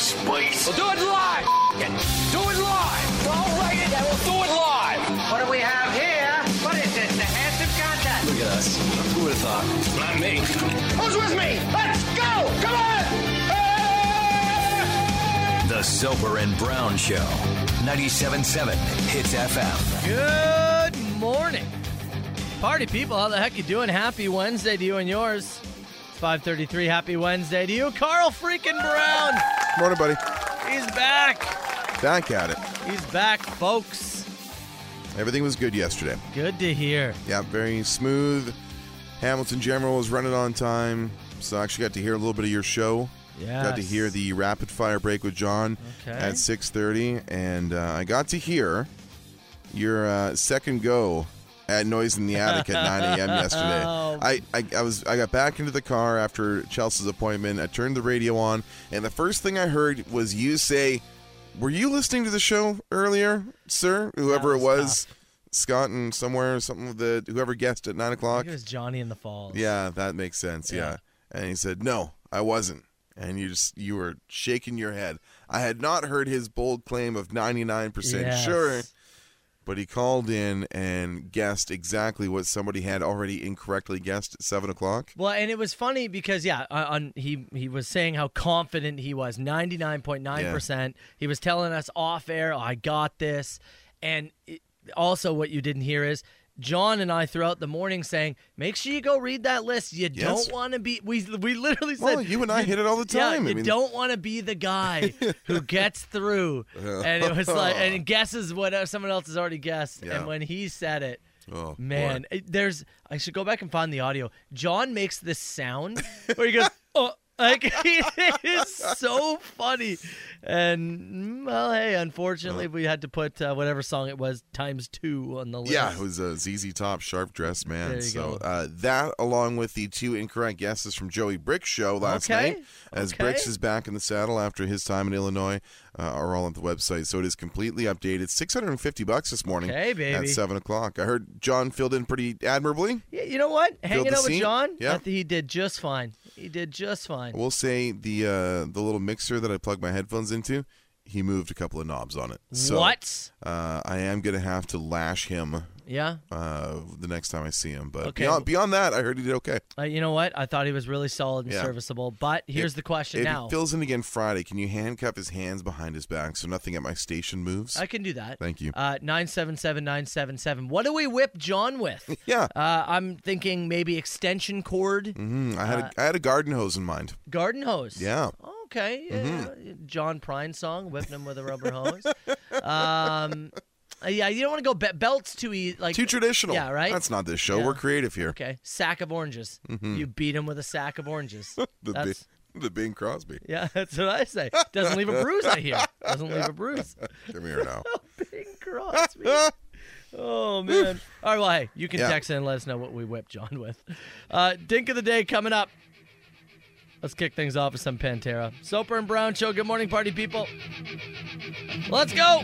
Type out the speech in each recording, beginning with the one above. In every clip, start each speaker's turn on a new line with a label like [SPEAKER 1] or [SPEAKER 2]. [SPEAKER 1] space.
[SPEAKER 2] We'll do it live. Do it live. I'll write it and we'll do it live.
[SPEAKER 3] What do we have here? What is this? The handsome contest.
[SPEAKER 1] Look at us. Who would have thought? Not me.
[SPEAKER 3] Who's with me? Let's go! Come on!
[SPEAKER 1] The Sober and Brown Show. 97.7 Hits FM.
[SPEAKER 4] Good morning. Party people, how the heck you doing? Happy Wednesday to you and yours. It's 533. Happy Wednesday to you. Carl freaking Brown.
[SPEAKER 5] Morning, buddy.
[SPEAKER 4] He's back.
[SPEAKER 5] Back at it.
[SPEAKER 4] He's back, folks.
[SPEAKER 5] Everything was good yesterday.
[SPEAKER 4] Good to hear.
[SPEAKER 5] Yeah, very smooth. Hamilton General was running on time. So I actually got to hear a little bit of your show.
[SPEAKER 4] Yeah.
[SPEAKER 5] Got to hear the rapid fire break with John
[SPEAKER 4] Okay.
[SPEAKER 5] at 6:30, and uh, I got to hear your uh, second go at Noise in the Attic at 9 a.m. yesterday.
[SPEAKER 4] Oh.
[SPEAKER 5] I, I I was I got back into the car after Chelsea's appointment. I turned the radio on, and the first thing I heard was you say, "Were you listening to the show earlier, sir?
[SPEAKER 4] was
[SPEAKER 5] Whoever it was." Scott and somewhere something with the whoever guessed at nine
[SPEAKER 4] I
[SPEAKER 5] o'clock.
[SPEAKER 4] think it was Johnny in the Falls.
[SPEAKER 5] Yeah, that makes sense. Yeah. And he said, "No, I wasn't." And you just you were shaking your head. I had not heard his bold claim of 99%
[SPEAKER 4] Yes.
[SPEAKER 5] sure, but he called in and guessed exactly what somebody had already incorrectly guessed at seven o'clock.
[SPEAKER 4] Well, and it was funny because yeah, on, on he he was saying how confident he was, ninety nine point nine percent. He was telling us off air, "Oh, I got this, and it, also what you didn't hear is. John and I throughout the morning saying, make sure you go read that list. You
[SPEAKER 5] Yes.
[SPEAKER 4] don't want to be. We we literally said,
[SPEAKER 5] Well, you and I hit it all the
[SPEAKER 4] yeah,
[SPEAKER 5] time.
[SPEAKER 4] you
[SPEAKER 5] I mean,
[SPEAKER 4] don't want to be the guy who gets through, and it was like and guesses what uh, someone else has already guessed.
[SPEAKER 5] Yeah.
[SPEAKER 4] And when he said it,
[SPEAKER 5] Oh,
[SPEAKER 4] Man,
[SPEAKER 5] boy.
[SPEAKER 4] it- there's. I should go back and find the audio. John makes this sound where he goes, "Oh." Like it is so funny, and mm, well, hey, unfortunately, we had to put uh, whatever song it was times two on the list.
[SPEAKER 5] Yeah, it was a ZZ Top sharp dressed man.
[SPEAKER 4] There you
[SPEAKER 5] so
[SPEAKER 4] go.
[SPEAKER 5] Uh, that, along with the two incorrect guesses from Joey Brick's show last
[SPEAKER 4] Okay,
[SPEAKER 5] night, as
[SPEAKER 4] okay.
[SPEAKER 5] Bricks is back in the saddle after his time in Illinois, uh, are all on the website. So it is completely updated. Six hundred and fifty bucks this morning
[SPEAKER 4] Okay,
[SPEAKER 5] at
[SPEAKER 4] baby.
[SPEAKER 5] seven o'clock. I heard John filled in pretty admirably.
[SPEAKER 4] Yeah, you know what? Hanging
[SPEAKER 5] the
[SPEAKER 4] out with
[SPEAKER 5] seat.
[SPEAKER 4] John,
[SPEAKER 5] Yeah.
[SPEAKER 4] I think he did just fine. He did just fine.
[SPEAKER 5] I will say the uh, the little mixer that I plug my headphones into, he moved a couple of knobs on it. So,
[SPEAKER 4] what?
[SPEAKER 5] Uh, I am gonna have to lash him.
[SPEAKER 4] Yeah,
[SPEAKER 5] Uh, the next time I see him, but
[SPEAKER 4] Okay.
[SPEAKER 5] beyond, beyond that, I heard he did okay.
[SPEAKER 4] uh, you know what? I thought he was really solid and
[SPEAKER 5] Yeah.
[SPEAKER 4] serviceable. But here's
[SPEAKER 5] If-
[SPEAKER 4] the question
[SPEAKER 5] if
[SPEAKER 4] now.
[SPEAKER 5] he fills in again Friday, can you handcuff his hands behind his back so nothing at my station moves?
[SPEAKER 4] I can do that.
[SPEAKER 5] Thank you.
[SPEAKER 4] Uh, 977-977. What do we whip John with?
[SPEAKER 5] yeah,
[SPEAKER 4] Uh, I'm thinking maybe extension cord,
[SPEAKER 5] Mm, I had
[SPEAKER 4] uh,
[SPEAKER 5] a, I had a garden hose in mind.
[SPEAKER 4] garden hose.
[SPEAKER 5] Yeah, Mm-hmm.
[SPEAKER 4] Okay. yeah, yeah. John Prine song, whipping him with a rubber hose. um, uh, yeah, you don't want to go be- belts too easy. Like
[SPEAKER 5] too traditional.
[SPEAKER 4] Yeah, right?
[SPEAKER 5] That's not this show.
[SPEAKER 4] Yeah.
[SPEAKER 5] We're creative here.
[SPEAKER 4] Okay, sack of oranges. You beat him with a sack of oranges.
[SPEAKER 5] Mm-hmm. The
[SPEAKER 4] That's-
[SPEAKER 5] Bi- the Bing Crosby.
[SPEAKER 4] yeah, that's what I say. Doesn't leave a bruise. I hear. Doesn't leave a bruise.
[SPEAKER 5] Come here now.
[SPEAKER 4] Bing Crosby. Oh man! All right, well, hey, you can
[SPEAKER 5] Yeah.
[SPEAKER 4] text in and let us know what we whipped John with. Uh, Dink of the day coming up. Let's kick things off with some Pantera. Soper and Brown show. Good morning, party people. Let's go.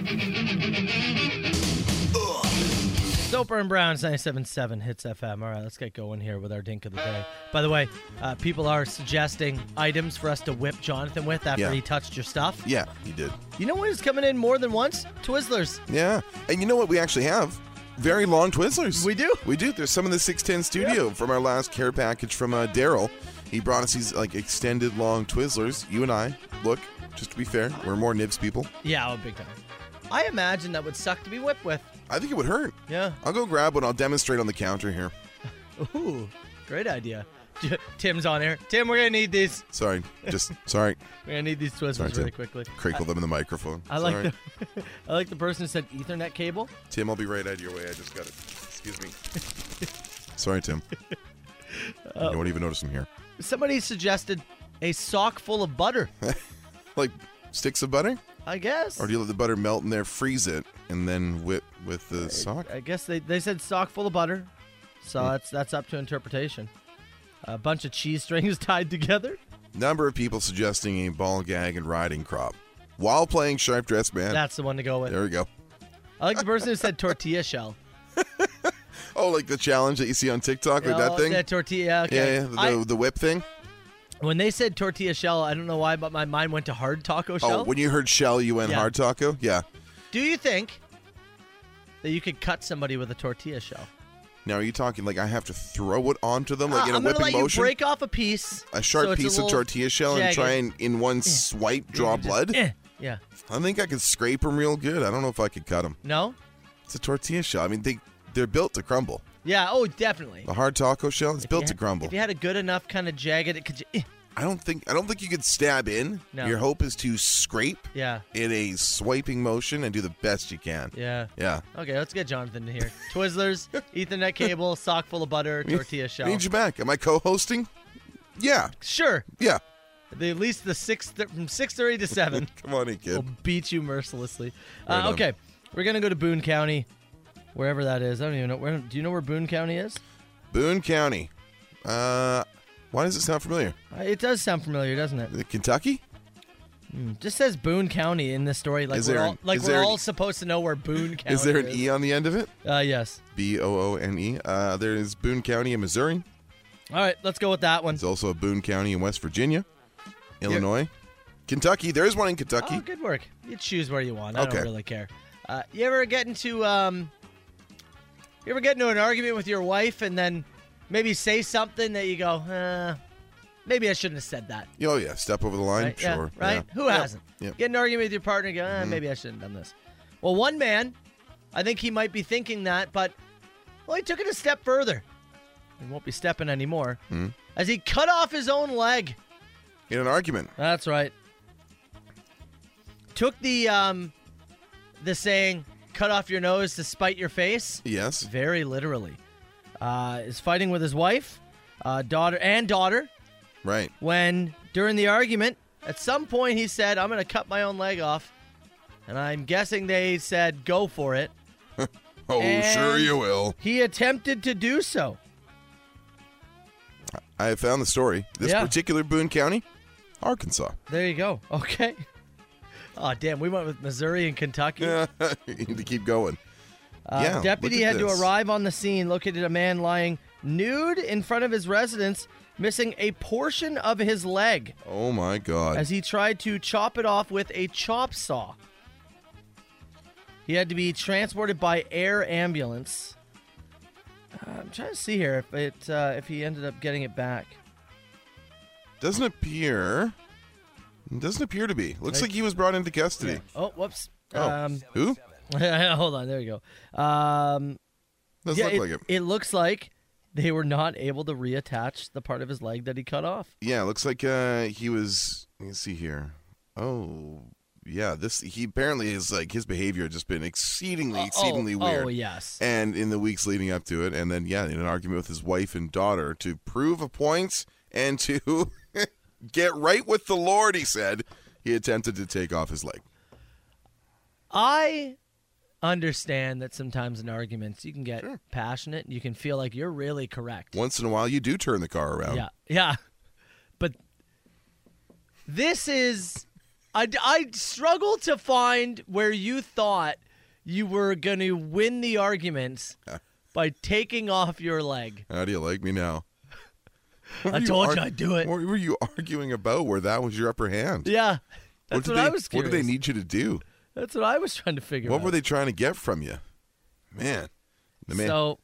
[SPEAKER 4] Soper and Brown's 97.7 hits FM. All right, let's get going here with our Dink of the day. By the way, uh, people are suggesting items for us to whip Jonathan with after
[SPEAKER 5] Yeah.
[SPEAKER 4] he touched your stuff.
[SPEAKER 5] yeah, he did.
[SPEAKER 4] You know what is coming in more than once? Twizzlers.
[SPEAKER 5] Yeah, and you know what? We actually have very long Twizzlers.
[SPEAKER 4] We do.
[SPEAKER 5] We do. There's some in the 610 studio from our last care package from uh, Daryl. He brought us these like extended long Twizzlers. You and I look. Just to be fair, we're more nibs people.
[SPEAKER 4] Yeah, oh, big time. I imagine that would suck to be whipped with.
[SPEAKER 5] I think it would hurt.
[SPEAKER 4] Yeah.
[SPEAKER 5] I'll go grab one. I'll demonstrate on the counter here.
[SPEAKER 4] Ooh, great idea. Tim's on air. Tim, we're gonna need these.
[SPEAKER 5] Sorry, just sorry.
[SPEAKER 4] We're gonna need these Twizzlers
[SPEAKER 5] Sorry, Tim.
[SPEAKER 4] really quickly.
[SPEAKER 5] Crinkle them in the microphone.
[SPEAKER 4] I like
[SPEAKER 5] sorry.
[SPEAKER 4] the, I like the person who said Ethernet cable.
[SPEAKER 5] Tim, I'll be right out of your way. I just got it. Excuse me. sorry, Tim.
[SPEAKER 4] Uh,
[SPEAKER 5] you won't even notice him here.
[SPEAKER 4] Somebody suggested a sock full of butter.
[SPEAKER 5] Like sticks of butter,
[SPEAKER 4] I guess.
[SPEAKER 5] or do you let the butter melt in there, freeze it, and then whip with the sock?
[SPEAKER 4] I guess they, they said sock full of butter, so
[SPEAKER 5] Hmm.
[SPEAKER 4] that's that's up to interpretation. A bunch of cheese strings tied together.
[SPEAKER 5] Number of people suggesting a ball gag and riding crop while playing sharp dressed man.
[SPEAKER 4] That's the one to go with.
[SPEAKER 5] there we go.
[SPEAKER 4] I like the person who said tortilla shell.
[SPEAKER 5] Oh, like the challenge that you see on TikTok, like
[SPEAKER 4] Oh,
[SPEAKER 5] that thing.
[SPEAKER 4] That tortilla. Okay.
[SPEAKER 5] Yeah, yeah, the,
[SPEAKER 4] I-
[SPEAKER 5] the whip thing.
[SPEAKER 4] When they said tortilla shell, I don't know why, but my mind went to hard taco shell.
[SPEAKER 5] Oh, when you heard shell, you went
[SPEAKER 4] Yeah.
[SPEAKER 5] hard taco. Yeah.
[SPEAKER 4] Do you think that you could cut somebody with a tortilla shell?
[SPEAKER 5] Now are you talking like I have to throw it onto them like
[SPEAKER 4] Uh,
[SPEAKER 5] in a
[SPEAKER 4] I'm gonna
[SPEAKER 5] whipping
[SPEAKER 4] let
[SPEAKER 5] motion?
[SPEAKER 4] you break off a piece,
[SPEAKER 5] a sharp
[SPEAKER 4] so it's
[SPEAKER 5] piece of
[SPEAKER 4] little
[SPEAKER 5] tortilla shell and
[SPEAKER 4] jagged.
[SPEAKER 5] try and in one swipe draw blood.
[SPEAKER 4] Eh, Yeah.
[SPEAKER 5] I think I could scrape them real good. I don't know if I could cut them.
[SPEAKER 4] No.
[SPEAKER 5] It's a tortilla shell. I mean, they they're built to crumble.
[SPEAKER 4] Yeah. Oh, definitely.
[SPEAKER 5] The hard taco shell is
[SPEAKER 4] If you
[SPEAKER 5] built
[SPEAKER 4] had-
[SPEAKER 5] to crumble.
[SPEAKER 4] If you had a good enough kind of jagged, it could. You, eh,
[SPEAKER 5] I don't think I don't think you could stab in.
[SPEAKER 4] No.
[SPEAKER 5] Your hope is to scrape
[SPEAKER 4] yeah.
[SPEAKER 5] in a swiping motion and do the best you can.
[SPEAKER 4] Yeah.
[SPEAKER 5] Yeah.
[SPEAKER 4] Okay, let's get Jonathan in here. Twizzlers, Ethernet cable, sock full of butter, tortilla
[SPEAKER 5] I
[SPEAKER 4] shell.
[SPEAKER 5] need you back. Am I co-hosting? Yeah.
[SPEAKER 4] Sure.
[SPEAKER 5] Yeah.
[SPEAKER 4] The, at least the six th- from six thirty to seven.
[SPEAKER 5] Come on in, kid.
[SPEAKER 4] will beat you mercilessly.
[SPEAKER 5] Right
[SPEAKER 4] Uh,
[SPEAKER 5] on.
[SPEAKER 4] okay, we're gonna go to Boone County, wherever that is. I don't even know. Where, do you know where Boone County is?
[SPEAKER 5] Boone County. Uh, why does it sound familiar?
[SPEAKER 4] Uh, It does sound familiar, doesn't it?
[SPEAKER 5] Is it Kentucky?
[SPEAKER 4] It just says Boone County in this story, like
[SPEAKER 5] Is
[SPEAKER 4] we're
[SPEAKER 5] there
[SPEAKER 4] all,
[SPEAKER 5] an-
[SPEAKER 4] like
[SPEAKER 5] is
[SPEAKER 4] we're
[SPEAKER 5] there an-
[SPEAKER 4] all supposed to know where Boone County
[SPEAKER 5] Is there an
[SPEAKER 4] is.
[SPEAKER 5] E on the end of it?
[SPEAKER 4] Uh, yes.
[SPEAKER 5] B O O N E. Uh, there is Boone County in Missouri.
[SPEAKER 4] All right, let's go with that one.
[SPEAKER 5] There's also a Boone County in West Virginia, Illinois, Kentucky. There is one in Kentucky.
[SPEAKER 4] Oh, good work. You choose where you want. I
[SPEAKER 5] Okay.
[SPEAKER 4] don't really care. Uh, you ever get into um, you ever get into an argument with your wife and then maybe say something that you go, uh, maybe I shouldn't have said that.
[SPEAKER 5] Oh yeah, step over the line.
[SPEAKER 4] Right? Yeah,
[SPEAKER 5] Sure.
[SPEAKER 4] right?
[SPEAKER 5] yeah. Mm-hmm.
[SPEAKER 4] Who
[SPEAKER 5] Yeah,
[SPEAKER 4] hasn't?
[SPEAKER 5] yeah.
[SPEAKER 4] Get in an argument with your partner and go, ah, maybe I shouldn't have done this. Well, one man, I think he might be thinking that, but well, he took it a step further. He won't be stepping anymore.
[SPEAKER 5] Mm-hmm.
[SPEAKER 4] As he cut off his own leg.
[SPEAKER 5] In an argument.
[SPEAKER 4] That's right. Took the um the saying cut off your nose to spite your face
[SPEAKER 5] Yes.
[SPEAKER 4] very literally. Uh, is fighting with his wife, uh, daughter and daughter
[SPEAKER 5] Right.
[SPEAKER 4] when during the argument, at some point he said, I'm going to cut my own leg off. And I'm guessing they said, go for it.
[SPEAKER 5] Oh, sure
[SPEAKER 4] And-
[SPEAKER 5] you will.
[SPEAKER 4] He attempted to do so.
[SPEAKER 5] I have found the story. This
[SPEAKER 4] Yeah.
[SPEAKER 5] particular Boone County, Arkansas.
[SPEAKER 4] There you go. Okay. Oh, damn. We went with Missouri and Kentucky.
[SPEAKER 5] you need to keep going.
[SPEAKER 4] Uh,
[SPEAKER 5] yeah.
[SPEAKER 4] deputy
[SPEAKER 5] look at
[SPEAKER 4] had
[SPEAKER 5] this.
[SPEAKER 4] to arrive on the scene, located a man lying nude in front of his residence, missing a portion of his leg
[SPEAKER 5] Oh my God.
[SPEAKER 4] as he tried to chop it off with a chop saw. He had to be transported by air ambulance. Uh, I'm trying to see here if it uh, if he ended up getting it back.
[SPEAKER 5] Doesn't appear. Doesn't appear to be. Looks like he was brought into custody.
[SPEAKER 4] Oh, whoops.
[SPEAKER 5] Oh,
[SPEAKER 4] Um,
[SPEAKER 5] who?
[SPEAKER 4] hold on, there you go. Um,
[SPEAKER 5] Doesn't
[SPEAKER 4] yeah,
[SPEAKER 5] look
[SPEAKER 4] it,
[SPEAKER 5] like it.
[SPEAKER 4] it looks like they were not able to reattach the part of his leg that he cut off.
[SPEAKER 5] Yeah, looks like uh, he was. Let me see here. Oh, yeah. This he apparently is like his behavior had just been exceedingly, exceedingly
[SPEAKER 4] oh,
[SPEAKER 5] weird.
[SPEAKER 4] Oh yes.
[SPEAKER 5] And in the weeks leading up to it, and then yeah, in an argument with his wife and daughter to prove a point and to get right with the Lord, he said he attempted to take off his leg.
[SPEAKER 4] I understand that sometimes in arguments you can get passionate and you can feel like you're really correct.
[SPEAKER 5] Once in a while, you do turn the car around.
[SPEAKER 4] Yeah, yeah. But this is, I, I struggle to find where you thought you were going to win the arguments by taking off your leg.
[SPEAKER 5] How do you like me now? What
[SPEAKER 4] I
[SPEAKER 5] were
[SPEAKER 4] told you
[SPEAKER 5] arg-
[SPEAKER 4] I'd do it.
[SPEAKER 5] What were you arguing about? Where that was your upper hand?
[SPEAKER 4] Yeah, that's
[SPEAKER 5] did
[SPEAKER 4] what,
[SPEAKER 5] they,
[SPEAKER 4] I was.
[SPEAKER 5] What
[SPEAKER 4] Curious.
[SPEAKER 5] did they need you to do?
[SPEAKER 4] That's what I was trying to figure
[SPEAKER 5] What
[SPEAKER 4] out.
[SPEAKER 5] were they trying to get from you? Man. The man,
[SPEAKER 4] So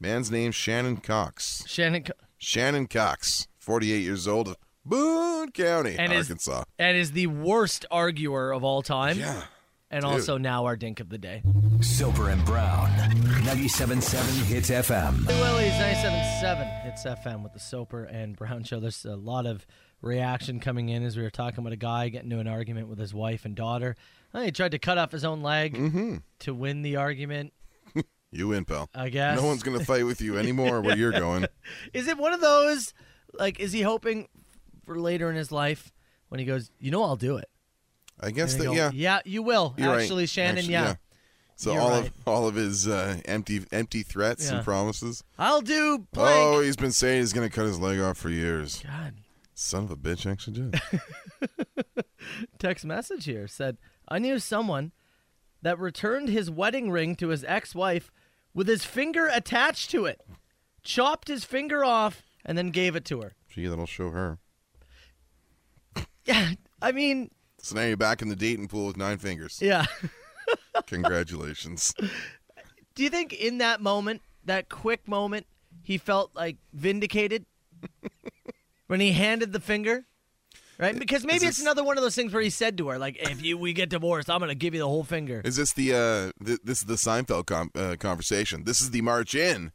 [SPEAKER 5] man's name's Shannon Cox.
[SPEAKER 4] Shannon Co-
[SPEAKER 5] Shannon Cox, 48 years old of Boone County,
[SPEAKER 4] And is-
[SPEAKER 5] Arkansas.
[SPEAKER 4] and is the worst arguer of all time,
[SPEAKER 5] yeah.
[SPEAKER 4] and also now our dink of the day.
[SPEAKER 1] Silver and Brown. 97.7 Hits FM.
[SPEAKER 4] Hey, Willie's 97.7 hits FM with the Soper and Brown Show. There's a lot of reaction coming in as we were talking about a guy getting into an argument with his wife and daughter. Uh, He tried to cut off his own leg
[SPEAKER 5] Mm-hmm.
[SPEAKER 4] to win the argument,
[SPEAKER 5] You win, pal.
[SPEAKER 4] I guess.
[SPEAKER 5] No one's going to fight with you anymore where you're going.
[SPEAKER 4] Is it one of those, like, is he hoping for later in his life when he goes, you know, I'll do it?
[SPEAKER 5] I guess
[SPEAKER 4] And they
[SPEAKER 5] that,
[SPEAKER 4] go,
[SPEAKER 5] yeah.
[SPEAKER 4] Yeah, you will.
[SPEAKER 5] You're right.
[SPEAKER 4] Actually, Shannon,
[SPEAKER 5] Actually,
[SPEAKER 4] yeah.
[SPEAKER 5] So
[SPEAKER 4] You're
[SPEAKER 5] all
[SPEAKER 4] right.
[SPEAKER 5] of all of his uh, empty empty threats
[SPEAKER 4] Yeah.
[SPEAKER 5] and promises.
[SPEAKER 4] I'll do blank.
[SPEAKER 5] Oh, he's been saying he's going to cut his leg off for years.
[SPEAKER 4] God.
[SPEAKER 5] Son of a bitch actually did.
[SPEAKER 4] text message here said, I knew someone that returned his wedding ring to his ex wife with his finger attached to it, chopped his finger off, and then gave it to her.
[SPEAKER 5] Gee, that'll show her.
[SPEAKER 4] Yeah, I mean,
[SPEAKER 5] So now you're back in the dating pool with nine fingers.
[SPEAKER 4] yeah.
[SPEAKER 5] Congratulations.
[SPEAKER 4] Do you think in that moment, that quick moment, he felt like vindicated when he handed the finger? Right? Because maybe it's
[SPEAKER 5] this-
[SPEAKER 4] another one of those things where he said to her, like, if you we get divorced, I'm going to give you the whole finger.
[SPEAKER 5] Is this the uh th- this is the Seinfeld com- uh, conversation? This is the march in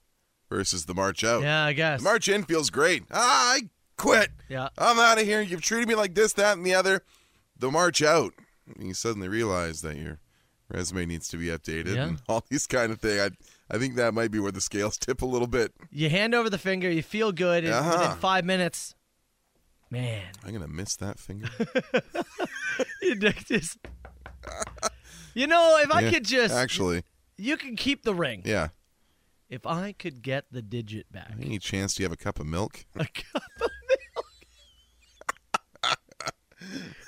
[SPEAKER 5] versus the march out.
[SPEAKER 4] Yeah, I guess.
[SPEAKER 5] The march in feels great. Ah, I quit.
[SPEAKER 4] Yeah.
[SPEAKER 5] I'm out of here. You've treated me like this, that, and the other. The march out. You suddenly realize that your resume needs to be updated
[SPEAKER 4] Yeah.
[SPEAKER 5] and all these kind of things. I I think that might be where the scales tip a little bit.
[SPEAKER 4] You hand over the finger, you feel good, and
[SPEAKER 5] Uh-huh.
[SPEAKER 4] within five minutes, man,
[SPEAKER 5] I'm gonna miss that finger.
[SPEAKER 4] you just. You know, if I
[SPEAKER 5] Yeah,
[SPEAKER 4] could just,
[SPEAKER 5] actually,
[SPEAKER 4] you can keep the ring.
[SPEAKER 5] yeah.
[SPEAKER 4] If I could get the digit back,
[SPEAKER 5] Any chance do you have a cup of milk?
[SPEAKER 4] a cup of milk.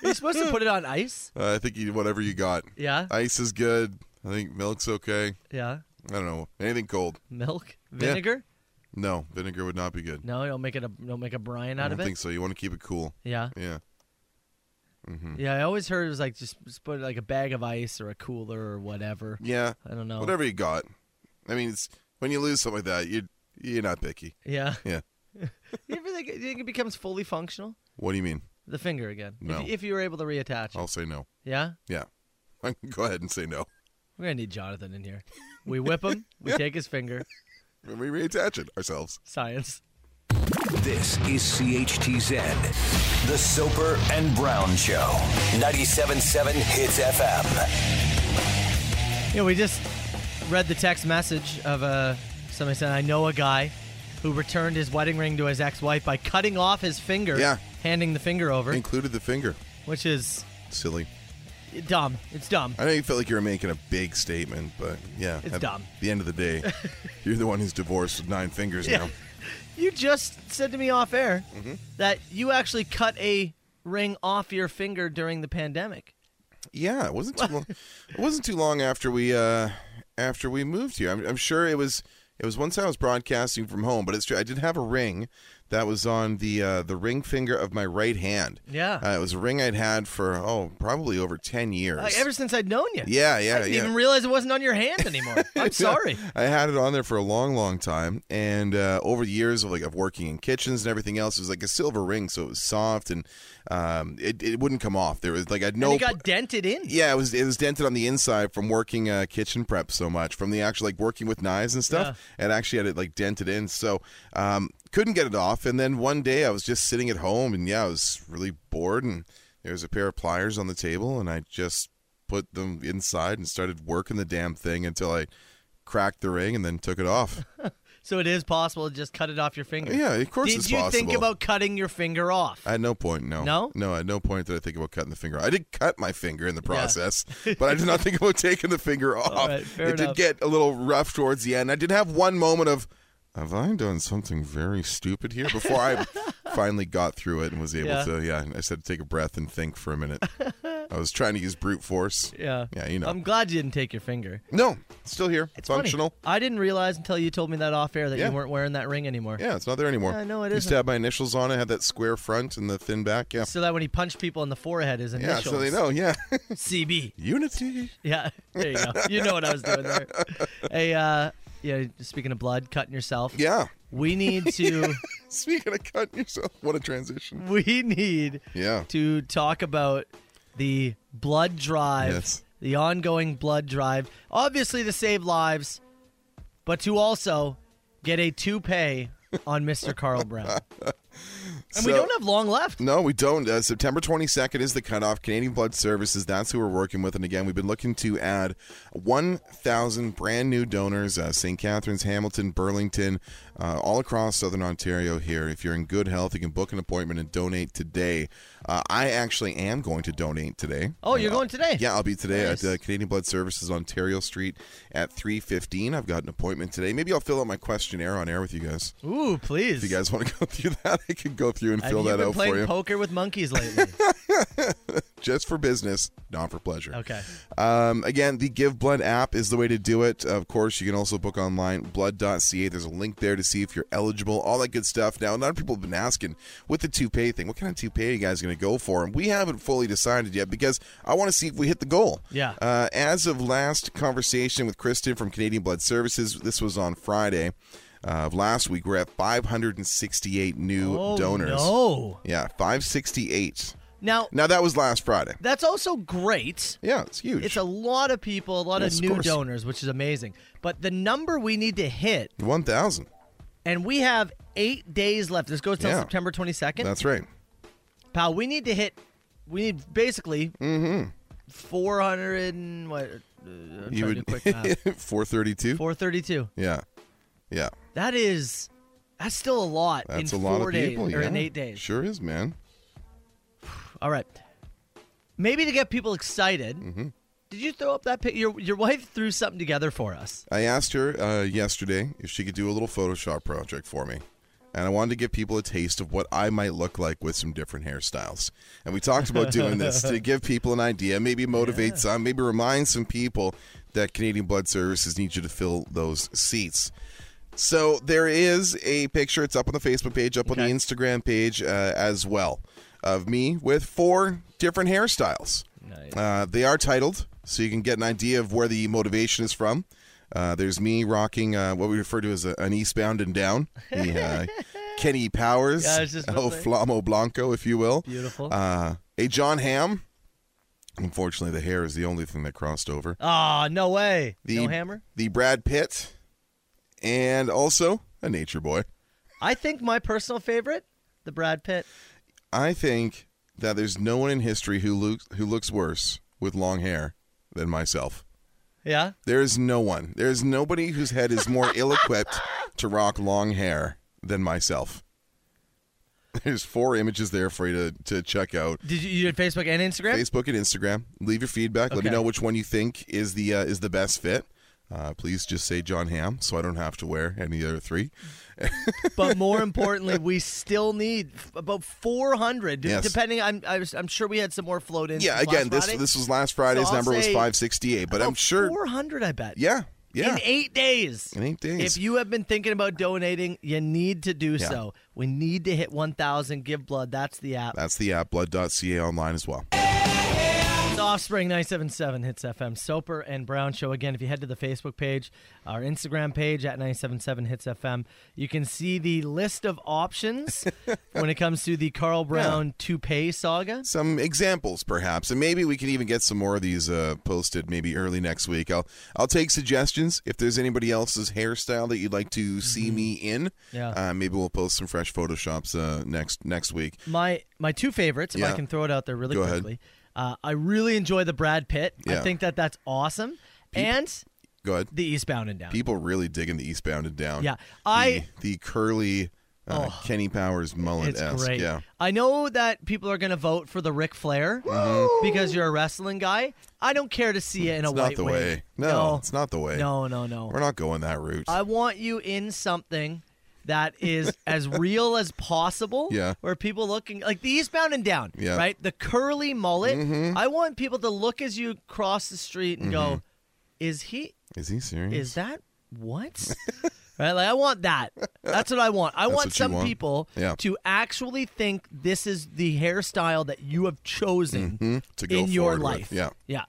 [SPEAKER 4] You're supposed to put it on ice.
[SPEAKER 5] Uh, I think you, whatever you got.
[SPEAKER 4] Yeah,
[SPEAKER 5] Ice is good. I think milk's okay.
[SPEAKER 4] yeah.
[SPEAKER 5] I don't know anything cold.
[SPEAKER 4] Milk, vinegar.
[SPEAKER 5] No, vinegar would not be good.
[SPEAKER 4] No, don't make it a don't make a brine
[SPEAKER 5] I
[SPEAKER 4] out
[SPEAKER 5] don't
[SPEAKER 4] of it.
[SPEAKER 5] think so. You want to keep it cool.
[SPEAKER 4] Yeah,
[SPEAKER 5] Yeah. Mm-hmm.
[SPEAKER 4] yeah. I always heard it was like just, just put like a bag of ice or a cooler or whatever.
[SPEAKER 5] Yeah.
[SPEAKER 4] I don't know.
[SPEAKER 5] Whatever you got. I mean, it's when you lose something like that, you you're not picky.
[SPEAKER 4] Yeah.
[SPEAKER 5] Yeah.
[SPEAKER 4] you ever think, you think it becomes fully functional?
[SPEAKER 5] What do you mean?
[SPEAKER 4] The finger again. If-
[SPEAKER 5] No. Oh.
[SPEAKER 4] If, you were able to reattach it.
[SPEAKER 5] I'll say no.
[SPEAKER 4] Yeah?
[SPEAKER 5] Yeah. I can go ahead and say no.
[SPEAKER 4] We're going to need Jonathan in here. We whip him, we take his finger.
[SPEAKER 5] We reattach it ourselves.
[SPEAKER 4] Science.
[SPEAKER 1] This is CHTZ, the Soper and Brown Show. 97.7 Hits FM.
[SPEAKER 4] You know, we just read the text message of uh, somebody said, I know a guy who returned his wedding ring to his ex wife by cutting off his finger,
[SPEAKER 5] Yeah.
[SPEAKER 4] handing the finger over,
[SPEAKER 5] Included the finger.
[SPEAKER 4] which is
[SPEAKER 5] Silly.
[SPEAKER 4] dumb. It's dumb.
[SPEAKER 5] I know you felt like you were making a big statement, but yeah.
[SPEAKER 4] It's
[SPEAKER 5] at
[SPEAKER 4] dumb.
[SPEAKER 5] The end of the day, you're the one who's divorced with nine fingers
[SPEAKER 4] Yeah.
[SPEAKER 5] now.
[SPEAKER 4] You just said to me off air
[SPEAKER 5] Mm-hmm.
[SPEAKER 4] that you actually cut a ring off your finger during the pandemic.
[SPEAKER 5] Yeah, it wasn't too long. It wasn't too long after we uh, after we moved here. I'm, I'm sure it was. It was once I was broadcasting from home, but it's true. I did have a ring that was on the uh, the ring finger of my right hand.
[SPEAKER 4] Yeah.
[SPEAKER 5] uh, it was a ring I'd had for oh probably over ten years.
[SPEAKER 4] Like, ever since I'd known you.
[SPEAKER 5] yeah, yeah,
[SPEAKER 4] I didn't
[SPEAKER 5] Uh, yeah.
[SPEAKER 4] even realize it wasn't on your hand anymore. I'm sorry.
[SPEAKER 5] I had it on there for a long, long time, and uh, over the years of like of working in kitchens and everything else, it was like a silver ring, so it was soft and um, it it wouldn't come off. There was like I had no
[SPEAKER 4] And it got dented in.
[SPEAKER 5] Yeah, it was it was dented on the inside from working uh, kitchen prep so much, from the actual like working with knives and stuff. It actually had it like dented in, so um, couldn't get it off. And then one day I was just sitting at home, and yeah, I was really bored, and there was a pair of pliers on the table, and I just put them inside and started working the damn thing until I cracked the ring and then took it off.
[SPEAKER 4] So it is possible to just cut it off your finger.
[SPEAKER 5] yeah, of course
[SPEAKER 4] Did
[SPEAKER 5] it's
[SPEAKER 4] you
[SPEAKER 5] possible.
[SPEAKER 4] think about cutting your finger off?
[SPEAKER 5] At no point, no.
[SPEAKER 4] No?
[SPEAKER 5] No, at no point did I think about cutting the finger. I did cut my finger in the process, but I did not think about taking the finger off.
[SPEAKER 4] right, fair
[SPEAKER 5] it
[SPEAKER 4] enough.
[SPEAKER 5] did get a little rough towards the end. I did have one moment of, have I done something very stupid here? Before I finally got through it and was able
[SPEAKER 4] Yeah.
[SPEAKER 5] to, yeah, I said to take a breath and think for a minute. I was trying to use brute force.
[SPEAKER 4] yeah.
[SPEAKER 5] Yeah, you know.
[SPEAKER 4] I'm glad you didn't take your finger.
[SPEAKER 5] no, still here.
[SPEAKER 4] It's funny.
[SPEAKER 5] functional.
[SPEAKER 4] I didn't realize until you told me that off air that
[SPEAKER 5] Yeah.
[SPEAKER 4] you weren't wearing that ring anymore.
[SPEAKER 5] Yeah, it's not there anymore.
[SPEAKER 4] Yeah, no, it
[SPEAKER 5] Used
[SPEAKER 4] isn't.
[SPEAKER 5] to have my initials on it, had that square front and the thin back. Yeah.
[SPEAKER 4] So that when he punched people in the forehead, his
[SPEAKER 5] Yeah,
[SPEAKER 4] initials.
[SPEAKER 5] so they know. Yeah.
[SPEAKER 4] CB.
[SPEAKER 5] Unity.
[SPEAKER 4] Yeah. There you go. You know what I was doing there. Hey, uh, yeah, speaking of blood, cutting yourself.
[SPEAKER 5] Yeah.
[SPEAKER 4] We need to.
[SPEAKER 5] Speaking of cutting yourself, what a transition.
[SPEAKER 4] We need
[SPEAKER 5] Yeah.
[SPEAKER 4] to talk about the blood drive,
[SPEAKER 5] Yes.
[SPEAKER 4] the ongoing blood drive, obviously to save lives, but to also get a toupee on Mr. Carl Brown. And we
[SPEAKER 5] So-
[SPEAKER 4] don't have long left.
[SPEAKER 5] No, we don't. Uh, September 22nd is the cutoff. Canadian Blood Services, that's who we're working with. And again, we've been looking to add 1,000 brand new donors uh, St. Catharines, Hamilton, Burlington, uh, all across Southern Ontario here. If you're in good health, you can book an appointment and donate today. Uh, I actually am going to donate today. Uh,
[SPEAKER 4] Oh, you're going today?
[SPEAKER 5] Yeah, I'll be today
[SPEAKER 4] Nice.
[SPEAKER 5] at uh, Canadian Blood Services, Ontario Street at 315. I've got an appointment today. Maybe I'll fill out my questionnaire on air with you guys.
[SPEAKER 4] Ooh, please.
[SPEAKER 5] If you guys want to go through that, I can go through and
[SPEAKER 4] have
[SPEAKER 5] fill
[SPEAKER 4] you
[SPEAKER 5] that
[SPEAKER 4] been
[SPEAKER 5] out
[SPEAKER 4] playing
[SPEAKER 5] for you.
[SPEAKER 4] poker with monkeys lately?
[SPEAKER 5] just for business, not for pleasure.
[SPEAKER 4] Okay.
[SPEAKER 5] Um, again, the Give Blood app is the way to do it. Of course, you can also book online, blood.ca. There's a link there to see if you're eligible, all that good stuff. Now, a lot of people have been asking with the toupee thing, what kind of toupee are you guys going to go for? And we haven't fully decided yet because I want to see if we hit the goal.
[SPEAKER 4] Yeah.
[SPEAKER 5] Uh, as of last conversation with Kristen from Canadian Blood Services, this was on Friday. Uh, of last week, we're at 568 new
[SPEAKER 4] Oh,
[SPEAKER 5] donors.
[SPEAKER 4] No.
[SPEAKER 5] Yeah, 568.
[SPEAKER 4] Now,
[SPEAKER 5] Now, that was last Friday.
[SPEAKER 4] that's also great.
[SPEAKER 5] Yeah, it's huge.
[SPEAKER 4] It's a lot of people, a lot
[SPEAKER 5] Yes,
[SPEAKER 4] of
[SPEAKER 5] of
[SPEAKER 4] new
[SPEAKER 5] course.
[SPEAKER 4] donors, which is amazing. But the number we need to hit,
[SPEAKER 5] 1,000.
[SPEAKER 4] and we have eight days left. This goes till
[SPEAKER 5] Yeah.
[SPEAKER 4] September 22nd.
[SPEAKER 5] That's right.
[SPEAKER 4] Pal, we need to hit, we need basically
[SPEAKER 5] Mm-hmm.
[SPEAKER 4] 400 and what? Uh, I'm
[SPEAKER 5] You
[SPEAKER 4] trying to do quick math.
[SPEAKER 5] 432?
[SPEAKER 4] 432.
[SPEAKER 5] Yeah. Yeah.
[SPEAKER 4] That is, that's still a lot
[SPEAKER 5] That's
[SPEAKER 4] in
[SPEAKER 5] a lot
[SPEAKER 4] four
[SPEAKER 5] of
[SPEAKER 4] days
[SPEAKER 5] people.
[SPEAKER 4] or
[SPEAKER 5] yeah.
[SPEAKER 4] in eight days.
[SPEAKER 5] Sure is, man.
[SPEAKER 4] All right. Maybe to get people excited,
[SPEAKER 5] Mm-hmm.
[SPEAKER 4] did you throw up that pic? Your, your wife threw something together for us.
[SPEAKER 5] I asked her uh, yesterday if she could do a little Photoshop project for me. And I wanted to give people a taste of what I might look like with some different hairstyles. And we talked about doing this to give people an idea, maybe motivate some, maybe remind some people that Canadian Blood Services needs you to fill those seats. So there is a picture. It's up on the Facebook page, up on
[SPEAKER 4] Okay.
[SPEAKER 5] the Instagram page uh, as well, of me with four different hairstyles.
[SPEAKER 4] Nice.
[SPEAKER 5] Uh, they are titled, so you can get an idea of where the motivation is from. Uh, there's me rocking uh, what we refer to as a, an eastbound and down. The, uh, Kenny Powers,
[SPEAKER 4] Yeah, I was just about
[SPEAKER 5] El
[SPEAKER 4] to say.
[SPEAKER 5] Flamo Blanco, if you will.
[SPEAKER 4] Beautiful.
[SPEAKER 5] Uh, a John Ham. Unfortunately, the hair is the only thing that crossed over.
[SPEAKER 4] Ah, no way.
[SPEAKER 5] The
[SPEAKER 4] no hammer.
[SPEAKER 5] The Brad Pitt, and also a Nature Boy.
[SPEAKER 4] I think my personal favorite, the Brad Pitt.
[SPEAKER 5] I think that there's no one in history who looks who looks worse with long hair than myself.
[SPEAKER 4] Yeah.
[SPEAKER 5] There is no one. There is nobody whose head is more ill equipped to rock long hair than myself. There's four images there for you to, to check out.
[SPEAKER 4] Did you, you did Facebook and Instagram?
[SPEAKER 5] Facebook and Instagram. Leave your feedback. Let me
[SPEAKER 4] Okay.
[SPEAKER 5] know which one you think is the uh, is the best fit. Uh, please just say John Ham, so I don't have to wear any other three.
[SPEAKER 4] But more importantly, we still need f- about 400, d-
[SPEAKER 5] Yes.
[SPEAKER 4] depending. I'm, I was, I'm sure we had some more float in.
[SPEAKER 5] Yeah,
[SPEAKER 4] since
[SPEAKER 5] again,
[SPEAKER 4] last
[SPEAKER 5] this
[SPEAKER 4] Friday.
[SPEAKER 5] this was last Friday's
[SPEAKER 4] So I'll
[SPEAKER 5] number was
[SPEAKER 4] say
[SPEAKER 5] five sixty eight, but I'm
[SPEAKER 4] About
[SPEAKER 5] sure.
[SPEAKER 4] 400, I bet.
[SPEAKER 5] Yeah, yeah.
[SPEAKER 4] In eight days.
[SPEAKER 5] In eight days.
[SPEAKER 4] If you have been thinking about donating, you need to do
[SPEAKER 5] Yeah.
[SPEAKER 4] so. We need to hit 1,000. Give blood. That's the app.
[SPEAKER 5] That's the app, blood.ca online as well.
[SPEAKER 4] It's Offspring 977 hits FM. Soper and Brown Show. Again, if you head to the Facebook page, our Instagram page at 977 hits FM, you can see the list of options when it comes to the Carl Brown toupee saga.
[SPEAKER 5] some examples perhaps and maybe we can even get some more of these uh, posted maybe early next week i'll i'll take suggestions if there's anybody else's hairstyle that you'd like to see me in
[SPEAKER 4] Mm-hmm. Yeah.
[SPEAKER 5] uh, maybe we'll post some fresh photoshops uh, next next week
[SPEAKER 4] My my two favorites, if
[SPEAKER 5] Yeah.
[SPEAKER 4] I can throw it out there really
[SPEAKER 5] Go ahead.
[SPEAKER 4] quickly. Uh, I really enjoy the Brad Pitt.
[SPEAKER 5] Yeah.
[SPEAKER 4] I think that that's awesome. and
[SPEAKER 5] go ahead
[SPEAKER 4] the Eastbound and Down.
[SPEAKER 5] people E really digging the eastbound and down
[SPEAKER 4] Yeah, I-
[SPEAKER 5] the, the curly uh,
[SPEAKER 4] Oh.
[SPEAKER 5] kenny powers mullet
[SPEAKER 4] It's
[SPEAKER 5] esque
[SPEAKER 4] great.
[SPEAKER 5] yeah
[SPEAKER 4] I know that people are going to vote for the Ric Flair because you're a wrestling guy. I don't care to see you in a
[SPEAKER 5] Mm-hmm. it's
[SPEAKER 4] white
[SPEAKER 5] not the
[SPEAKER 4] wig.
[SPEAKER 5] way no, it's not the way
[SPEAKER 4] No, no, no.
[SPEAKER 5] we're not going that route
[SPEAKER 4] I want you in something that is as real as possible.
[SPEAKER 5] Yeah.
[SPEAKER 4] Where people looking like the Eastbound and Down.
[SPEAKER 5] Yeah. Mm-hmm.
[SPEAKER 4] Right. The curly mullet. I want people to look as you cross the street and go, "Is he?
[SPEAKER 5] is he serious
[SPEAKER 4] Is that what?" right. Like I want that. That's what I want. I want
[SPEAKER 5] what you
[SPEAKER 4] some
[SPEAKER 5] want.
[SPEAKER 4] people
[SPEAKER 5] Yeah.
[SPEAKER 4] to actually think this is the hairstyle that you have chosen
[SPEAKER 5] to Mm-hmm. go
[SPEAKER 4] in your
[SPEAKER 5] forward with.
[SPEAKER 4] life.
[SPEAKER 5] yeah
[SPEAKER 4] Yeah.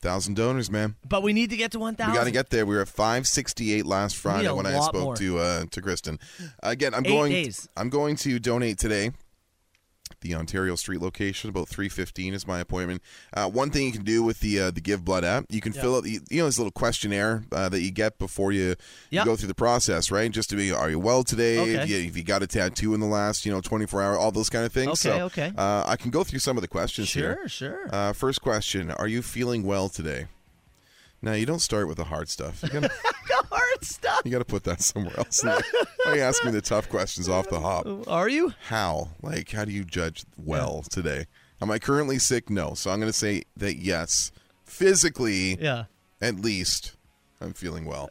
[SPEAKER 5] thousand donors man
[SPEAKER 4] But we need to get to one thousand.
[SPEAKER 5] We got to get there. We were at 568 last Friday
[SPEAKER 4] a
[SPEAKER 5] when I
[SPEAKER 4] lot
[SPEAKER 5] spoke
[SPEAKER 4] more.
[SPEAKER 5] to uh, to Kristen. Again, I'm
[SPEAKER 4] Eight
[SPEAKER 5] going.
[SPEAKER 4] days.
[SPEAKER 5] I'm going to donate today. The Ontario Street location, about 3:15 is my appointment. Uh, one thing you can do with the uh, the Give Blood app, you can fill out the, you know this little questionnaire uh, that you get before you, you
[SPEAKER 4] Yeah.
[SPEAKER 5] go through the process, right? Just to be, are you well today? If,
[SPEAKER 4] Okay.
[SPEAKER 5] you, if you got a tattoo in the last you know 24 hour, all those kind of things.
[SPEAKER 4] Okay,
[SPEAKER 5] so,
[SPEAKER 4] okay.
[SPEAKER 5] Uh, I can go through some of the questions here.
[SPEAKER 4] Sure. Sure.
[SPEAKER 5] Uh, first question: Are you feeling well today? No, you don't start with the hard stuff. You gotta,
[SPEAKER 4] the hard stuff.
[SPEAKER 5] you gotta put that somewhere else. Why are you asking me the tough questions off the hop?
[SPEAKER 4] Are you?
[SPEAKER 5] How? Like, how do you judge well today? Am I currently sick? No. So I'm gonna say that yes, physically,
[SPEAKER 4] Yeah.
[SPEAKER 5] at least, I'm feeling well.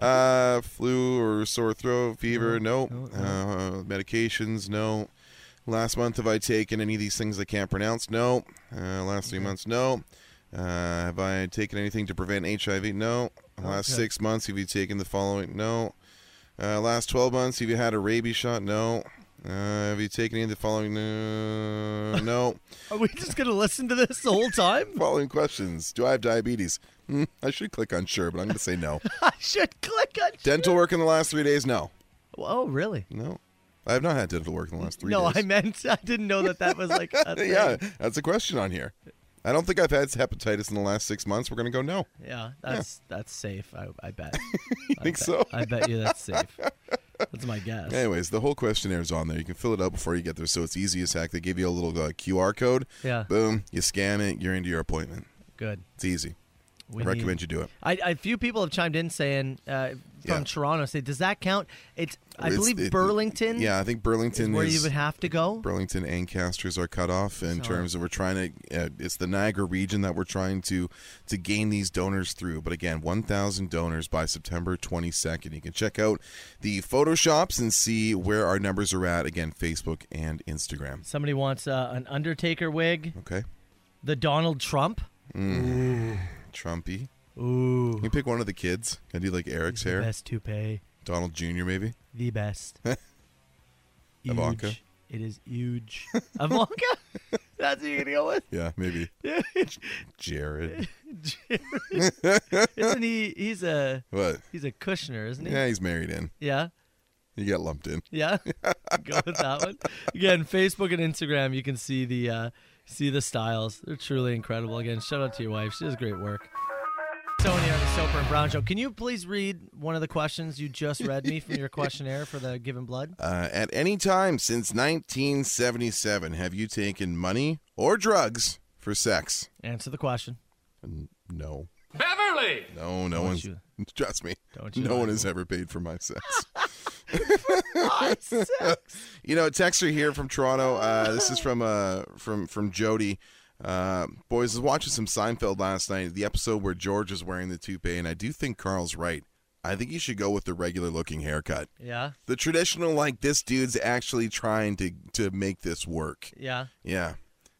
[SPEAKER 5] uh, flu or sore throat, fever? No. Uh, medications? No. Last month, have I taken any of these things I can't pronounce? No. Uh, last three months, no. Uh, have I taken anything to prevent HIV? No. Last six months, have you taken the following? No. Uh, last 12 months, have you had a rabies shot? No. Uh, have you taken any of the following? No. no.
[SPEAKER 4] Are we just going to listen to this the whole time?
[SPEAKER 5] following questions Do I have diabetes? Hmm, I should click on sure, but I'm going to say no.
[SPEAKER 4] I should click on.
[SPEAKER 5] dental work in the last three days? No.
[SPEAKER 4] Oh, really?
[SPEAKER 5] No. I have not had dental work in the last three
[SPEAKER 4] no,
[SPEAKER 5] days.
[SPEAKER 4] I meant I didn't know that that was like. A thing.
[SPEAKER 5] yeah, that's a question on here. I don't think I've had hepatitis in the last six months. We're gonna go no.
[SPEAKER 4] Yeah, that's that's safe. I, I bet. I
[SPEAKER 5] think
[SPEAKER 4] bet-
[SPEAKER 5] so?
[SPEAKER 4] I bet you that's safe. That's my guess.
[SPEAKER 5] Anyways, the whole questionnaire is on there. You can fill it out before you get there, so it's easy as heck. They give you a little uh, QR code.
[SPEAKER 4] Yeah.
[SPEAKER 5] Boom. You scan it. You're into your appointment.
[SPEAKER 4] Good.
[SPEAKER 5] It's easy.
[SPEAKER 4] We
[SPEAKER 5] I recommend
[SPEAKER 4] need-
[SPEAKER 5] you do it.
[SPEAKER 4] I, I few people have chimed in saying uh, from
[SPEAKER 5] Yeah.
[SPEAKER 4] Toronto say does that count? It's I
[SPEAKER 5] It's-
[SPEAKER 4] believe
[SPEAKER 5] it-
[SPEAKER 4] Burlington.
[SPEAKER 5] Yeah, I think Burlington
[SPEAKER 4] where
[SPEAKER 5] is.
[SPEAKER 4] you would have to go.
[SPEAKER 5] Burlington and Casters are cut off in terms of we're trying to. Uh, it's the Niagara region that we're trying to to gain these donors through. But again, 1,000 donors by September 22nd. You can check out the photoshops and see where our numbers are at. Again, Facebook and Instagram.
[SPEAKER 4] Somebody wants uh, an Undertaker wig,
[SPEAKER 5] Okay,
[SPEAKER 4] the Donald Trump.
[SPEAKER 5] Trumpy.
[SPEAKER 4] Ooh,
[SPEAKER 5] You can pick one of the kids. I do like Eric's hair.
[SPEAKER 4] best toupee,
[SPEAKER 5] Donald Jr. Maybe.
[SPEAKER 4] the best. huge.
[SPEAKER 5] Ivanka?
[SPEAKER 4] It is huge. Ivanka. That's what you're gonna go with.
[SPEAKER 5] Yeah, maybe. Jared.
[SPEAKER 4] Isn't he? He's a
[SPEAKER 5] What?
[SPEAKER 4] he's a Kushner, isn't he?
[SPEAKER 5] Yeah, he's married in.
[SPEAKER 4] yeah.
[SPEAKER 5] You get lumped in.
[SPEAKER 4] Yeah, go with that one. Again, Facebook and Instagram, you can see the uh, see the styles. They're truly incredible. Again, shout out to your wife; she does great work. Tony on the Soper and Brown Show. Can you please read one of the questions you just read me from your questionnaire for the Given Blood?
[SPEAKER 5] Uh, at any time since 1977, have you taken money or drugs for sex?
[SPEAKER 4] Answer the question.
[SPEAKER 5] No.
[SPEAKER 2] Beverly!
[SPEAKER 5] No, no one's.
[SPEAKER 4] you-
[SPEAKER 5] Trust me.
[SPEAKER 4] Don't you
[SPEAKER 5] No one
[SPEAKER 4] lie.
[SPEAKER 5] has ever paid for my sex.
[SPEAKER 4] Sex.
[SPEAKER 5] you know, a texter here from Toronto. Uh, this is from uh, from from Jody. Uh, boys, I was watching some Seinfeld last night. The episode where George is wearing the toupee, and I do think Carl's right. I think you should go with the regular looking haircut.
[SPEAKER 4] yeah,
[SPEAKER 5] The traditional, like this dude's actually trying to to make this work.
[SPEAKER 4] yeah,
[SPEAKER 5] Yeah.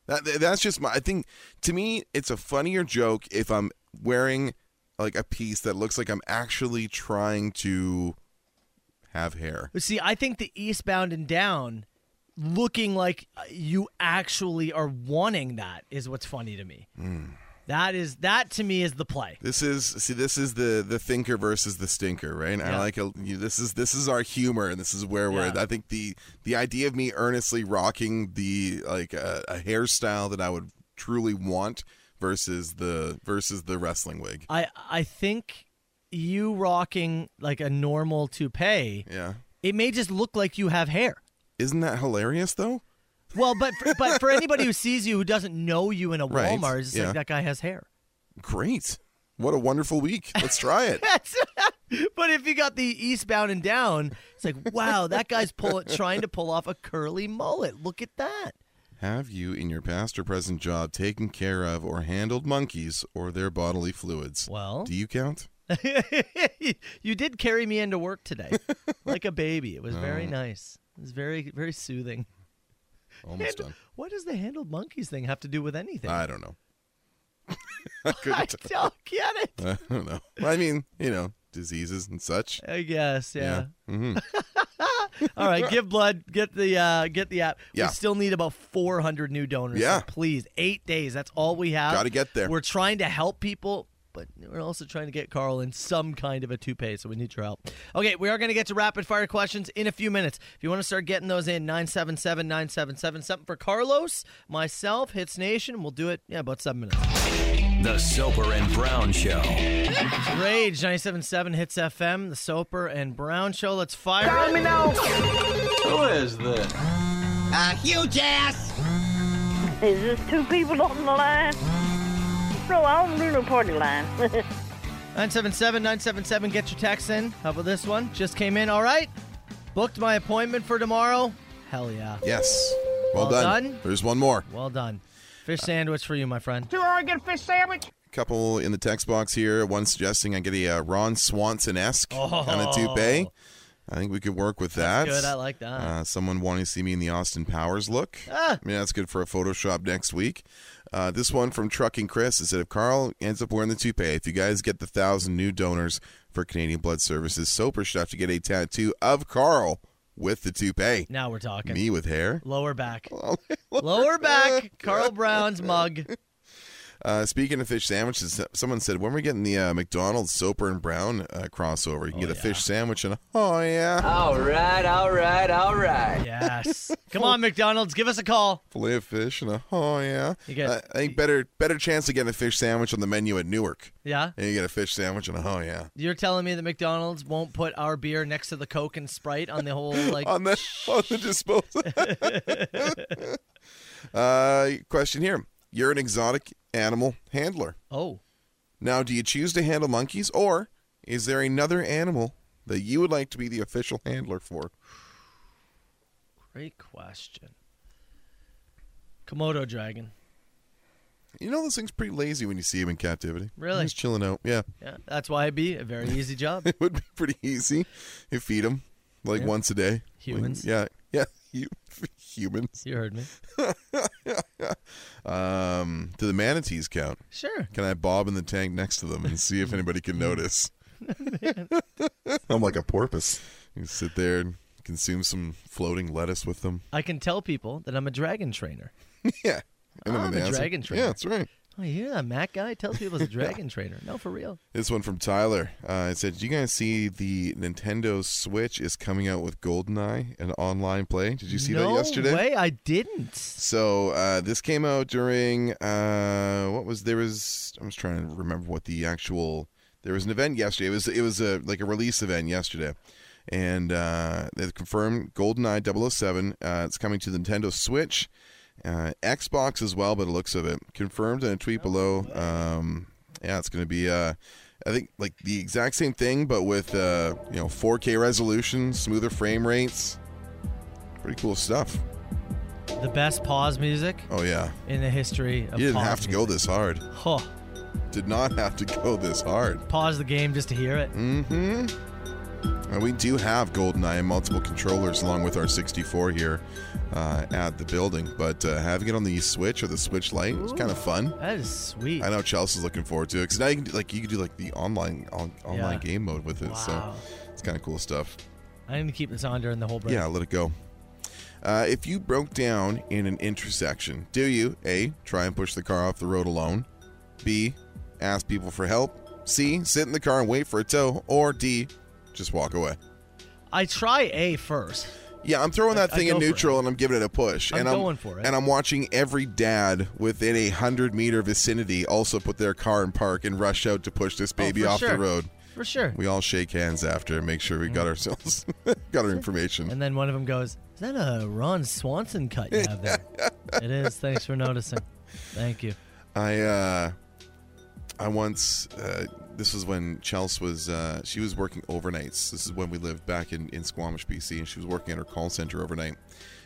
[SPEAKER 5] That, th- that's just my I think to me it's a funnier joke if I'm wearing like a piece that looks like I'm actually trying to have hair.
[SPEAKER 4] But see, I think the Eastbound and Down, looking like uh, you actually are wanting that, is what's funny to me.
[SPEAKER 5] Hmm.
[SPEAKER 4] That is that to me is the play.
[SPEAKER 5] This is see this is the the thinker versus the stinker, right? I
[SPEAKER 4] Yeah.
[SPEAKER 5] like a, you, this is this is our humor and this is where we're
[SPEAKER 4] Yeah.
[SPEAKER 5] I think the the idea of me earnestly rocking the like a, a hairstyle that I would truly want versus the versus the wrestling wig.
[SPEAKER 4] I I think you rocking like a normal toupee,
[SPEAKER 5] Yeah.
[SPEAKER 4] it may just look like you have hair.
[SPEAKER 5] Isn't that hilarious though?
[SPEAKER 4] Well, but for, but for anybody who sees you who doesn't know you in a
[SPEAKER 5] Right,
[SPEAKER 4] Walmart, it's just
[SPEAKER 5] yeah.
[SPEAKER 4] like that guy has hair.
[SPEAKER 5] Great. What a wonderful week. Let's try it.
[SPEAKER 4] That's, but if you got the eastbound and down, it's like wow, that guy's pull, trying to pull off a curly mullet. Look at that.
[SPEAKER 5] Have you, in your past or present job, taken care of or handled monkeys or their bodily fluids?
[SPEAKER 4] Well.
[SPEAKER 5] do you count?
[SPEAKER 4] you did carry me into work today, like a baby. It was very nice. It was very very soothing.
[SPEAKER 5] Almost done.
[SPEAKER 4] What does the handled monkeys thing have to do with anything?
[SPEAKER 5] I don't know. I
[SPEAKER 4] I
[SPEAKER 5] couldn't.
[SPEAKER 4] don't get it.
[SPEAKER 5] I don't know. I mean, you know, diseases and such.
[SPEAKER 4] I guess, yeah.
[SPEAKER 5] Mhm.
[SPEAKER 4] All right, give blood, get the uh, get the app.
[SPEAKER 5] Yeah.
[SPEAKER 4] We still need about 400 new donors. so
[SPEAKER 5] Yeah.
[SPEAKER 4] please, eight days. That's all we have.
[SPEAKER 5] Gotta get there.
[SPEAKER 4] We're trying to help people, but we're also trying to get Carl in some kind of a toupee. So we need your help. Okay, we are going to get to rapid fire questions in a few minutes. If you want to start getting those in, 977 977 something for Carlos, myself, Hits Nation. We'll do it. Yeah, about seven minutes.
[SPEAKER 1] The Soper and Brown Show.
[SPEAKER 4] Rage 977 hits FM, the Soper and Brown Show. Let's fire it.
[SPEAKER 6] Is this two people on the line? No, I don't do no party line.
[SPEAKER 4] 977 977, get your text in. How about this one? Just came in, all right. Booked my appointment for tomorrow. Hell yeah.
[SPEAKER 5] Yes. Well,
[SPEAKER 4] Well
[SPEAKER 5] done.
[SPEAKER 4] done.
[SPEAKER 5] There's one more.
[SPEAKER 4] Well done. Fish sandwich for you, my friend.
[SPEAKER 3] Two Oregon fish sandwich.
[SPEAKER 5] Couple in the text box here. One suggesting I get a uh, Ron Swanson esque on a toupee. I think we could work with that.
[SPEAKER 4] Oh. Good, I like that.
[SPEAKER 5] Uh, someone wanting to see me in the Austin Powers look.
[SPEAKER 4] Ah.
[SPEAKER 5] I mean, that's good for a Photoshop next week. Uh, this one from Trucking Chris. It said, if Carl ends up wearing the toupee, if you guys get the thousand new donors for Canadian Blood Services, Soper should have to get a tattoo of Carl with the toupee.
[SPEAKER 4] now we're talking.
[SPEAKER 5] Me with hair.
[SPEAKER 4] Lower back. Lower back. Carl Brown's mug.
[SPEAKER 5] Uh, speaking of fish sandwiches, someone said, when are we getting the uh, McDonald's Soper and Brown uh, crossover? You can get a fish sandwich and, oh, yeah.
[SPEAKER 4] Ah.
[SPEAKER 2] All right, all right, all right.
[SPEAKER 4] Yes. Come on, McDonald's. Give us a call.
[SPEAKER 5] fillet of fish and a oh yeah.
[SPEAKER 4] You get-
[SPEAKER 5] I- I think better better chance to get a fish sandwich on the menu at Newark.
[SPEAKER 4] Yeah.
[SPEAKER 5] And you get a fish sandwich and a oh yeah.
[SPEAKER 4] You're telling me that McDonald's won't put our beer next to the Coke and Sprite on the whole like
[SPEAKER 5] On the on the disposal. uh, question here. You're an exotic animal handler.
[SPEAKER 4] oh
[SPEAKER 5] Now, do you choose to handle monkeys or is there another animal that you would like to be the official handler for?
[SPEAKER 4] great question. Komodo dragon.
[SPEAKER 5] You know, this thing's pretty lazy when you see him in captivity.
[SPEAKER 4] Really?
[SPEAKER 5] He's chilling out. Yeah.
[SPEAKER 4] Yeah, that's why it'd be a very easy job.
[SPEAKER 5] It would be pretty easy. You feed them like once a day. Like,
[SPEAKER 4] Humans.
[SPEAKER 5] yeah, yeah, hu- humans.
[SPEAKER 4] you heard me.
[SPEAKER 5] Um, do the manatees count?
[SPEAKER 4] Sure.
[SPEAKER 5] Can I bob in the tank next to them and see if anybody can notice? I'm like a porpoise. You sit there and consume some floating lettuce with them.
[SPEAKER 4] I can tell people that I'm a dragon trainer.
[SPEAKER 5] Yeah. And then
[SPEAKER 4] I'm
[SPEAKER 5] when they
[SPEAKER 4] a
[SPEAKER 5] ask you-
[SPEAKER 4] Ah, dragon trainer.
[SPEAKER 5] Yeah, that's right.
[SPEAKER 4] Oh, you hear that, Mac guy? Tells people he's a dragon trainer. No, for real.
[SPEAKER 5] This one from Tyler. Uh, it said, "Did you guys see the Nintendo Switch is coming out with GoldenEye and online play? Did you see
[SPEAKER 4] no
[SPEAKER 5] that yesterday?
[SPEAKER 4] way, I didn't.
[SPEAKER 5] So uh, this came out during uh, what was there was I was trying to remember what the actual there was an event yesterday. It was it was a like a release event yesterday, and uh, they confirmed GoldenEye 007. Uh, it's coming to the Nintendo Switch, uh, Xbox as well. By the looks of it, confirmed in a tweet below. Um, yeah, it's going to be. Uh, I think like the exact same thing, but with uh, you know 4K resolution, smoother frame rates. Pretty cool stuff.
[SPEAKER 4] The best pause music
[SPEAKER 5] Oh yeah.
[SPEAKER 4] in the history of
[SPEAKER 5] You didn't
[SPEAKER 4] pause
[SPEAKER 5] have to go
[SPEAKER 4] music.
[SPEAKER 5] this hard.
[SPEAKER 4] Huh.
[SPEAKER 5] Did not have to go this hard.
[SPEAKER 4] Pause the game just to hear it.
[SPEAKER 5] Mm. Uh, we do have GoldenEye and multiple controllers along with our 64 here uh, at the building, but uh, having it on the Switch or the Switch Lite is kind of fun.
[SPEAKER 4] That is sweet.
[SPEAKER 5] I know Chelsea's looking forward to it because now you can do, like you can do like the online on, online
[SPEAKER 4] Yeah.
[SPEAKER 5] game mode with it, so
[SPEAKER 4] Wow.
[SPEAKER 5] it's kind of cool stuff.
[SPEAKER 4] I need to keep this on during the whole break.
[SPEAKER 5] Yeah, let it go. Uh, if you broke down in an intersection, do you A, try and push the car off the road alone? B, ask people for help? C, sit in the car and wait for a tow? Or D, just walk away?
[SPEAKER 4] I try A first.
[SPEAKER 5] Yeah, I'm throwing that
[SPEAKER 4] I
[SPEAKER 5] thing in
[SPEAKER 4] go for it.
[SPEAKER 5] neutral and I'm giving it a push.
[SPEAKER 4] I'm
[SPEAKER 5] and
[SPEAKER 4] going for it.
[SPEAKER 5] And I'm watching every dad within a 100 meter vicinity also put their car in park and rush out to push this baby
[SPEAKER 4] Oh, for
[SPEAKER 5] off the
[SPEAKER 4] sure.
[SPEAKER 5] road.
[SPEAKER 4] For sure.
[SPEAKER 5] We all shake hands after and make sure we got ourselves, got our information.
[SPEAKER 4] And then one of them goes, Is that a Ron Swanson cut you have there? it is. Thanks for noticing. Thank you.
[SPEAKER 5] I uh, I once uh, this was when Chelsea was uh, she was working overnights. This is when we lived back in in Squamish, BC, and she was working at her call center overnight.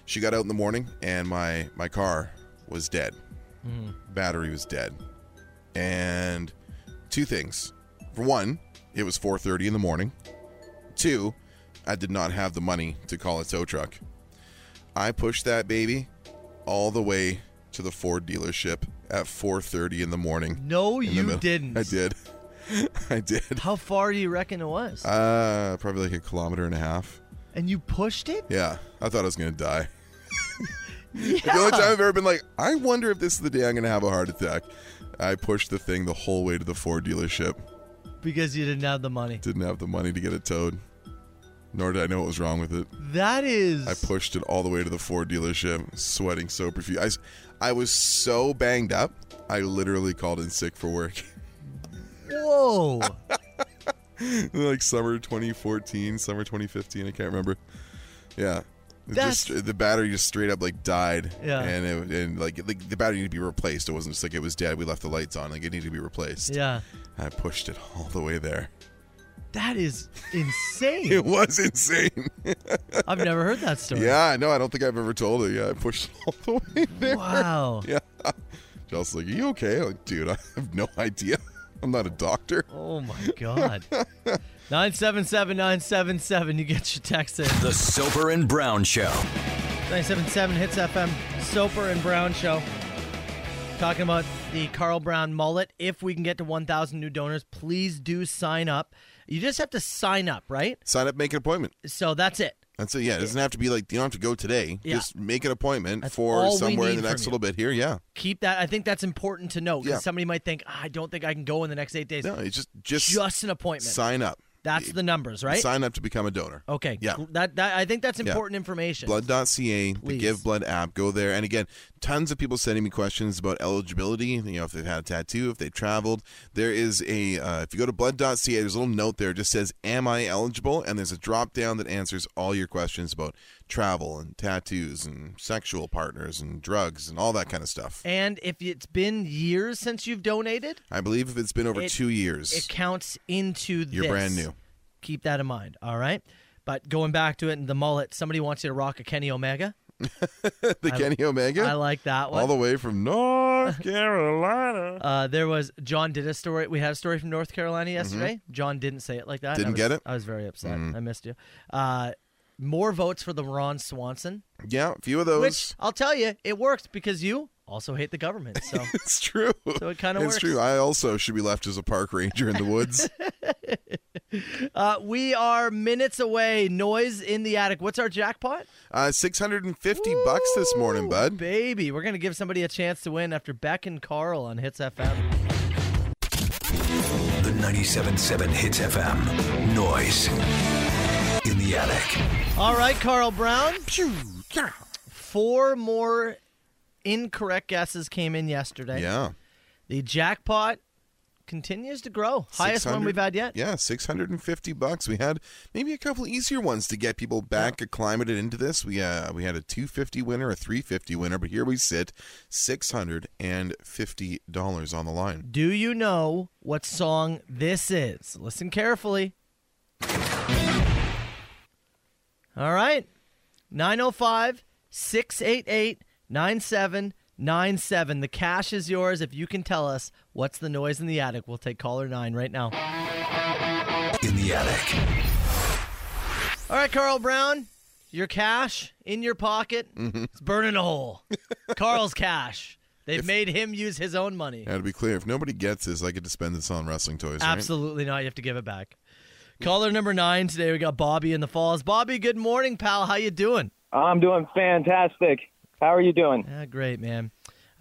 [SPEAKER 5] She got out in the morning, and my my car was dead. Battery was dead, and two things. For one, it was 4:30 in the morning. Two, I did not have the money to call a tow truck. I pushed that baby all the way to the Ford dealership at 4:30 in the morning.
[SPEAKER 4] No,
[SPEAKER 5] In the
[SPEAKER 4] you
[SPEAKER 5] middle-
[SPEAKER 4] didn't.
[SPEAKER 5] I did. I did.
[SPEAKER 4] How far do you reckon it was?
[SPEAKER 5] Uh, probably like a kilometer and a half.
[SPEAKER 4] and you pushed it?
[SPEAKER 5] Yeah, I thought I was gonna die. The only time I've ever been like, I wonder if this is the day I'm gonna have a heart attack. I pushed the thing the whole way to the Ford dealership.
[SPEAKER 4] Because you didn't have the money.
[SPEAKER 5] Didn't have the money to get it towed, nor did I know what was wrong with it.
[SPEAKER 4] That is.
[SPEAKER 5] I pushed it all the way to the Ford dealership, sweating so profuse. I s- I, was so banged up, I literally called in sick for work.
[SPEAKER 4] Whoa.
[SPEAKER 5] like summer 2014, summer 2015, I can't remember. Yeah. It
[SPEAKER 4] That's-
[SPEAKER 5] Just, the battery just straight up like died,
[SPEAKER 4] Yeah.
[SPEAKER 5] and it, and like like the battery needed to be replaced. It wasn't just like it was dead. We left the lights on, like it needed to be replaced.
[SPEAKER 4] yeah.
[SPEAKER 5] I pushed it all the way there.
[SPEAKER 4] That is insane.
[SPEAKER 5] It was insane.
[SPEAKER 4] I've never heard that story.
[SPEAKER 5] yeah, no, I don't think I've ever told it. Yeah, I pushed it all the way there.
[SPEAKER 4] Wow.
[SPEAKER 5] Yeah. Chelsea's like, Are you okay? I'm like, dude, I have no idea. I'm not a doctor.
[SPEAKER 4] Oh my God. 977 977. You get your text in.
[SPEAKER 1] The Soper and Brown Show.
[SPEAKER 4] 977 Hits FM, Soper and Brown Show. Talking about the Carl Brown mullet. If we can get to 1,000 new donors, please do sign up. You just have to sign up, right?
[SPEAKER 5] Sign up, make an appointment.
[SPEAKER 4] So that's it.
[SPEAKER 5] That's it. Yeah, it doesn't have to be like you don't have to go today.
[SPEAKER 4] Yeah.
[SPEAKER 5] Just make an appointment
[SPEAKER 4] That's
[SPEAKER 5] for
[SPEAKER 4] all we
[SPEAKER 5] somewhere in
[SPEAKER 4] need
[SPEAKER 5] the next
[SPEAKER 4] from you.
[SPEAKER 5] little bit here. Yeah.
[SPEAKER 4] Keep that. I think that's important to know because
[SPEAKER 5] Yeah.
[SPEAKER 4] somebody might think, "Ah, I don't think I can go in the next eight days.
[SPEAKER 5] No, it's just just,
[SPEAKER 4] just an appointment.
[SPEAKER 5] sign up.
[SPEAKER 4] that's the numbers, right? Oh,
[SPEAKER 5] Sign up to become a donor.
[SPEAKER 4] Okay.
[SPEAKER 5] Yeah.
[SPEAKER 4] gl- That, that I think that's
[SPEAKER 5] Yeah.
[SPEAKER 4] important information.
[SPEAKER 5] Blood.ca, the
[SPEAKER 4] Please.
[SPEAKER 5] Give Blood app. Go there. And again, tons of people sending me questions about eligibility. You know, if they've had a tattoo, if they traveled. There is a, uh, if you go to blood.ca, there's a little note there. It just says, Am I eligible? And there's a drop down that answers all your questions about travel and tattoos and sexual partners and drugs and all that kind of stuff.
[SPEAKER 4] And if it's been years since you've donated,
[SPEAKER 5] I believe if it's been over
[SPEAKER 4] It-
[SPEAKER 5] two years,
[SPEAKER 4] it counts into
[SPEAKER 5] you're
[SPEAKER 4] this.
[SPEAKER 5] brand new.
[SPEAKER 4] Keep that in mind. All right. But going back to it and the mullet, somebody wants you to rock a Kenny Omega.
[SPEAKER 5] the Kenny Omega?
[SPEAKER 4] I like that one.
[SPEAKER 5] all the way from North Carolina.
[SPEAKER 4] Uh, there was John did a story. We had a story from North Carolina yesterday. John didn't say it like that. I
[SPEAKER 5] Mm-hmm. Didn't
[SPEAKER 4] was-
[SPEAKER 5] get it? Mm.
[SPEAKER 4] I was very upset. I missed you. Uh, more votes for the Ron Swanson,
[SPEAKER 5] Yeah, a few of those.
[SPEAKER 4] which I'll tell you, it works because you also hate the government. So
[SPEAKER 5] It's true.
[SPEAKER 4] So it kinda
[SPEAKER 5] It's
[SPEAKER 4] works.
[SPEAKER 5] true. I also should be left as a park ranger in the woods.
[SPEAKER 4] uh, we are minutes away. Noise in the attic. What's our jackpot?
[SPEAKER 5] Uh, Six hundred and fifty bucks this morning,
[SPEAKER 4] Ooh,
[SPEAKER 5] bud.
[SPEAKER 4] Baby, we're gonna give somebody a chance to win after Beck and Carl on Hits FM.
[SPEAKER 1] The 97.7 Hits FM. Noise in the attic.
[SPEAKER 4] All right, Carl Brown. Four more incorrect guesses came in yesterday.
[SPEAKER 5] Yeah,
[SPEAKER 4] The jackpot continues to grow. Highest one
[SPEAKER 5] 600
[SPEAKER 4] we've had yet.
[SPEAKER 5] Yeah, six hundred and fifty bucks. We had maybe a couple easier ones to get people back acclimated into this. We uh, we had a two fifty winner, a three fifty winner, but here we sit, six hundred and fifty dollars on the line.
[SPEAKER 4] Do you know what song this is? Listen carefully. All right. 905 688 9797. The cash is yours. If you can tell us what's the noise in the attic, we'll take caller nine right now.
[SPEAKER 1] In the attic.
[SPEAKER 4] All right, Carl Brown, your cash in your pocket. It's burning a hole. Carl's cash. They've made him use his own money.
[SPEAKER 5] Now to be clear, if nobody gets this, I get to spend this on wrestling toys. right?
[SPEAKER 4] Absolutely not. You have to give it back. Caller number nine today. We got Bobby in the Falls. Bobby, good morning, pal. How you doing?
[SPEAKER 7] I'm doing fantastic. How are you doing?
[SPEAKER 4] Yeah, great, man.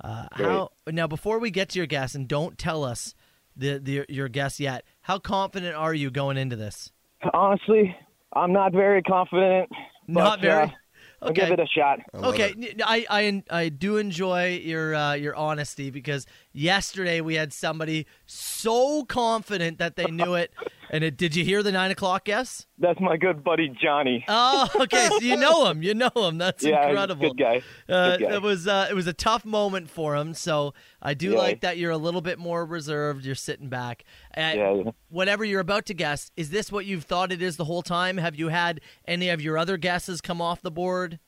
[SPEAKER 4] Uh, How now? Before we get to your guess, and don't tell us the, the your guess yet. How confident are you going into this?
[SPEAKER 7] Honestly, I'm not very confident. But,
[SPEAKER 4] not very.
[SPEAKER 7] Uh, I'll
[SPEAKER 4] okay.
[SPEAKER 7] give it a shot.
[SPEAKER 5] I love
[SPEAKER 4] Okay,
[SPEAKER 5] it.
[SPEAKER 4] n- I, I I do enjoy your uh, your honesty because yesterday we had somebody so confident that they knew it, and it, did you hear the nine o'clock guess?
[SPEAKER 7] That's my good buddy Johnny.
[SPEAKER 4] Oh, okay, so you know him, you know him. That's
[SPEAKER 7] yeah, he's a
[SPEAKER 4] incredible.
[SPEAKER 7] good guy.
[SPEAKER 4] Uh,
[SPEAKER 7] Good guy.
[SPEAKER 4] it was uh, it was a tough moment for him, so I do
[SPEAKER 7] Yeah.
[SPEAKER 4] like that you're a little bit more reserved. You're sitting back. And
[SPEAKER 7] Yeah, yeah.
[SPEAKER 4] Whatever you're about to guess, is this what you've thought it is the whole time? Have you had any of your other guesses come off the board?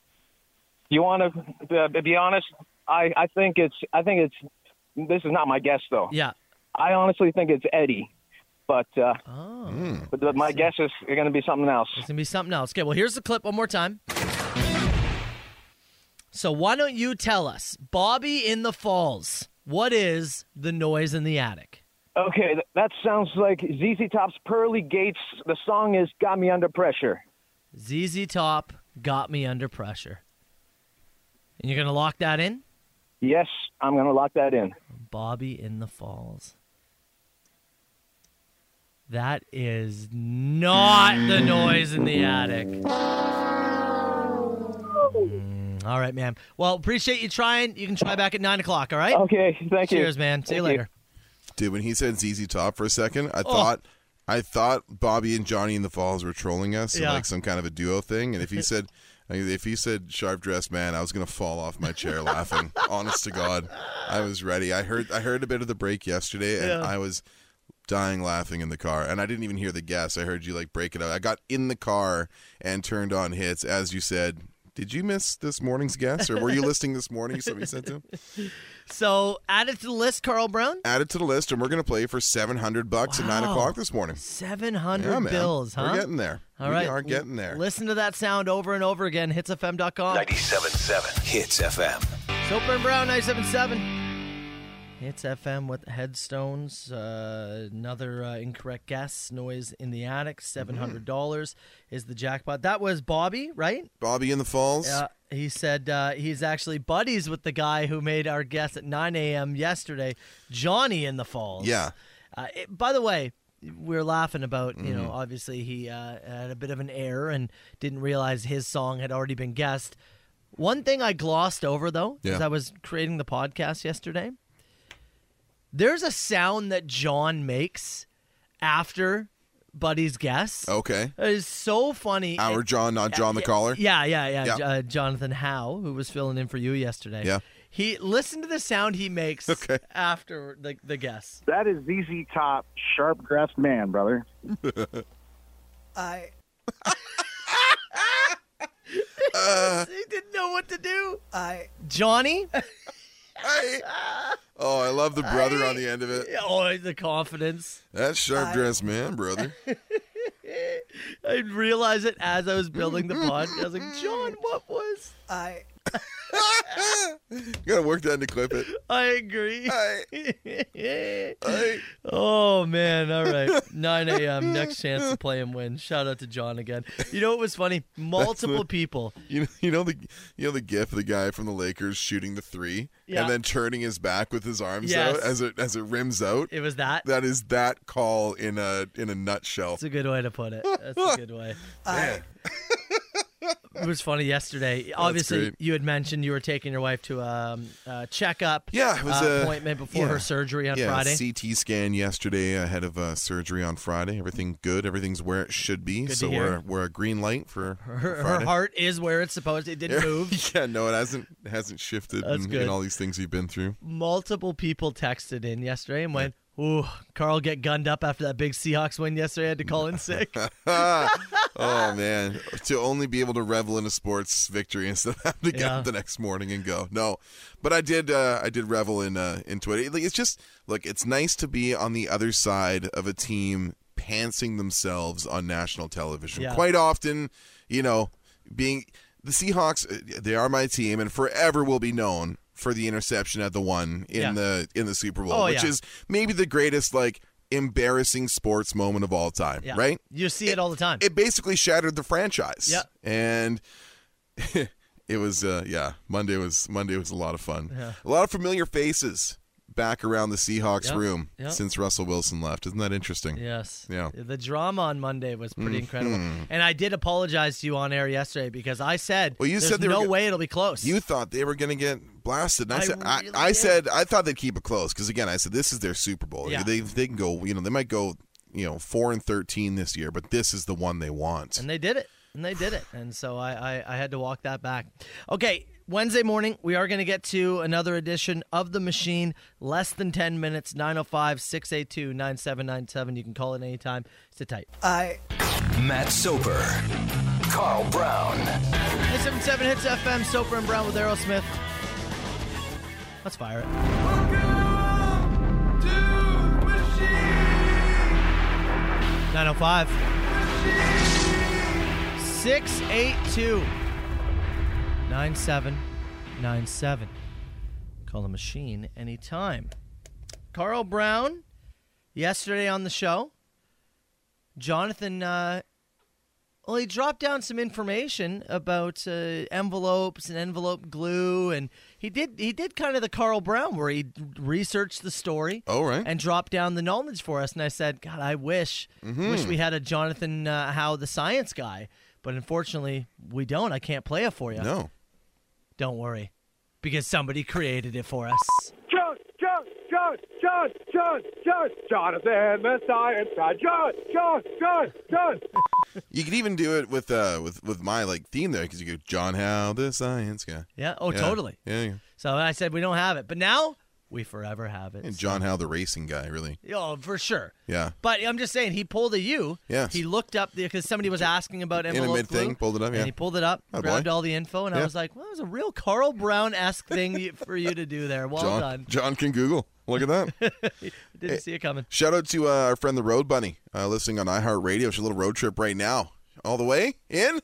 [SPEAKER 7] You want to uh, be honest? I, I think it's I think it's this is not my guess though.
[SPEAKER 4] Yeah.
[SPEAKER 7] I honestly think it's Eddie, but uh,
[SPEAKER 4] Oh.
[SPEAKER 7] but but my guess is going to be something else.
[SPEAKER 4] It's gonna be something else. Okay, well here's the clip one more time. So why don't you tell us, Bobby in the Falls, what is the noise in the attic?
[SPEAKER 7] Okay, th- that sounds like ZZ Top's "Pearly Gates." The song is "Got Me Under Pressure."
[SPEAKER 4] ZZ Top got me under pressure. And you're gonna lock that in?
[SPEAKER 7] Yes, I'm going to lock that in.
[SPEAKER 4] Bobby in the Falls. That is not the noise in the attic. Mm, all right, ma'am. Well, appreciate you trying. You can try back at nine o'clock. All right.
[SPEAKER 7] Okay, thank you.
[SPEAKER 4] Cheers, man. See you
[SPEAKER 7] Thank
[SPEAKER 4] later.
[SPEAKER 5] Dude, when he said ZZ Top for a second, I
[SPEAKER 4] Oh.
[SPEAKER 5] thought I thought Bobby and Johnny in the Falls were trolling us in
[SPEAKER 4] Yeah.
[SPEAKER 5] like some kind of a duo thing. And if he said if he said sharp dressed man, I was gonna fall off my chair laughing. Honest to God. I was ready. I heard I heard a bit of the break yesterday and
[SPEAKER 4] Yeah.
[SPEAKER 5] I was dying laughing in the car and I didn't even hear the guess. I heard you like break it up. I got in the car and turned on hits as you said Did you miss this morning's guest, or were you listening this morning? Somebody sent to him?
[SPEAKER 4] So add it to the list, Carl Brown.
[SPEAKER 5] Add it to the list, and we're going to play for seven hundred bucks at nine
[SPEAKER 4] Wow.
[SPEAKER 5] o'clock this morning.
[SPEAKER 4] Seven hundred
[SPEAKER 5] Yeah, man.
[SPEAKER 4] bills, huh?
[SPEAKER 5] We're getting there.
[SPEAKER 4] All
[SPEAKER 5] we
[SPEAKER 4] right,
[SPEAKER 5] are getting there.
[SPEAKER 4] Listen to that sound over and over again. Hitsfm.com.
[SPEAKER 1] 97.7 Hits FM.
[SPEAKER 4] Soap and Brown 977. It's FM with headstones. Uh, another uh, incorrect guess. Noise in the attic. Seven hundred dollars is the jackpot. That was Bobby, right?
[SPEAKER 5] Bobby in the Falls.
[SPEAKER 4] Uh, he said uh, he's actually buddies with the guy who made our guess at 9 a.m. yesterday, Johnny in the Falls.
[SPEAKER 5] Yeah.
[SPEAKER 4] Uh, it- by the way, we're laughing about, you
[SPEAKER 5] Mm-hmm.
[SPEAKER 4] know, obviously he uh, had a bit of an error and didn't realize his song had already been guessed. One thing I glossed over, though, as
[SPEAKER 5] Yeah.
[SPEAKER 4] I was creating the podcast yesterday, there's a sound that John makes after Buddy's guess.
[SPEAKER 5] Okay.
[SPEAKER 4] It is so funny.
[SPEAKER 5] Our
[SPEAKER 4] It-
[SPEAKER 5] John, not John the caller.
[SPEAKER 4] yeah, yeah, yeah.
[SPEAKER 5] Yeah.
[SPEAKER 4] J- Uh, Jonathan Howe, who was filling in for you yesterday.
[SPEAKER 5] Yeah.
[SPEAKER 4] He listen to the sound he makes
[SPEAKER 5] Okay.
[SPEAKER 4] after the the guess.
[SPEAKER 8] That is ZZ Top, sharp dressed man, brother.
[SPEAKER 9] I
[SPEAKER 4] He didn't know what to do.
[SPEAKER 9] I
[SPEAKER 4] Johnny,
[SPEAKER 5] Hey. Oh, I love the brother on the end of it.
[SPEAKER 4] oh, the confidence.
[SPEAKER 5] That sharp dressed man, brother.
[SPEAKER 4] I realized it as I was building the podcast. I was like, John, what was?
[SPEAKER 9] I
[SPEAKER 5] You gotta work that into clip it.
[SPEAKER 4] I Uh. agree.
[SPEAKER 5] Hey, hey.
[SPEAKER 4] Oh man! All right, 9 a.m. Next chance to play and win. Shout out to John again. You know what was funny? Multiple people.
[SPEAKER 5] You know, you know the you know the gif of the guy from the Lakers shooting the three
[SPEAKER 4] Yeah.
[SPEAKER 5] and then turning his back with his arms
[SPEAKER 4] Yes.
[SPEAKER 5] out as it as it rims out.
[SPEAKER 4] It was that.
[SPEAKER 5] that is that call in a in a nutshell.
[SPEAKER 4] That's a good way to put it. That's a good way.
[SPEAKER 5] Man.
[SPEAKER 4] It was funny yesterday. Obviously,
[SPEAKER 5] great.
[SPEAKER 4] you had mentioned you were taking your wife to a um, uh, checkup.
[SPEAKER 5] Yeah, it was
[SPEAKER 4] uh,
[SPEAKER 5] a-
[SPEAKER 4] appointment before
[SPEAKER 5] yeah.
[SPEAKER 4] her surgery on
[SPEAKER 5] yeah,
[SPEAKER 4] Friday.
[SPEAKER 5] CT scan yesterday ahead of uh, surgery on Friday. Everything good. Everything's where it should be.
[SPEAKER 4] to
[SPEAKER 5] so
[SPEAKER 4] hear.
[SPEAKER 5] we're we're a green light for
[SPEAKER 4] her, her
[SPEAKER 5] Friday.
[SPEAKER 4] heart is where it's supposed. It didn't move.
[SPEAKER 5] yeah, no, it hasn't it hasn't shifted
[SPEAKER 4] That's
[SPEAKER 5] in, in
[SPEAKER 4] good.
[SPEAKER 5] all these things you've been through.
[SPEAKER 4] Multiple people texted in yesterday and went, "Ooh, Carl get gunned up after that big Seahawks win yesterday. I had to call in sick."
[SPEAKER 5] Oh man, to only be able to revel in a sports victory instead of having to get
[SPEAKER 4] Yeah.
[SPEAKER 5] up the next morning and go. No, but I did. Uh, I did revel in uh, into it. Like, It's just look. It's nice to be on the other side of a team pantsing themselves on national television.
[SPEAKER 4] Yeah.
[SPEAKER 5] Quite often, you know, being the Seahawks, uh, they are my team, and forever will be known for the interception at the one in
[SPEAKER 4] Yeah.
[SPEAKER 5] the in the Super Bowl,
[SPEAKER 4] Oh,
[SPEAKER 5] which
[SPEAKER 4] yeah.
[SPEAKER 5] is maybe the greatest like embarrassing sports moment of all time.
[SPEAKER 4] Yeah.
[SPEAKER 5] Right?
[SPEAKER 4] You see it, all the time.
[SPEAKER 5] it basically shattered the franchise.
[SPEAKER 4] Yeah.
[SPEAKER 5] And it was uh yeah, Monday was Monday was a lot of fun. A lot of familiar faces back around the Seahawks
[SPEAKER 4] Yeah,
[SPEAKER 5] room
[SPEAKER 4] yeah.
[SPEAKER 5] since Russell Wilson left. Isn't that interesting?
[SPEAKER 4] Yes.
[SPEAKER 5] Yeah. Mm-hmm.
[SPEAKER 4] The drama on Monday was pretty incredible, and I did apologize to you on air yesterday because I said,
[SPEAKER 5] Well, you
[SPEAKER 4] "There's
[SPEAKER 5] said they were
[SPEAKER 4] no
[SPEAKER 5] go-
[SPEAKER 4] way it'll be close."
[SPEAKER 5] You thought they were going to get blasted. And I,
[SPEAKER 4] I
[SPEAKER 5] said, I,
[SPEAKER 4] really
[SPEAKER 5] I
[SPEAKER 4] did.
[SPEAKER 5] said, I thought they'd keep it close because again, I said this is their Super Bowl.
[SPEAKER 4] Yeah.
[SPEAKER 5] They they can go, you know, they might go, you know, four and thirteen this year, but this is the one they want.
[SPEAKER 4] And they did it. And they did it. And so I, I, I had to walk that back. Okay, Wednesday morning, we are going to get to another edition of The Machine. Less than 10 minutes, 905 682 9797. You can call it anytime. Sit tight.
[SPEAKER 9] I
[SPEAKER 1] Matt Soper. Carl Brown.
[SPEAKER 4] 977 Hits FM, Soper and Brown with Aerosmith. Let's fire it. Nine oh five. Six eight two. Nine seven nine seven. Call the machine anytime. Carl Brown, yesterday on the show. Jonathan uh, well, he dropped down some information about uh, envelopes and envelope glue, and he did he did kind of the Carl Brown where he researched the story.
[SPEAKER 5] Oh, right.
[SPEAKER 4] and dropped down the knowledge for us. And I said, God, I wish
[SPEAKER 5] Mm-hmm.
[SPEAKER 4] wish we had a Jonathan uh, Howe, the science guy, but unfortunately we don't. I can't play it for you.
[SPEAKER 5] no.
[SPEAKER 4] Don't worry, because somebody created it for us.
[SPEAKER 8] John, John, John, John, John, John, Jonathan, the science guy. John, John, John, John.
[SPEAKER 5] You could even do it with uh with with my like theme there because you go John Howe the science guy.
[SPEAKER 4] Yeah. Oh,
[SPEAKER 5] Yeah.
[SPEAKER 4] totally.
[SPEAKER 5] Yeah. yeah.
[SPEAKER 4] So I said we don't have it, but now we forever have it.
[SPEAKER 5] And John Howe, the racing guy, really.
[SPEAKER 4] Oh, for sure.
[SPEAKER 5] Yeah.
[SPEAKER 4] But I'm just saying, he pulled a U.
[SPEAKER 5] Yes.
[SPEAKER 4] He looked up because somebody was asking about
[SPEAKER 5] In a
[SPEAKER 4] envelope
[SPEAKER 5] mid-thing,
[SPEAKER 4] glue,
[SPEAKER 5] pulled it up, yeah.
[SPEAKER 4] And he pulled it up,
[SPEAKER 5] Oh, boy.
[SPEAKER 4] grabbed all the info, and I
[SPEAKER 5] Yeah.
[SPEAKER 4] was like, "Well, that was a real Carl Brown esque thing you- for you to do there. Well
[SPEAKER 5] John,
[SPEAKER 4] done.
[SPEAKER 5] John can Google. Look at that.
[SPEAKER 4] Didn't see it coming."
[SPEAKER 5] Shout out to uh, our friend the Road Bunny uh, listening on iHeartRadio. It's a little road trip right now, all the way in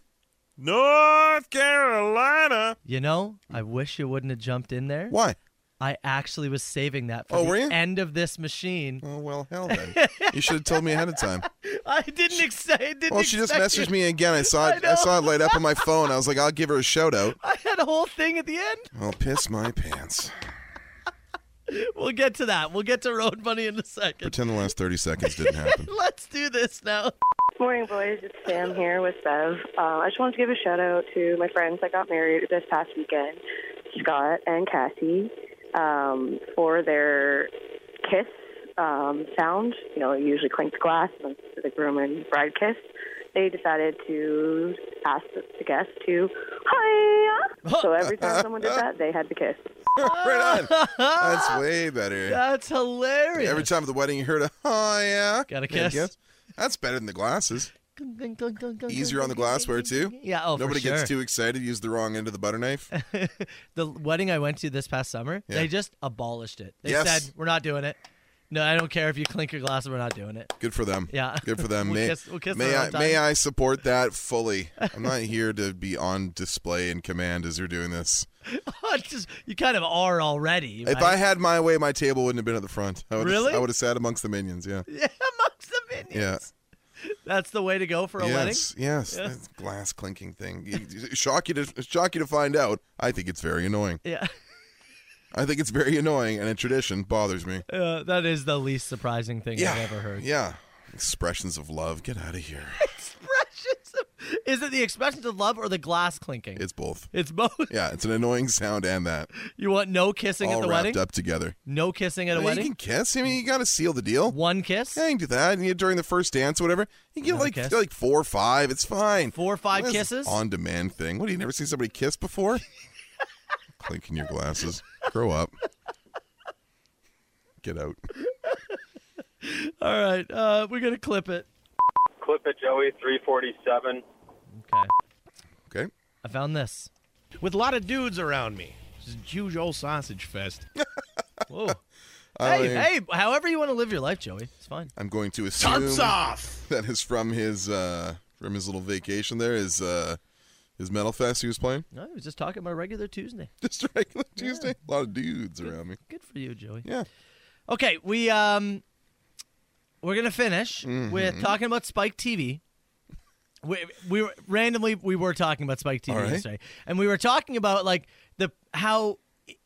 [SPEAKER 5] North Carolina.
[SPEAKER 4] You know, I wish you wouldn't have jumped in there.
[SPEAKER 5] Why?
[SPEAKER 4] I actually was saving that for
[SPEAKER 5] Oh,
[SPEAKER 4] the
[SPEAKER 5] were you?
[SPEAKER 4] end of this machine.
[SPEAKER 5] Oh well, hell then. you should have told me ahead of time.
[SPEAKER 4] I didn't expect. I didn't
[SPEAKER 5] Well, Oh, she just
[SPEAKER 4] expect
[SPEAKER 5] messaged
[SPEAKER 4] it.
[SPEAKER 5] me again. I saw it. I,
[SPEAKER 4] know.
[SPEAKER 5] saw it light up on my phone. I was like, I'll give her a shout out.
[SPEAKER 4] I had a whole thing at the end.
[SPEAKER 5] I'll piss my pants.
[SPEAKER 4] We'll get to that. We'll get to road money in a second.
[SPEAKER 5] Pretend the last thirty seconds didn't happen.
[SPEAKER 4] Let's do this now.
[SPEAKER 9] Morning, boys. It's Sam here with Bev. Uh, I just wanted to give a shout out to my friends that got married this past weekend, Scott and Cassie, um, for their kiss um, sound. You know, you usually clink the glass and then the groom and bride kiss. They decided to ask the the guest to hi. So every time someone did that, they had to kiss.
[SPEAKER 5] right on. That's way better.
[SPEAKER 4] That's hilarious.
[SPEAKER 5] Every time at the wedding, you heard a oh yeah,
[SPEAKER 4] Got a
[SPEAKER 5] You had
[SPEAKER 4] kiss.
[SPEAKER 5] That's better than the glasses. Easier on the glassware too.
[SPEAKER 4] Yeah, oh, for
[SPEAKER 5] Nobody gets
[SPEAKER 4] sure.
[SPEAKER 5] too excited. Use the wrong end of the butter knife.
[SPEAKER 4] the wedding I went to this past summer,
[SPEAKER 5] Yeah.
[SPEAKER 4] they just abolished it. They
[SPEAKER 5] Yes.
[SPEAKER 4] said, "We're not doing it." No, I don't care if you clink your glass. We're not doing it.
[SPEAKER 5] Good for them.
[SPEAKER 4] Yeah.
[SPEAKER 5] Good for them.
[SPEAKER 4] We'll
[SPEAKER 5] may,
[SPEAKER 4] kiss- we'll kiss
[SPEAKER 5] may
[SPEAKER 4] the
[SPEAKER 5] I
[SPEAKER 4] wrong
[SPEAKER 5] may
[SPEAKER 4] time.
[SPEAKER 5] I support that fully? I'm not here to be on display and command as you're doing this.
[SPEAKER 4] It's just- you kind of are already.
[SPEAKER 5] If I had my way, my table wouldn't have been at the front. I would
[SPEAKER 4] Really?
[SPEAKER 5] I would have sat amongst the minions. Yeah.
[SPEAKER 4] had amongst the minions, that's the way to go for a wedding.
[SPEAKER 5] yes. Yes. That glass clinking thing. You- you- Shock you to shock you to find out. I think it's very annoying.
[SPEAKER 4] Yeah,
[SPEAKER 5] I think it's very annoying, and a tradition bothers me.
[SPEAKER 4] uh, that is the least surprising thing
[SPEAKER 5] Yeah.
[SPEAKER 4] I've ever heard.
[SPEAKER 5] Yeah. Expressions of love. Get out of here.
[SPEAKER 4] Expressions of- is it the expressions of love or the glass clinking?
[SPEAKER 5] It's both.
[SPEAKER 4] It's both.
[SPEAKER 5] Yeah, it's an annoying sound and that
[SPEAKER 4] You want no kissing at
[SPEAKER 5] all
[SPEAKER 4] the
[SPEAKER 5] wrapped
[SPEAKER 4] wedding?
[SPEAKER 5] up together.
[SPEAKER 4] No kissing at a
[SPEAKER 5] Yeah,
[SPEAKER 4] wedding.
[SPEAKER 5] You can kiss. I mean, you got to seal the deal.
[SPEAKER 4] One kiss.
[SPEAKER 5] Yeah, you can do that. And you, during the first dance, or whatever, you get
[SPEAKER 4] Another
[SPEAKER 5] like
[SPEAKER 4] kiss.
[SPEAKER 5] like four or five. It's fine.
[SPEAKER 4] Four or five
[SPEAKER 5] This is
[SPEAKER 4] kisses?
[SPEAKER 5] On-demand thing. What? have You never seen somebody kiss before? Clinking your glasses. Grow up. Get out.
[SPEAKER 4] All right, uh, we're gonna clip it.
[SPEAKER 10] Clip it, Joey, 347.
[SPEAKER 4] Okay.
[SPEAKER 5] Okay.
[SPEAKER 4] I found this.
[SPEAKER 11] with a lot of dudes around me. This is a huge old sausage fest.
[SPEAKER 4] Whoa.
[SPEAKER 5] I
[SPEAKER 4] hey,
[SPEAKER 5] mean-
[SPEAKER 4] hey, however you want to live your life, Joey. It's fine.
[SPEAKER 5] I'm going to assume
[SPEAKER 11] Tops off.
[SPEAKER 5] that is from his uh from his little vacation. There is uh his metal fest he was playing.
[SPEAKER 4] No, I was just talking about regular Tuesday.
[SPEAKER 5] Just a regular Tuesday. A lot of dudes around me.
[SPEAKER 4] Good for you, Joey.
[SPEAKER 5] Yeah.
[SPEAKER 4] Okay, we um we're going to finish
[SPEAKER 5] Mm-hmm.
[SPEAKER 4] with talking about Spike TV. We, we were, randomly we were talking about Spike TV
[SPEAKER 5] All right.
[SPEAKER 4] yesterday. And we were talking about like the how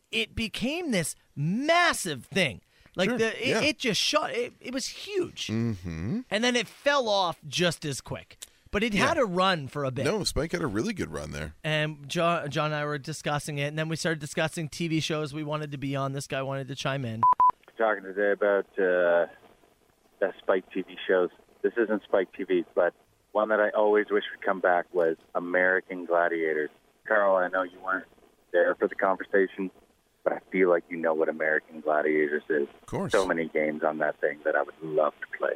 [SPEAKER 4] it became this massive thing. Like
[SPEAKER 5] Sure,
[SPEAKER 4] the it,
[SPEAKER 5] yeah.
[SPEAKER 4] it just shot it, it was huge. Mm-hmm. And then it fell off just as quick. But it had a run for a bit.
[SPEAKER 5] No, Spike had a really good run there.
[SPEAKER 4] and John, John and I were discussing it, and then we started discussing TV shows we wanted to be on. This guy wanted to chime in.
[SPEAKER 10] Talking today about uh, the Spike TV shows. This isn't Spike TV, but one that I always wish would come back was American Gladiators. Carl, I know you weren't there for the conversation, but I feel like you know what American Gladiators is.
[SPEAKER 5] Of course.
[SPEAKER 10] So many games on that thing that I would love to play.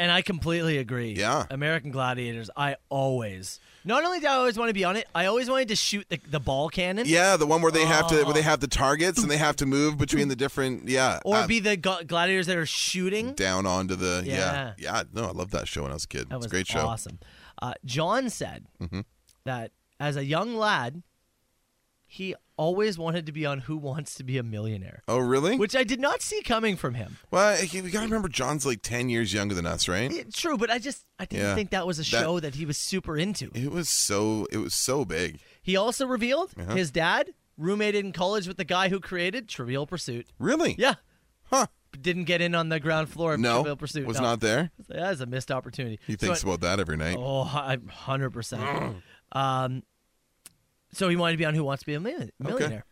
[SPEAKER 4] And I completely agree.
[SPEAKER 5] Yeah.
[SPEAKER 4] American Gladiators, I always, not only did I always want to be on it, I always wanted to shoot the, the ball cannon
[SPEAKER 5] Yeah, the one where they have to where they have the targets and they have to move between the different yeah
[SPEAKER 4] Oh. or
[SPEAKER 5] uh,
[SPEAKER 4] be the gl- gladiators that are shooting.
[SPEAKER 5] down onto the yeah.
[SPEAKER 4] Yeah.
[SPEAKER 5] yeah no I loved that show when I was a kid.
[SPEAKER 4] That
[SPEAKER 5] it's
[SPEAKER 4] was
[SPEAKER 5] a great show. Mm-hmm.
[SPEAKER 4] awesome. Uh, John said that as a young lad, he always wanted to be on Who Wants to Be a Millionaire,
[SPEAKER 5] Oh really?
[SPEAKER 4] which I did not see coming from him.
[SPEAKER 5] well, I- you gotta remember John's like ten years younger than us, right?
[SPEAKER 4] Yeah, true, but I just I didn't
[SPEAKER 5] Yeah.
[SPEAKER 4] think that was a
[SPEAKER 5] That-
[SPEAKER 4] show that he was super into.
[SPEAKER 5] It was so it was so big.
[SPEAKER 4] He also revealed
[SPEAKER 5] Uh-huh.
[SPEAKER 4] his dad roommated in college with the guy who created Trivial Pursuit.
[SPEAKER 5] Really?
[SPEAKER 4] Yeah,
[SPEAKER 5] Huh?
[SPEAKER 4] didn't get in on the ground floor of
[SPEAKER 5] No.
[SPEAKER 4] Trivial Pursuit.
[SPEAKER 5] was
[SPEAKER 4] no.
[SPEAKER 5] not there.
[SPEAKER 4] That is a missed opportunity.
[SPEAKER 5] He
[SPEAKER 4] So
[SPEAKER 5] thinks
[SPEAKER 4] I-
[SPEAKER 5] about that every night.
[SPEAKER 4] Oh, I- 100%. um, so he wanted to be on Who Wants to Be a Million- Millionaire.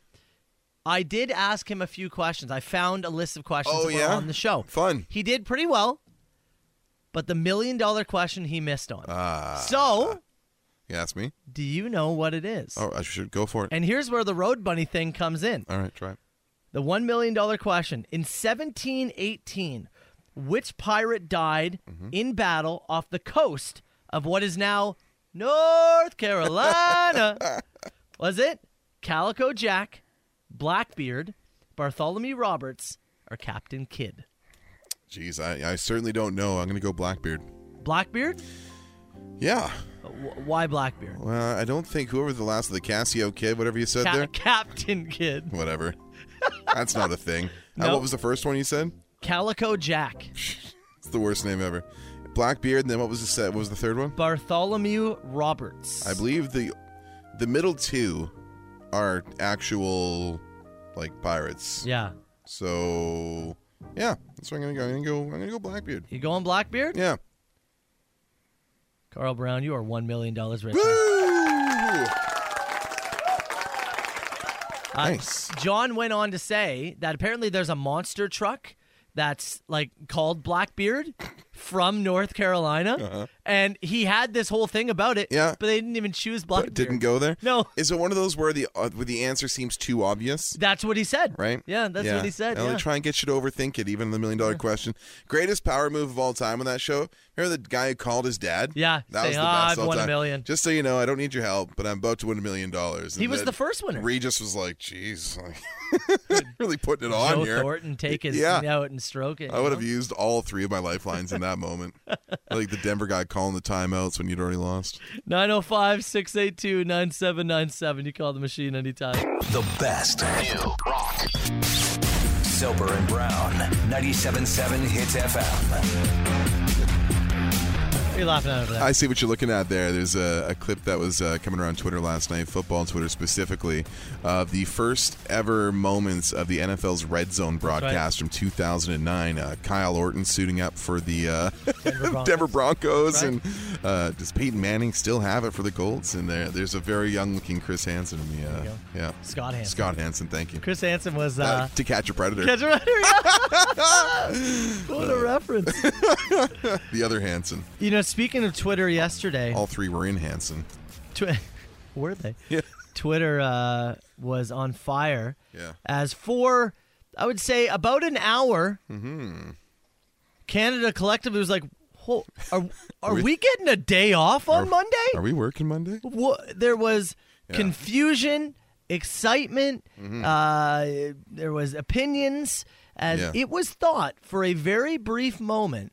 [SPEAKER 4] I did ask him a few questions. I found a list of questions
[SPEAKER 5] Oh,
[SPEAKER 4] that were
[SPEAKER 5] yeah?
[SPEAKER 4] on the show.
[SPEAKER 5] Fun.
[SPEAKER 4] He did pretty well, but the million dollar question he missed on.
[SPEAKER 5] Ah.
[SPEAKER 4] so,
[SPEAKER 5] You ask me.
[SPEAKER 4] do you know what it is?
[SPEAKER 5] Oh, I should go for it.
[SPEAKER 4] And here's where the road bunny thing comes in.
[SPEAKER 5] All right, try. it.
[SPEAKER 4] The $1 million question. In 1718, which pirate died
[SPEAKER 5] Mm-hmm.
[SPEAKER 4] in battle off the coast of what is now North Carolina? Was it Calico Jack, Blackbeard, Bartholomew Roberts, or Captain Kidd?
[SPEAKER 5] Jeez, I, I certainly don't know. I'm going to go Blackbeard.
[SPEAKER 4] Blackbeard? Uh,
[SPEAKER 5] Yeah.
[SPEAKER 4] Wh- Why Blackbeard?
[SPEAKER 5] Well, I don't think whoever the last of the Cassio kid, whatever you said
[SPEAKER 4] Ca-
[SPEAKER 5] there,
[SPEAKER 4] Captain Kidd.
[SPEAKER 5] whatever. That's not a thing. Uh,
[SPEAKER 4] No.
[SPEAKER 5] what was the first one you said?
[SPEAKER 4] Calico Jack,
[SPEAKER 5] It's the worst name ever. Blackbeard, and then what was the set? What was the third one?
[SPEAKER 4] Bartholomew Roberts.
[SPEAKER 5] I believe the the middle two are actual like pirates.
[SPEAKER 4] Yeah.
[SPEAKER 5] So yeah, that's where I'm gonna go. I'm gonna go. I'm gonna go Blackbeard.
[SPEAKER 4] You going Blackbeard?
[SPEAKER 5] Yeah.
[SPEAKER 4] Carl Brown, you are $1 million richer. Uh,
[SPEAKER 5] Nice.
[SPEAKER 4] John went on to say that apparently there's a monster truck that's like called Blackbeard from North Carolina,
[SPEAKER 5] Uh-huh.
[SPEAKER 4] and he had this whole thing about it. Yeah, but they didn't even choose Blackbeard.
[SPEAKER 5] Didn't go there.
[SPEAKER 4] No.
[SPEAKER 5] Is it one of those where the uh, where the answer seems too obvious?
[SPEAKER 4] That's what he said.
[SPEAKER 5] Right.
[SPEAKER 4] Yeah, that's what he said.
[SPEAKER 5] And
[SPEAKER 4] Yeah.
[SPEAKER 5] They try and get you to overthink it, even the million dollar question. Greatest power move of all time on that show. Remember the guy who called his dad?
[SPEAKER 4] Yeah,
[SPEAKER 5] that
[SPEAKER 4] say,
[SPEAKER 5] was the
[SPEAKER 4] "Ah,
[SPEAKER 5] best
[SPEAKER 4] I've
[SPEAKER 5] all
[SPEAKER 4] won a
[SPEAKER 5] time.
[SPEAKER 4] million."
[SPEAKER 5] Just so you know, I don't need your help, but I'm about to win a million dollars.
[SPEAKER 4] He
[SPEAKER 5] And
[SPEAKER 4] was
[SPEAKER 5] then
[SPEAKER 4] the first winner.
[SPEAKER 5] Regis was like, "Jeez, like, really putting it on
[SPEAKER 4] Joe
[SPEAKER 5] here."
[SPEAKER 4] Thornton take his
[SPEAKER 5] yeah.
[SPEAKER 4] thing out and stroke it.
[SPEAKER 5] I
[SPEAKER 4] you
[SPEAKER 5] would have
[SPEAKER 4] know?
[SPEAKER 5] used all three of my lifelines in that moment. like the Denver guy calling the timeouts when you'd already lost.
[SPEAKER 4] 905 682 9797. You call the machine anytime.
[SPEAKER 1] The best. New rock. Sober and Brown. 97.7 Hits FM.
[SPEAKER 4] You're laughing out of that.
[SPEAKER 5] I see what you're looking at there. There's a, a clip that was uh, coming around Twitter last night, football Twitter specifically, of the first ever moments of the NFL's red zone broadcast from 2009. Uh, Kyle Orton suiting up for the uh, Denver Broncos, and uh, does Peyton Manning still have it for the Colts? And there, there's a very young looking Chris Hansen. In the, uh,
[SPEAKER 4] you go.
[SPEAKER 5] yeah,
[SPEAKER 4] Scott Hansen.
[SPEAKER 5] Scott Hansen, thank you.
[SPEAKER 4] Chris Hansen was.
[SPEAKER 5] Uh,
[SPEAKER 4] Uh,
[SPEAKER 5] to catch a predator.
[SPEAKER 4] Catch a predator. what a reference.
[SPEAKER 5] the other Hansen.
[SPEAKER 4] You know, speaking of Twitter yesterday,
[SPEAKER 5] All three were in Hansen.
[SPEAKER 4] Twi- were they? Twitter uh, was on fire.
[SPEAKER 5] Yeah.
[SPEAKER 4] As for, I would say, about an hour,
[SPEAKER 5] Mm-hmm.
[SPEAKER 4] Canada collectively was like, "Ho- are, are we, getting a day off on Monday?
[SPEAKER 5] Are we working Monday?
[SPEAKER 4] Wha- there was
[SPEAKER 5] Yeah. Mm-hmm.
[SPEAKER 4] confusion, excitement, uh, there was opinions, and
[SPEAKER 5] Yeah.
[SPEAKER 4] it was thought for a very brief moment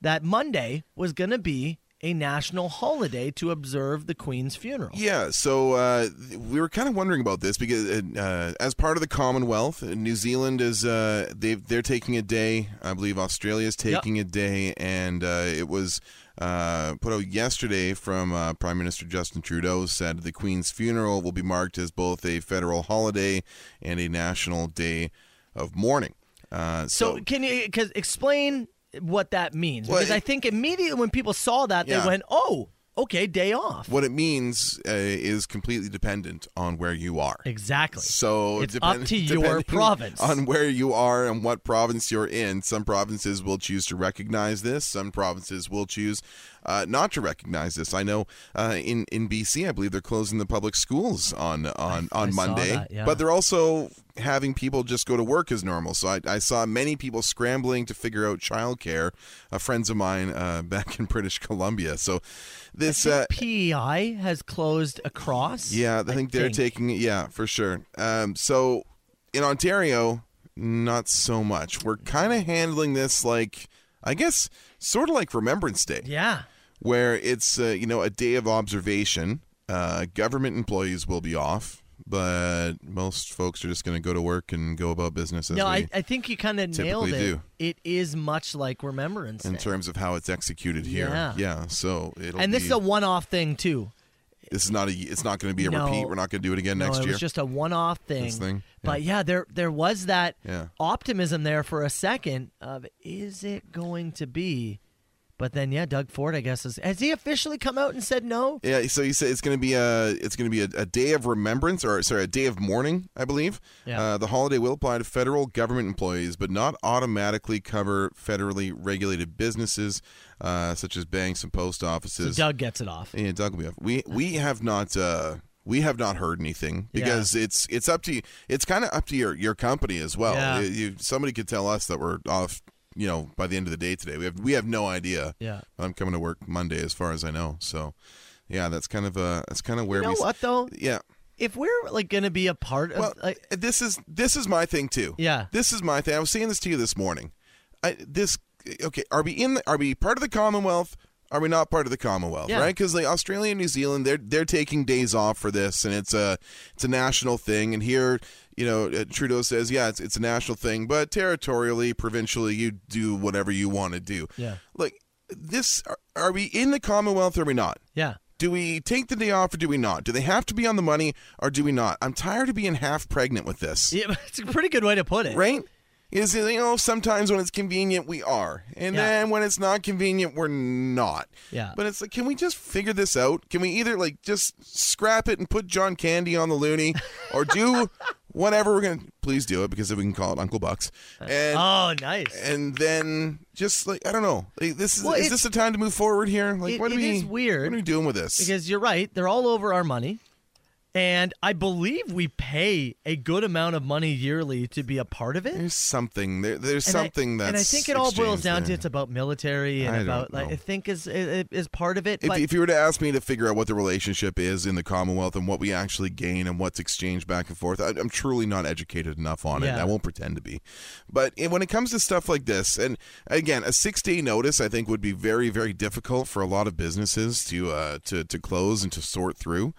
[SPEAKER 4] that Monday was going to be a national holiday to observe the Queen's funeral.
[SPEAKER 5] Yeah, so uh, th- we were kind of wondering about this because, uh, as part of the Commonwealth, uh, New Zealand is uh, they they're taking a day. I believe Australia is taking a day, and uh, it was uh, put out yesterday from uh, Prime Minister Justin Trudeau said the Queen's funeral will be marked as both a federal holiday and a national day of mourning. Uh,
[SPEAKER 4] So, can you cause explain what that means? Because I think immediately when people saw that,
[SPEAKER 5] Yeah.
[SPEAKER 4] they went, "Oh, okay, day off."
[SPEAKER 5] What it means uh, is completely dependent on where you are.
[SPEAKER 4] Exactly.
[SPEAKER 5] So
[SPEAKER 4] It's up to your
[SPEAKER 5] depending
[SPEAKER 4] province.
[SPEAKER 5] on where you are and what province you're in. Some provinces will choose to recognize this. Some provinces will choose uh, not to recognize this. I know uh, in in BC, I believe they're closing the public schools on on on
[SPEAKER 4] I saw
[SPEAKER 5] Monday,
[SPEAKER 4] that, yeah.
[SPEAKER 5] but they're also having people just go to work as normal. So I, I saw many people scrambling to figure out childcare. Uh, friends of mine uh, back in British Columbia. So this uh,
[SPEAKER 4] PEI E has closed across.
[SPEAKER 5] yeah, I think they're
[SPEAKER 4] think.
[SPEAKER 5] taking it. Yeah, for sure. Um, so in Ontario, not so much. We're kind of handling this like, I guess, sort of like Remembrance Day.
[SPEAKER 4] Yeah.
[SPEAKER 5] Where it's, uh, you know, a day of observation. Uh, government employees will be off, but most folks are just going to go to work and go about business as
[SPEAKER 4] No,
[SPEAKER 5] we,
[SPEAKER 4] I, I think you kind of nailed
[SPEAKER 5] typically
[SPEAKER 4] it.
[SPEAKER 5] do.
[SPEAKER 4] It is much like Remembrance
[SPEAKER 5] in
[SPEAKER 4] Day.
[SPEAKER 5] terms of how it's executed here.
[SPEAKER 4] Yeah.
[SPEAKER 5] so it'll
[SPEAKER 4] and this
[SPEAKER 5] be-
[SPEAKER 4] is a one-off thing too.
[SPEAKER 5] this is not a it's not going to be a
[SPEAKER 4] No.
[SPEAKER 5] repeat. We're not going to do it again
[SPEAKER 4] no,
[SPEAKER 5] next
[SPEAKER 4] it
[SPEAKER 5] year.
[SPEAKER 4] was just a one-off thing.
[SPEAKER 5] This thing,
[SPEAKER 4] But yeah, there there was that
[SPEAKER 5] Yeah.
[SPEAKER 4] optimism there for a second of is it going to be? But then yeah, Doug Ford, I guess, is, has he officially come out and said no?
[SPEAKER 5] Yeah, so you said it's going to be a it's going to be a, a day of remembrance, or sorry, a day of mourning, I believe.
[SPEAKER 4] Yeah.
[SPEAKER 5] Uh, the holiday will apply to federal government employees, but not automatically cover federally regulated businesses uh, such as banks and post
[SPEAKER 4] So
[SPEAKER 5] offices.
[SPEAKER 4] Doug gets it off.
[SPEAKER 5] Yeah, Doug will be off. We we have not uh, we have not heard anything because it's it's up to you. It's kind of up to your your company as well.
[SPEAKER 4] Yeah.
[SPEAKER 5] You, you- somebody could tell us that we're off. You know, by the end of the day today, we have we have no idea.
[SPEAKER 4] Yeah.
[SPEAKER 5] I'm coming to work Monday, as far as I know. So, yeah, that's kind of uh that's kind of where
[SPEAKER 4] You know
[SPEAKER 5] we. s-
[SPEAKER 4] what though?
[SPEAKER 5] Yeah.
[SPEAKER 4] If we're like going to be a part of,
[SPEAKER 5] Well,
[SPEAKER 4] like,
[SPEAKER 5] this is this is my thing too.
[SPEAKER 4] Yeah.
[SPEAKER 5] This is my thing. I was saying this to you this morning. I this okay, are we in the, are we part of the Commonwealth? Are we not part of the Commonwealth,
[SPEAKER 12] Yeah.
[SPEAKER 5] right? Because like Australia and New Zealand, they're they're taking days off for this, and it's a it's a national thing. And here, you know, uh, Trudeau says, yeah, it's it's a national thing, but territorially, provincially, you do whatever you want to do.
[SPEAKER 4] yeah,
[SPEAKER 5] Look, this are, are we in the Commonwealth or are we not?
[SPEAKER 4] yeah.
[SPEAKER 5] Do we take the day off or do we not? Do they have to be on the money or do we not? I'm tired of being half pregnant with this.
[SPEAKER 4] Yeah, it's a pretty good way to put it.
[SPEAKER 5] Right? Is you know sometimes when it's convenient we are, and
[SPEAKER 4] Yeah.
[SPEAKER 5] then when it's not convenient we're not.
[SPEAKER 4] Yeah.
[SPEAKER 5] But it's like, can we just figure this out? Can we either like just scrap it and put John Candy on the loony, or do whatever we're gonna? Please do it because then we can call it Uncle Bucks. And,
[SPEAKER 4] oh, nice.
[SPEAKER 5] And then just like I don't know, like, this is
[SPEAKER 4] Well,
[SPEAKER 5] is
[SPEAKER 4] it's-
[SPEAKER 5] this the time to move forward here? Like
[SPEAKER 4] It-
[SPEAKER 5] what are
[SPEAKER 4] it
[SPEAKER 5] we?
[SPEAKER 4] is weird
[SPEAKER 5] What are we doing with this?
[SPEAKER 4] Because you're right, they're all over our money. And I believe we pay a good amount of money yearly to be a part of it.
[SPEAKER 5] There's something there. There's
[SPEAKER 4] And I-
[SPEAKER 5] something that's
[SPEAKER 4] and I think it all boils
[SPEAKER 5] exchanged
[SPEAKER 4] down to
[SPEAKER 5] there.
[SPEAKER 4] it's about military and
[SPEAKER 5] I don't
[SPEAKER 4] about like
[SPEAKER 5] know.
[SPEAKER 4] I think is is is part of it.
[SPEAKER 5] If,
[SPEAKER 4] but
[SPEAKER 5] if you were to ask me to figure out what the relationship is in the Commonwealth and what we actually gain and what's exchanged back and forth, I, I'm truly not educated enough on it. and
[SPEAKER 12] Yeah.
[SPEAKER 5] I won't pretend to be. But it- when it comes to stuff like this, and again, a six day notice I think would be very, very difficult for a lot of businesses to uh, to to close and to sort through.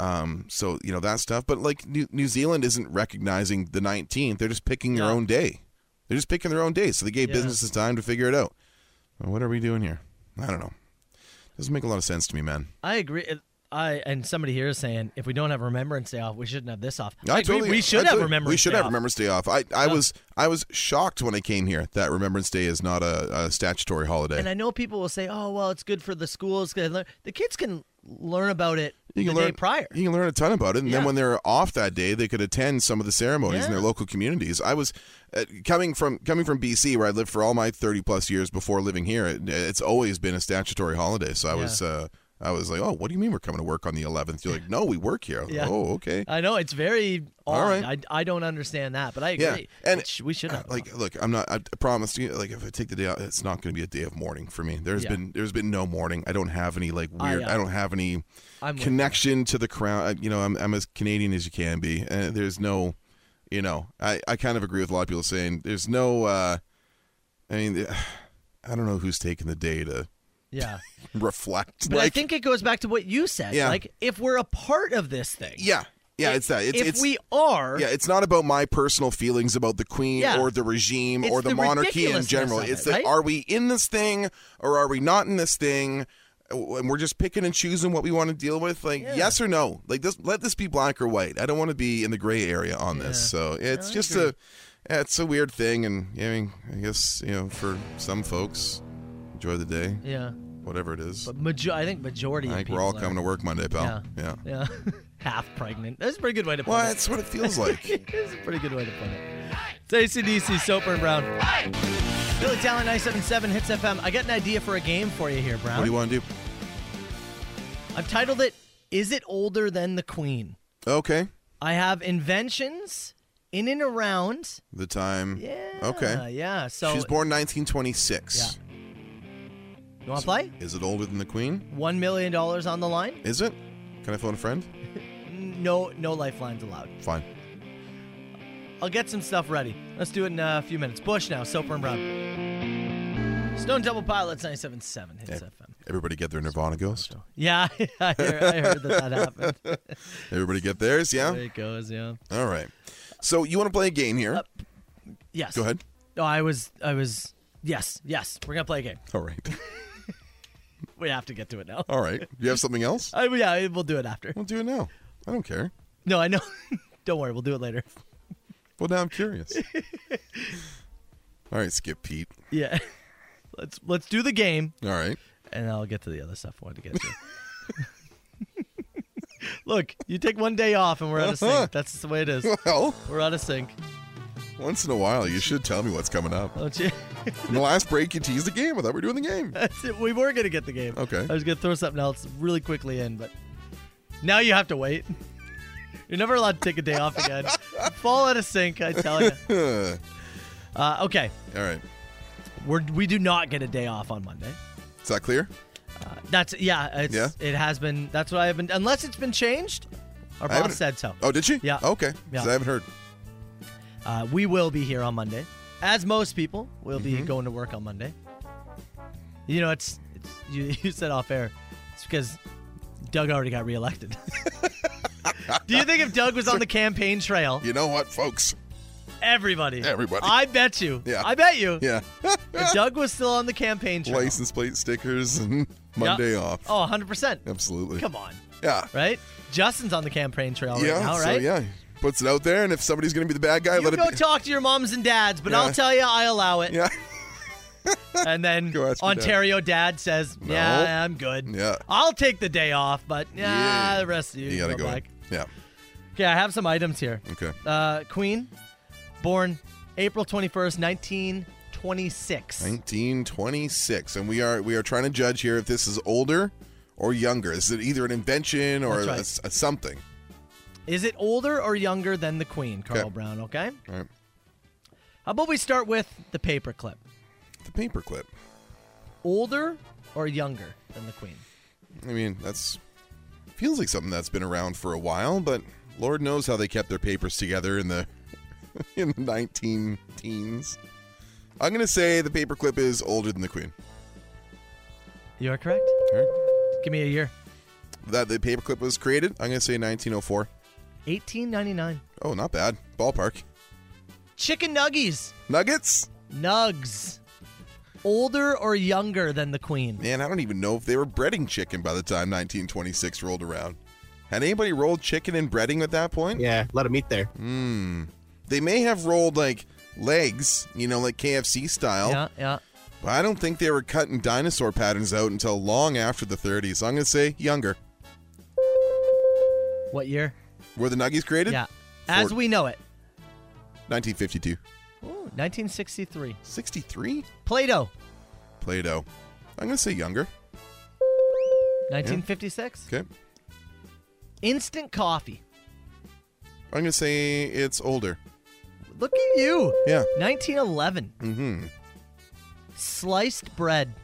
[SPEAKER 5] Um, so you know that stuff. But like New, New Zealand isn't recognizing the 19th; they're just picking their own day. They're just picking their own day, so they gave
[SPEAKER 12] Yeah.
[SPEAKER 5] businesses time to figure it out. Well, What are we doing here? I don't know. Doesn't make a lot of sense to me, man.
[SPEAKER 4] I agree. it- I and somebody here is saying if we don't have Remembrance Day off, we shouldn't have this off.
[SPEAKER 5] No,
[SPEAKER 4] I agree,
[SPEAKER 5] totally-
[SPEAKER 4] we should
[SPEAKER 5] I
[SPEAKER 4] have
[SPEAKER 5] totally-
[SPEAKER 4] Remembrance.
[SPEAKER 5] We should
[SPEAKER 4] Day
[SPEAKER 5] have
[SPEAKER 4] off.
[SPEAKER 5] Remembrance Day off. I, I was I was shocked when I came here that Remembrance Day is not a, a statutory holiday.
[SPEAKER 4] And I know people will say, "Oh, well, it's good for the schools." 'cause they learn-" The kids can learn about it
[SPEAKER 5] you can
[SPEAKER 4] the
[SPEAKER 5] learn
[SPEAKER 4] day prior.
[SPEAKER 5] You can learn a ton about it, and
[SPEAKER 4] Yeah.
[SPEAKER 5] then when they're off that day, they could attend some of the ceremonies in their
[SPEAKER 4] Yeah.
[SPEAKER 5] local communities. I was uh, coming from coming from BC, where I lived for all my thirty plus years before living here. It, it's always been a statutory holiday, so I
[SPEAKER 4] Yeah.
[SPEAKER 5] was uh, I was like, oh, what do you mean we're coming to work on the eleventh? You're like, no, we work here. I was like,
[SPEAKER 4] Yeah.
[SPEAKER 5] Oh, okay.
[SPEAKER 4] I know it's very
[SPEAKER 5] All
[SPEAKER 4] odd. I, I don't understand that, but I agree.
[SPEAKER 5] and uh,
[SPEAKER 4] we should have
[SPEAKER 5] like look. I'm not. I promise you. Like if I take the day out, it's not going to be a day of mourning for me. There's
[SPEAKER 4] Yeah.
[SPEAKER 5] been there's been no mourning. I don't have any like
[SPEAKER 4] I,
[SPEAKER 5] weird.
[SPEAKER 4] uh,
[SPEAKER 5] I, don't have any
[SPEAKER 4] I'm with
[SPEAKER 5] connection to the crown. I, you know, I'm I'm as Canadian as you can be. And there's no, you know, I I kind of agree with a lot of people saying there's no. uh I mean, I don't know who's taking the day to
[SPEAKER 4] Yeah.
[SPEAKER 5] reflect.
[SPEAKER 4] But I
[SPEAKER 5] like
[SPEAKER 4] think it goes back to what you said.
[SPEAKER 5] Yeah.
[SPEAKER 4] Like if we're a part of this thing.
[SPEAKER 5] Yeah. Yeah, it's that. It's,
[SPEAKER 4] if
[SPEAKER 5] it's,
[SPEAKER 4] we are,
[SPEAKER 5] Yeah, it's not about my personal feelings about the queen
[SPEAKER 4] Yeah.
[SPEAKER 5] or the regime
[SPEAKER 4] It's
[SPEAKER 5] or the,
[SPEAKER 4] the
[SPEAKER 5] monarchy in
[SPEAKER 4] ridiculousness
[SPEAKER 5] general.
[SPEAKER 4] of
[SPEAKER 5] It's
[SPEAKER 4] it,
[SPEAKER 5] that
[SPEAKER 4] right?
[SPEAKER 5] are we in this thing or are we not in this thing? And we're just picking and choosing what we want to deal with. Like yes or no. Like this, let this be black or white. I don't want to be in the gray area on this. So it's
[SPEAKER 12] I
[SPEAKER 5] just
[SPEAKER 12] agree.
[SPEAKER 5] a, yeah, it's a weird thing. And I mean, I guess you know, for some folks, enjoy the day.
[SPEAKER 4] Yeah.
[SPEAKER 5] whatever it is.
[SPEAKER 4] but major- I think majority
[SPEAKER 5] I
[SPEAKER 4] of
[SPEAKER 5] think
[SPEAKER 4] people
[SPEAKER 5] we're all
[SPEAKER 4] are-
[SPEAKER 5] coming to work Monday, pal. Yeah.
[SPEAKER 4] Yeah. Half pregnant. That's a pretty good way to put
[SPEAKER 5] Well,
[SPEAKER 4] it.
[SPEAKER 5] that's what it feels like.
[SPEAKER 4] That's a pretty good way to put it. It's ACDC, Soper and Brown. Billy Talent 977 Hits FM. I got an idea for a game for you here, Brown.
[SPEAKER 5] What do you want to do?
[SPEAKER 4] I've titled it Is It Older Than the Queen?
[SPEAKER 5] Okay.
[SPEAKER 4] I have inventions in and around.
[SPEAKER 5] The time.
[SPEAKER 4] Yeah.
[SPEAKER 5] Okay.
[SPEAKER 4] yeah. So
[SPEAKER 5] she's born 1926.
[SPEAKER 4] You want to play?
[SPEAKER 5] Is it older than the Queen?
[SPEAKER 4] One million dollars on the line.
[SPEAKER 5] Is it? Can I phone a friend?
[SPEAKER 4] No, no lifelines allowed.
[SPEAKER 5] Fine.
[SPEAKER 4] I'll get some stuff ready. Let's do it in a few minutes. Bush now, Soper and Brown. Stone Double Pilots 977 hits
[SPEAKER 5] Yeah.
[SPEAKER 4] FM.
[SPEAKER 5] Everybody get their Nirvana ghost.
[SPEAKER 4] Yeah, I, heard, I heard that that happened.
[SPEAKER 5] Everybody get theirs. Yeah.
[SPEAKER 4] There it goes. Yeah.
[SPEAKER 5] All right. So you want to play a game here?
[SPEAKER 4] Yes.
[SPEAKER 5] Go ahead.
[SPEAKER 4] No, I was, I was, yes, yes. We're going to play a game.
[SPEAKER 5] All right.
[SPEAKER 4] We have to get to it now.
[SPEAKER 5] All right. You have something else?
[SPEAKER 4] I, yeah, we'll do it after.
[SPEAKER 5] We'll do it now. I don't care.
[SPEAKER 4] No, I know. don't worry. We'll do it later.
[SPEAKER 5] Well, now I'm curious. All right, Skip Pete.
[SPEAKER 4] Yeah. Let's let's do the game.
[SPEAKER 5] All right.
[SPEAKER 4] And I'll get to the other stuff I wanted to get to. Look, you take one day off and we're out of
[SPEAKER 5] Uh-huh.
[SPEAKER 4] sync. That's the way it is.
[SPEAKER 5] Well,
[SPEAKER 4] we're out of sync.
[SPEAKER 5] Once in a while, you should tell me what's coming up.
[SPEAKER 4] Don't you?
[SPEAKER 5] In the last break, you teased the game. I thought we were doing the game.
[SPEAKER 4] That's it. We were gonna get the game.
[SPEAKER 5] Okay.
[SPEAKER 4] I was gonna throw something else really quickly in, but Now you have to wait. You're never allowed to take a day off again. Fall out of sync, I tell you. Uh, okay.
[SPEAKER 5] All right.
[SPEAKER 4] We're, we do not get a day off on Monday.
[SPEAKER 5] Is that clear?
[SPEAKER 4] Uh, that's yeah. It's, It has been. That's what I have been. Unless it's been changed. Our
[SPEAKER 5] I haven't-
[SPEAKER 4] boss said so.
[SPEAKER 5] Oh, did she?
[SPEAKER 4] Yeah.
[SPEAKER 5] Okay. 'Cause
[SPEAKER 4] Yeah.
[SPEAKER 5] I haven't heard.
[SPEAKER 4] Uh, we will be here on Monday, as most people will
[SPEAKER 5] Mm-hmm.
[SPEAKER 4] be going to work on Monday. You know, it's, it's you, you said off air. It's because Doug already got reelected. Do you think if Doug was on the campaign trail?
[SPEAKER 5] You know what, folks?
[SPEAKER 4] Everybody.
[SPEAKER 5] Everybody.
[SPEAKER 4] I bet you.
[SPEAKER 5] Yeah.
[SPEAKER 4] I bet you.
[SPEAKER 5] Yeah.
[SPEAKER 4] If Doug was still on the campaign trail.
[SPEAKER 5] License plate stickers and Monday off.
[SPEAKER 4] Oh, 100%.
[SPEAKER 5] Absolutely.
[SPEAKER 4] Come on.
[SPEAKER 5] Yeah.
[SPEAKER 4] Right? Justin's on the campaign trail
[SPEAKER 5] yeah.
[SPEAKER 4] right now, right?
[SPEAKER 5] So yeah, puts it out there, and if somebody's gonna be the bad guy,
[SPEAKER 4] You
[SPEAKER 5] let
[SPEAKER 4] go
[SPEAKER 5] it be.
[SPEAKER 4] talk to your moms and dads, but
[SPEAKER 5] Yeah.
[SPEAKER 4] I'll tell you, I allow it.
[SPEAKER 5] Yeah.
[SPEAKER 4] and then
[SPEAKER 5] ask your dad.
[SPEAKER 4] Ontario dad. says,
[SPEAKER 5] No.
[SPEAKER 4] "Yeah, I'm good.
[SPEAKER 5] Yeah.
[SPEAKER 4] I'll take the day off, but yeah,
[SPEAKER 5] Yeah.
[SPEAKER 4] the rest of you,
[SPEAKER 5] You gotta
[SPEAKER 4] can
[SPEAKER 5] go.
[SPEAKER 4] back."
[SPEAKER 5] Yeah.
[SPEAKER 4] Okay, I have some items here.
[SPEAKER 5] Okay.
[SPEAKER 4] Uh, Queen, born April 21st, 1926.
[SPEAKER 5] 1926, and we are we are trying to judge here if this is older or younger. Is it either an invention or
[SPEAKER 4] That's
[SPEAKER 5] a-
[SPEAKER 4] right.
[SPEAKER 5] a s- a something?
[SPEAKER 4] Is it older or younger than the Queen, Carl
[SPEAKER 5] Okay.
[SPEAKER 4] Brown? Okay.
[SPEAKER 5] All right.
[SPEAKER 4] How about we start with the paperclip?
[SPEAKER 5] The paperclip.
[SPEAKER 4] Older or younger than the Queen?
[SPEAKER 5] I mean, that's feels like something that's been around for a while, but Lord knows how they kept their papers together in the in the 19 teens. I'm gonna say the paperclip is older than the Queen.
[SPEAKER 4] You are correct. Give me a year.
[SPEAKER 5] That the paperclip was created. I'm gonna say 1904.
[SPEAKER 4] 1899.
[SPEAKER 5] Oh, not bad. Ballpark.
[SPEAKER 4] Chicken nuggies.
[SPEAKER 5] Nuggets.
[SPEAKER 4] Nugs. Older or younger than the Queen?
[SPEAKER 5] Man, I don't even know if they were breading chicken by the time 1926 rolled around. Had anybody rolled chicken and breading at that point?
[SPEAKER 12] Yeah, a lot of meat there.
[SPEAKER 5] Hmm. They may have rolled like legs, you know, like KFC style.
[SPEAKER 4] Yeah, yeah.
[SPEAKER 5] But I don't think they were cutting dinosaur patterns out until long after the 30s. So I'm going to say younger.
[SPEAKER 4] What year?
[SPEAKER 5] Were the Nuggies created?
[SPEAKER 4] Yeah. As
[SPEAKER 5] Fort-
[SPEAKER 4] we know it.
[SPEAKER 5] 1952.
[SPEAKER 4] Ooh, 1963.
[SPEAKER 5] 63?
[SPEAKER 4] Play-Doh.
[SPEAKER 5] Play Doh. I'm going to say younger.
[SPEAKER 4] 1956.
[SPEAKER 5] Okay.
[SPEAKER 4] Instant coffee.
[SPEAKER 5] I'm going to say it's older.
[SPEAKER 4] Look at you.
[SPEAKER 5] Yeah.
[SPEAKER 4] 1911.
[SPEAKER 5] Mm-hmm.
[SPEAKER 4] Sliced bread.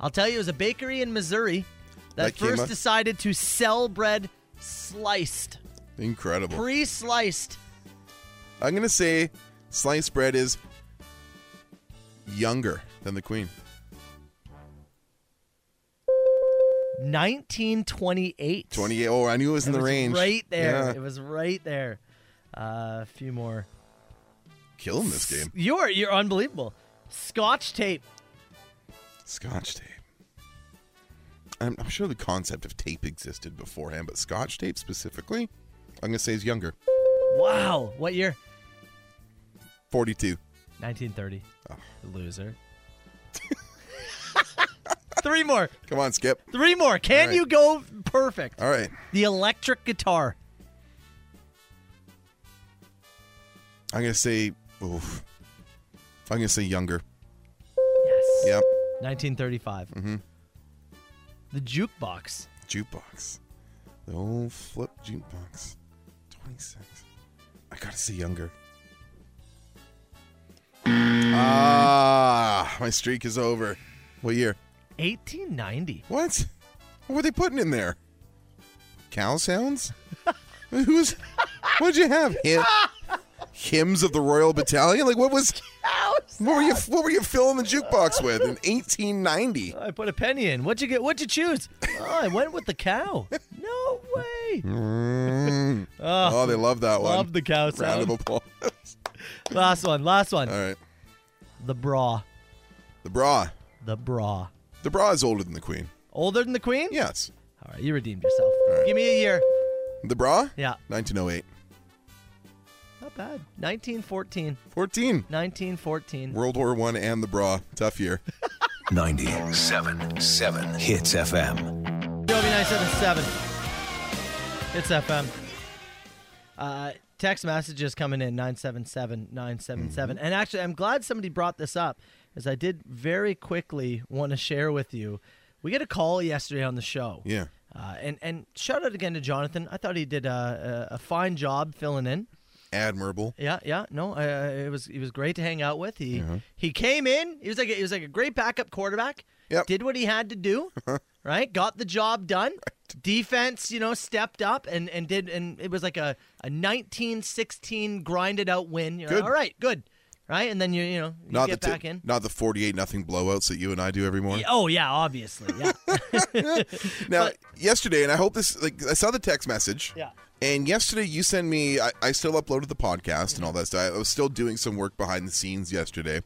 [SPEAKER 4] I'll tell you, it was a bakery in Missouri that,
[SPEAKER 5] That came
[SPEAKER 4] first
[SPEAKER 5] up-
[SPEAKER 4] decided to sell bread sliced,
[SPEAKER 5] Incredible.
[SPEAKER 4] pre-sliced.
[SPEAKER 5] I'm going to say sliced bread is younger than the queen.
[SPEAKER 4] 1928.
[SPEAKER 5] 28. Oh, I knew it was in
[SPEAKER 4] It
[SPEAKER 5] the
[SPEAKER 4] was
[SPEAKER 5] range.
[SPEAKER 4] Right there.
[SPEAKER 5] Yeah.
[SPEAKER 4] It was right there. Uh, a few more.
[SPEAKER 5] Killing this game.
[SPEAKER 4] You're you're unbelievable. Scotch tape.
[SPEAKER 5] Scotch tape. I'm, I'm sure the concept of tape existed beforehand, but Scotch tape specifically, I'm going to say is younger.
[SPEAKER 4] Wow. What year?
[SPEAKER 5] 42.
[SPEAKER 4] 1930.
[SPEAKER 5] Oh.
[SPEAKER 4] Loser. Three more.
[SPEAKER 5] Come on, Skip.
[SPEAKER 4] Three more. Can
[SPEAKER 5] All right.
[SPEAKER 4] you go perfect?
[SPEAKER 5] All right.
[SPEAKER 4] The electric guitar.
[SPEAKER 5] I'm going to say, oof. I'm going to say younger.
[SPEAKER 4] Yes.
[SPEAKER 5] Yep.
[SPEAKER 4] 1935.
[SPEAKER 5] Mm-hmm.
[SPEAKER 4] The jukebox.
[SPEAKER 5] Jukebox. The old flip jukebox. 26. I got to say younger. Ah, my streak is over. What year?
[SPEAKER 4] 1890.
[SPEAKER 5] What? What were they putting in there? Cow sounds? Who's? What'd you have? Hy- hymns of the Royal Battalion? Like what was? What were you? What were you filling the jukebox with in 1890?
[SPEAKER 4] I put a penny in. What'd you get? What'd you choose? oh, I went with the cow. No way.
[SPEAKER 5] Mm. oh, they love that one.
[SPEAKER 4] Ah. Love the cow
[SPEAKER 5] Round
[SPEAKER 4] sound.
[SPEAKER 5] of applause.
[SPEAKER 4] Last one. Last one.
[SPEAKER 5] All right.
[SPEAKER 4] The bra.
[SPEAKER 5] The bra.
[SPEAKER 4] The bra.
[SPEAKER 5] The bra is older than the queen.
[SPEAKER 4] Older than the queen?
[SPEAKER 5] Yes.
[SPEAKER 4] All right, you redeemed yourself. Give me a year.
[SPEAKER 5] The bra.
[SPEAKER 4] Yeah.
[SPEAKER 5] 1908.
[SPEAKER 4] Not bad. 1914.
[SPEAKER 5] 14.
[SPEAKER 4] 1914.
[SPEAKER 5] World War One and the bra. Tough year.
[SPEAKER 1] 97 7 Hits FM.
[SPEAKER 4] Joby 977. It's FM. Uh, text messages coming in 977 977. And actually, I'm glad somebody brought this up, as I did very quickly want to share with you We get a call yesterday on the show.
[SPEAKER 5] Yeah.
[SPEAKER 4] Uh, and and shout out again to Jonathan. I thought he did a, a, a fine job filling in.
[SPEAKER 5] Admirable.
[SPEAKER 4] Yeah, yeah. No, uh, it was it was great to hang out with. He
[SPEAKER 5] Uh-huh.
[SPEAKER 4] he came in. He was like a, he was like a great backup quarterback.
[SPEAKER 5] Yep. Uh-huh.
[SPEAKER 4] Did what he had to do. right. Got the job done. Defense, you know, stepped up and and did and it was like a a 19-16 grinded out win. You're like,
[SPEAKER 5] Good.
[SPEAKER 4] All right, good. Right? And then you you know, you
[SPEAKER 5] Not
[SPEAKER 4] get
[SPEAKER 5] the ti-
[SPEAKER 4] back in.
[SPEAKER 5] not the forty-eight nothing blowouts that you and I do every morning.
[SPEAKER 4] Oh yeah, obviously. Yeah.
[SPEAKER 5] Now, yesterday, and I hope this, like, I saw the text message.
[SPEAKER 4] Yeah.
[SPEAKER 5] And yesterday, you sent me, I, I still uploaded the podcast and all that stuff. I was still doing some work behind the scenes yesterday.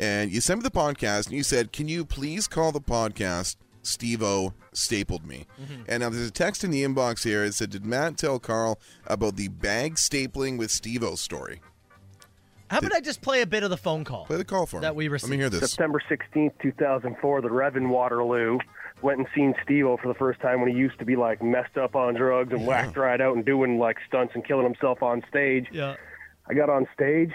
[SPEAKER 5] And you sent me the podcast, and you said, Can you please call the podcast Steve O Stapled Me?
[SPEAKER 4] Mm-hmm.
[SPEAKER 5] And now there's a text in the inbox here. It said, Did Matt tell Carl about the bag stapling with Steve O story?
[SPEAKER 4] How about I just play a bit of the phone call? Play
[SPEAKER 5] the call for
[SPEAKER 4] that we received.
[SPEAKER 5] Let me hear this.
[SPEAKER 12] September 16th, 2004, the Rev in Waterloo went and seen Steve O for the first time when he used to be like messed up on drugs and whacked right out and doing like stunts and killing himself on stage.
[SPEAKER 4] Yeah.
[SPEAKER 12] I got on stage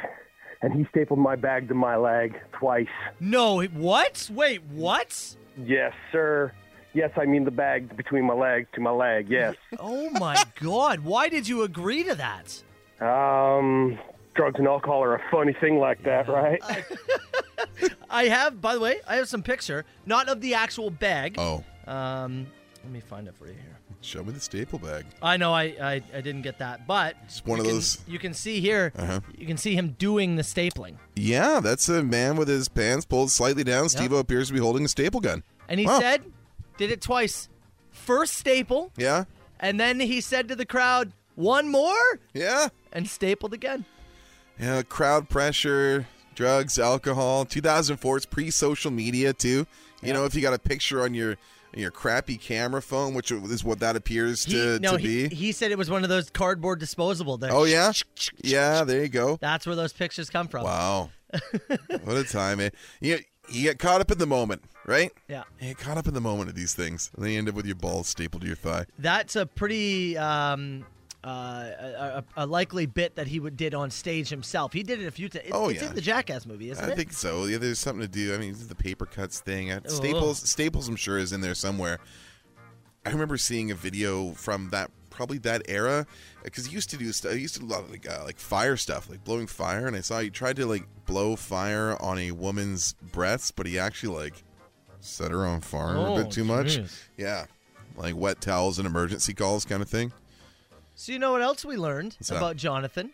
[SPEAKER 12] and he stapled my bag to my leg twice.
[SPEAKER 4] No, what? Wait, what?
[SPEAKER 12] Yes, sir. Yes, I mean the bag between my legs to my leg. Yes.
[SPEAKER 4] Oh my God! Why did you agree to that?
[SPEAKER 12] um, drugs and alcohol are a funny thing like that, right?
[SPEAKER 4] I have, by the way, I have some picture, not of the actual bag.
[SPEAKER 5] Oh.
[SPEAKER 4] Um, let me find it for you here.
[SPEAKER 5] Show me the staple bag.
[SPEAKER 4] I know I, I, I didn't get that, but it's
[SPEAKER 5] one
[SPEAKER 4] you
[SPEAKER 5] of
[SPEAKER 4] can-
[SPEAKER 5] those-
[SPEAKER 4] You can see here.
[SPEAKER 5] Uh-huh.
[SPEAKER 4] You can see him doing the stapling,
[SPEAKER 5] Yeah, that's a man with his pants pulled slightly down. Steve O appears to be holding a staple gun.
[SPEAKER 4] and he
[SPEAKER 5] Wow.
[SPEAKER 4] said, did it twice. First staple,
[SPEAKER 5] Yeah.
[SPEAKER 4] and then he said to the crowd, "One more."
[SPEAKER 5] Yeah.
[SPEAKER 4] And stapled again.
[SPEAKER 5] Yeah, crowd pressure, drugs, alcohol. 2004 it's pre-social media too. You know, if you got a picture on your your crappy camera phone, which is what that appears to,
[SPEAKER 4] no,
[SPEAKER 5] to
[SPEAKER 4] he,
[SPEAKER 5] be.
[SPEAKER 4] he said it was one of those cardboard disposable. that-
[SPEAKER 5] oh yeah, yeah. There you go.
[SPEAKER 4] That's where those pictures come from.
[SPEAKER 5] Wow, what a time! Eh? You you get caught up in the moment, right?
[SPEAKER 4] Yeah.
[SPEAKER 5] You get caught up in the moment of these things, and then you end up with your balls stapled to your thigh.
[SPEAKER 4] That's a pretty um, uh, a, a a likely bit that he would did on stage himself. He did it a few times.
[SPEAKER 5] Oh,
[SPEAKER 4] it's
[SPEAKER 5] yeah.
[SPEAKER 4] in the Jackass movie, isn't
[SPEAKER 5] I
[SPEAKER 4] it?
[SPEAKER 5] think so. Yeah, there's something to do. I mean, the paper cuts thing.
[SPEAKER 4] Oh.
[SPEAKER 5] Uh, Staples, Staples, I'm sure is in there somewhere. I remember seeing a video from that probably that era because he used to do stuff. He used to do a lot of like, uh, like fire stuff, like blowing fire. And I saw he tried to like blow fire on a woman's breasts, but he actually like set her on fire a
[SPEAKER 4] Oh,
[SPEAKER 5] bit too much.
[SPEAKER 4] jeez.
[SPEAKER 5] Yeah, like wet towels and emergency calls kind of thing.
[SPEAKER 4] So you know what else we learned
[SPEAKER 5] What's that?
[SPEAKER 4] about Jonathan?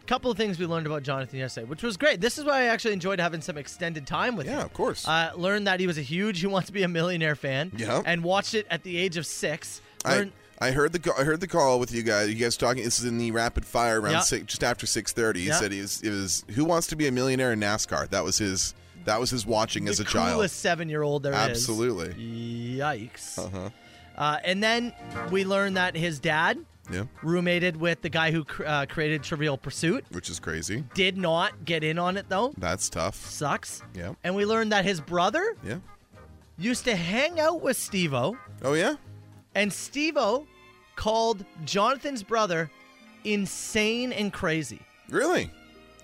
[SPEAKER 4] A couple of things we learned about Jonathan yesterday, which was great. This is why I actually enjoyed having some extended time with him.
[SPEAKER 5] Yeah, of course.
[SPEAKER 4] Uh, learned that he was a huge Who Wants to Be a Millionaire fan.
[SPEAKER 5] Yeah.
[SPEAKER 4] And watched it at the age of six. Learned,
[SPEAKER 5] I, I heard the ca- I heard the call with you guys. You guys talking. This is in the rapid fire around
[SPEAKER 4] Yeah.
[SPEAKER 5] six, just after six thirty. He
[SPEAKER 4] Yeah.
[SPEAKER 5] said he was, it was who wants to be a millionaire in NASCAR. That was his. That was his watching as a
[SPEAKER 4] coolest seven-year-old there
[SPEAKER 5] child.
[SPEAKER 4] is.
[SPEAKER 5] Absolutely.
[SPEAKER 4] Yikes.
[SPEAKER 5] Uh huh.
[SPEAKER 4] Uh, and then we learned that his dad
[SPEAKER 5] Yeah.
[SPEAKER 4] roommated with the guy who cr- uh, created Trivial Pursuit.
[SPEAKER 5] Which is crazy.
[SPEAKER 4] Did not get in on it though.
[SPEAKER 5] That's tough.
[SPEAKER 4] Sucks.
[SPEAKER 5] Yeah.
[SPEAKER 4] And we learned that his brother
[SPEAKER 5] Yeah.
[SPEAKER 4] used to hang out with Stevo,
[SPEAKER 5] Oh yeah.
[SPEAKER 4] and Stevo called Jonathan's brother insane and crazy.
[SPEAKER 5] Really?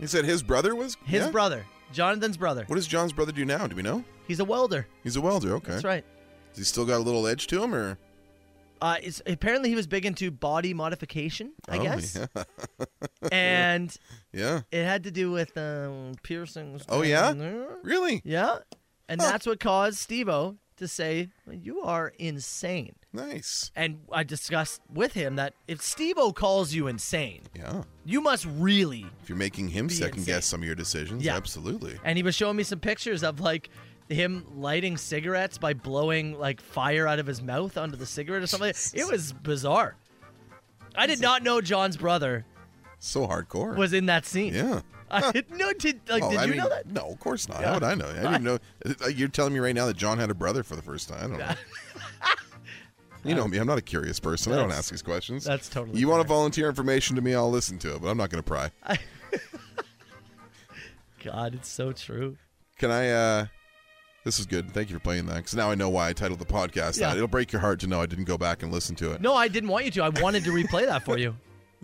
[SPEAKER 5] He said his brother was
[SPEAKER 4] His
[SPEAKER 5] yeah?
[SPEAKER 4] brother, Jonathan's brother.
[SPEAKER 5] What does John's brother do now? Do we know?
[SPEAKER 4] He's a welder.
[SPEAKER 5] He's a welder. Okay.
[SPEAKER 4] That's right.
[SPEAKER 5] Has he still got a little edge to him, or
[SPEAKER 4] Uh, it's, apparently, he was big into body modification, I
[SPEAKER 5] Oh,
[SPEAKER 4] guess,
[SPEAKER 5] Yeah.
[SPEAKER 4] and
[SPEAKER 5] yeah.
[SPEAKER 4] it had to do with um, piercings.
[SPEAKER 5] Oh yeah.
[SPEAKER 4] down there.
[SPEAKER 5] Really?
[SPEAKER 4] Yeah. And that's what caused Stevo to say, You are insane.
[SPEAKER 5] Nice.
[SPEAKER 4] And I discussed with him that if Stevo calls you insane,
[SPEAKER 5] Yeah.
[SPEAKER 4] you must really.
[SPEAKER 5] If you're making him
[SPEAKER 4] Be
[SPEAKER 5] second
[SPEAKER 4] insane.
[SPEAKER 5] guess some of your decisions,
[SPEAKER 4] Yeah.
[SPEAKER 5] absolutely.
[SPEAKER 4] And he was showing me some pictures of like him lighting cigarettes by blowing like fire out of his mouth onto the cigarette or something. It was bizarre. I did not know John's brother
[SPEAKER 5] So hardcore.
[SPEAKER 4] was in that scene.
[SPEAKER 5] Yeah.
[SPEAKER 4] I didn't know. Did, like,
[SPEAKER 5] Oh,
[SPEAKER 4] did
[SPEAKER 5] I
[SPEAKER 4] you
[SPEAKER 5] mean,
[SPEAKER 4] know that?
[SPEAKER 5] No, of course not.
[SPEAKER 4] Yeah.
[SPEAKER 5] How would I know? I didn't even know. uh, You're telling me right now that John had a brother for the first time. I don't know. you know me. I'm not a curious person. I don't
[SPEAKER 4] That's-
[SPEAKER 5] ask these questions.
[SPEAKER 4] that's totally
[SPEAKER 5] You want to volunteer information to me? I'll listen to it, but I'm not going to pry.
[SPEAKER 4] God, it's so true.
[SPEAKER 5] Can I? uh This is good. Thank you for playing that. Because now I know why I titled the podcast
[SPEAKER 4] Yeah.
[SPEAKER 5] that. It'll break your heart to know I didn't go back and listen to it.
[SPEAKER 4] No, I didn't want you to. I wanted to replay that for you.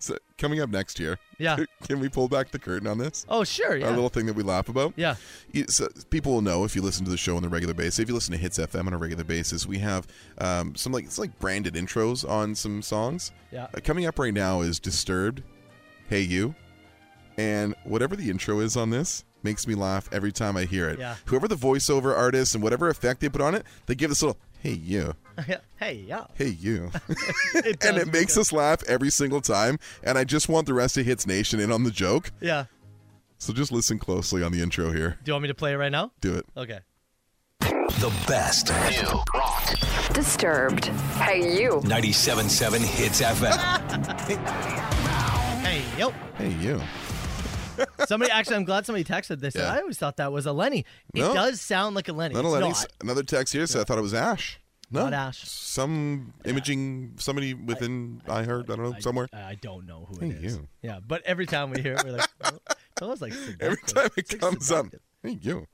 [SPEAKER 5] So coming up next year,
[SPEAKER 4] Yeah.
[SPEAKER 5] Can we pull back the curtain on this?
[SPEAKER 4] Oh, sure, yeah.
[SPEAKER 5] Our little thing that we laugh about.
[SPEAKER 4] Yeah.
[SPEAKER 5] You- so people will know if you listen to the show on a regular basis. If you listen to Hits FM on a regular basis, we have um, some like it's like branded intros on some songs.
[SPEAKER 4] Yeah.
[SPEAKER 5] Uh, coming up right now is Disturbed, Hey You, and whatever the intro is on this makes me laugh every time I hear it.
[SPEAKER 4] Yeah.
[SPEAKER 5] Whoever the voiceover artist and whatever effect they put on it, they give this little Hey You,
[SPEAKER 4] hey, yeah.
[SPEAKER 5] Hey You. and it makes us laugh every single time. And I just want the rest of Hits Nation in on the joke.
[SPEAKER 4] Yeah.
[SPEAKER 5] So just listen closely on the intro here.
[SPEAKER 4] Do you want me to play it right now?
[SPEAKER 5] Do it.
[SPEAKER 4] Okay.
[SPEAKER 1] The best. New rock.
[SPEAKER 13] Disturbed. Hey, you.
[SPEAKER 1] 97.7 Hits FM.
[SPEAKER 4] Hey, yo.
[SPEAKER 5] Hey, you.
[SPEAKER 4] Somebody actually, I'm glad somebody texted this.
[SPEAKER 5] Yeah.
[SPEAKER 4] I always thought that was a Lenny. It
[SPEAKER 5] No.
[SPEAKER 4] does sound like a Lenny.
[SPEAKER 5] Not a
[SPEAKER 4] It's
[SPEAKER 5] Lenny.
[SPEAKER 4] not.
[SPEAKER 5] Another text here said I thought it was Ash. No,
[SPEAKER 4] Not Ash.
[SPEAKER 5] Some imaging, somebody within I, heard. I don't know somewhere.
[SPEAKER 4] I, don't know who
[SPEAKER 5] hey,
[SPEAKER 4] it is.
[SPEAKER 5] You.
[SPEAKER 4] Yeah, but every time we hear it, we're like, oh, it's almost like
[SPEAKER 5] Every
[SPEAKER 4] seductive.
[SPEAKER 5] time it
[SPEAKER 4] It's like
[SPEAKER 5] comes up,
[SPEAKER 4] seductive.
[SPEAKER 5] hey you.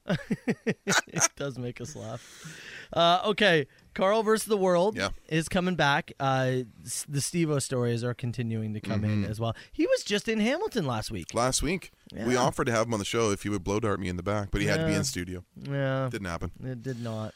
[SPEAKER 4] it does make us laugh. Uh, okay, Carl versus the World is coming back. Uh, s- the Stevo stories are continuing to come
[SPEAKER 5] Mm-hmm.
[SPEAKER 4] in as well. He was just in Hamilton last week.
[SPEAKER 5] Last week we
[SPEAKER 4] Yeah.
[SPEAKER 5] offered to have him on the show if he would blow dart me in the back, but he had to be
[SPEAKER 4] Yeah.
[SPEAKER 5] in studio.
[SPEAKER 4] Yeah.
[SPEAKER 5] didn't happen.
[SPEAKER 4] It did not.